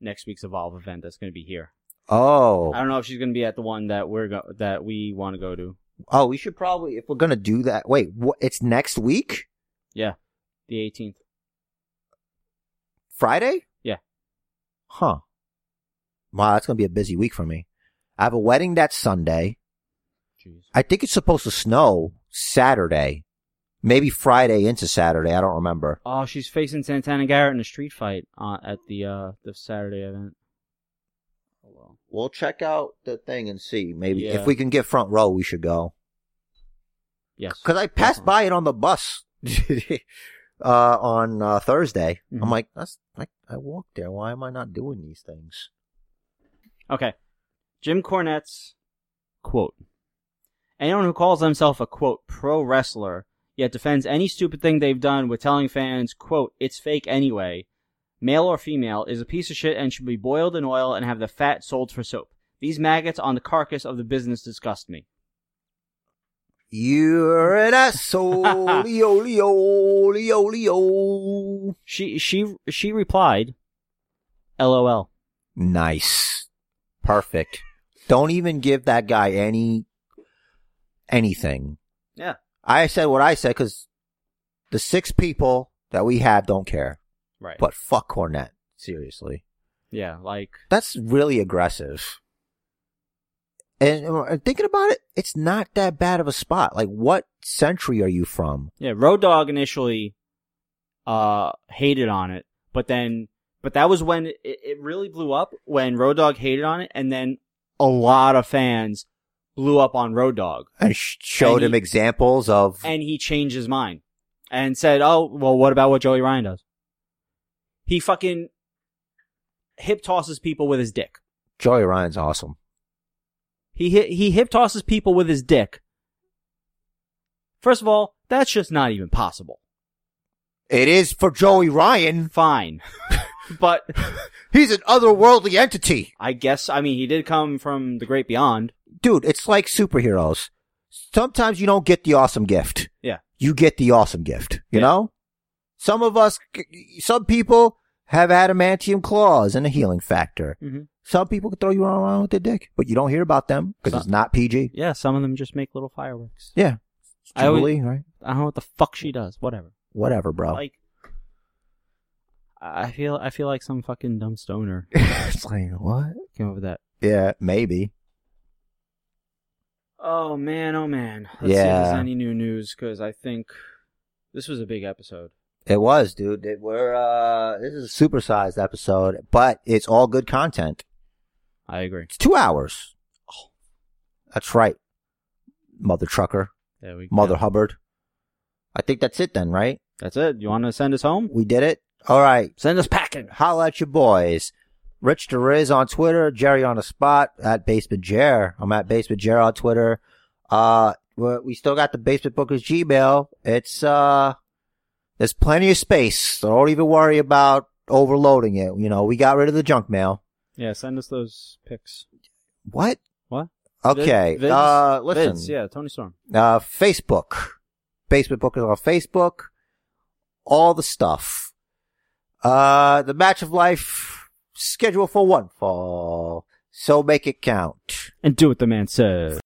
next week's Evolve event. That's going to be here.
Oh.
I don't know if she's going to be at the one that we're go- that we want to go to.
Oh, we should probably, if we're gonna do that, wait, what, it's next week?
Yeah, the 18th.
Friday?
Yeah.
Huh. Wow, that's gonna be a busy week for me. I have a wedding that Sunday.
Jeez.
I think it's supposed to snow Saturday. Maybe Friday into Saturday, I don't remember.
Oh, she's facing Santana Garrett in a street fight uh, at the uh, the Saturday event. Hello.
We'll check out the thing and see. Maybe
Yeah.
if we can get front row, we should go.
Yes.
Cause I passed by it on the bus, <laughs> uh, on, uh, Thursday.
Mhm.
I'm like, that's, I, I walked there. Why am I not doing these things?
Okay. Jim Cornette's quote. Anyone who calls himself a quote pro wrestler yet defends any stupid thing they've done with telling fans quote it's fake anyway, male or female, is a piece of shit and should be boiled in oil and have the fat sold for soap. These maggots on the carcass of the business disgust me.
You're an asshole, leo, leo, leo, leo.
She she she replied, "LOL."
Nice. Perfect. Don't even give that guy any, anything.
Yeah.
I said what I said because The six people that we have don't care.
Right.
But fuck Cornette. Seriously.
yeah, like
That's really aggressive. And uh, thinking about it, it's not that bad of a spot. Like, what century are you from?
yeah, Road Dog initially uh hated on it, but then but that was when it, it really blew up when Road Dog hated on it and then a lot of fans blew up on Road Dog
And sh- showed
And he-
him examples of.
and he changed his mind and said, "Oh, well what about what Joey Ryan does?" He fucking hip tosses people with his dick.
Joey Ryan's awesome.
He hi- he hip tosses people with his dick. First of all, that's just not even possible.
It is for Joey Ryan.
Fine. <laughs> but
He's an otherworldly entity.
I guess I mean he did come from the great beyond.
Dude, it's like superheroes. Sometimes you don't get the awesome gift.
Yeah.
You get the awesome gift, you
Yeah.
know? Some of us, some people have adamantium claws and a healing factor.
Mm-hmm.
Some people can throw you around with their dick, but you don't hear about them because
Some-
it's not PG.
Yeah, some of them just make little fireworks.
Yeah. It's
I always-
Jubilee, right?
I don't know what the fuck she does. Whatever.
Whatever, bro.
Like I feel I feel like some fucking dumb stoner
<laughs> it's like, what?
came up with that.
Yeah, maybe.
Oh man, oh man. Let's see if
Yeah.
there's any new news because I think this was a big episode.
It was, dude. It- we're, uh, this is a supersized episode, but it's all good content.
I agree.
It's two hours. Oh. That's right. Mother Trucker,
There we go.
Mother Hubbard. I think that's it then, right?
That's it. You want to send us home?
We did it. All right.
Send us packing.
Holla at your boys. Rich DeRiz on Twitter, Jerry on the spot at Basement Jer. I'm at Basement Jer on Twitter. Uh, we we still got the Basement Bookers Gmail. It's, uh, there's plenty of space. So don't even worry about overloading it. You know, we got rid of the junk mail.
Yeah, send us those pics.
What?
What?
Okay.
Vid- vids?
uh, listen.
Vids, yeah, Tony Storm.
uh, Facebook, Basement Bookers on Facebook, all the stuff. Uh, the match of life scheduled for one fall, so make it count.
And do what the man says.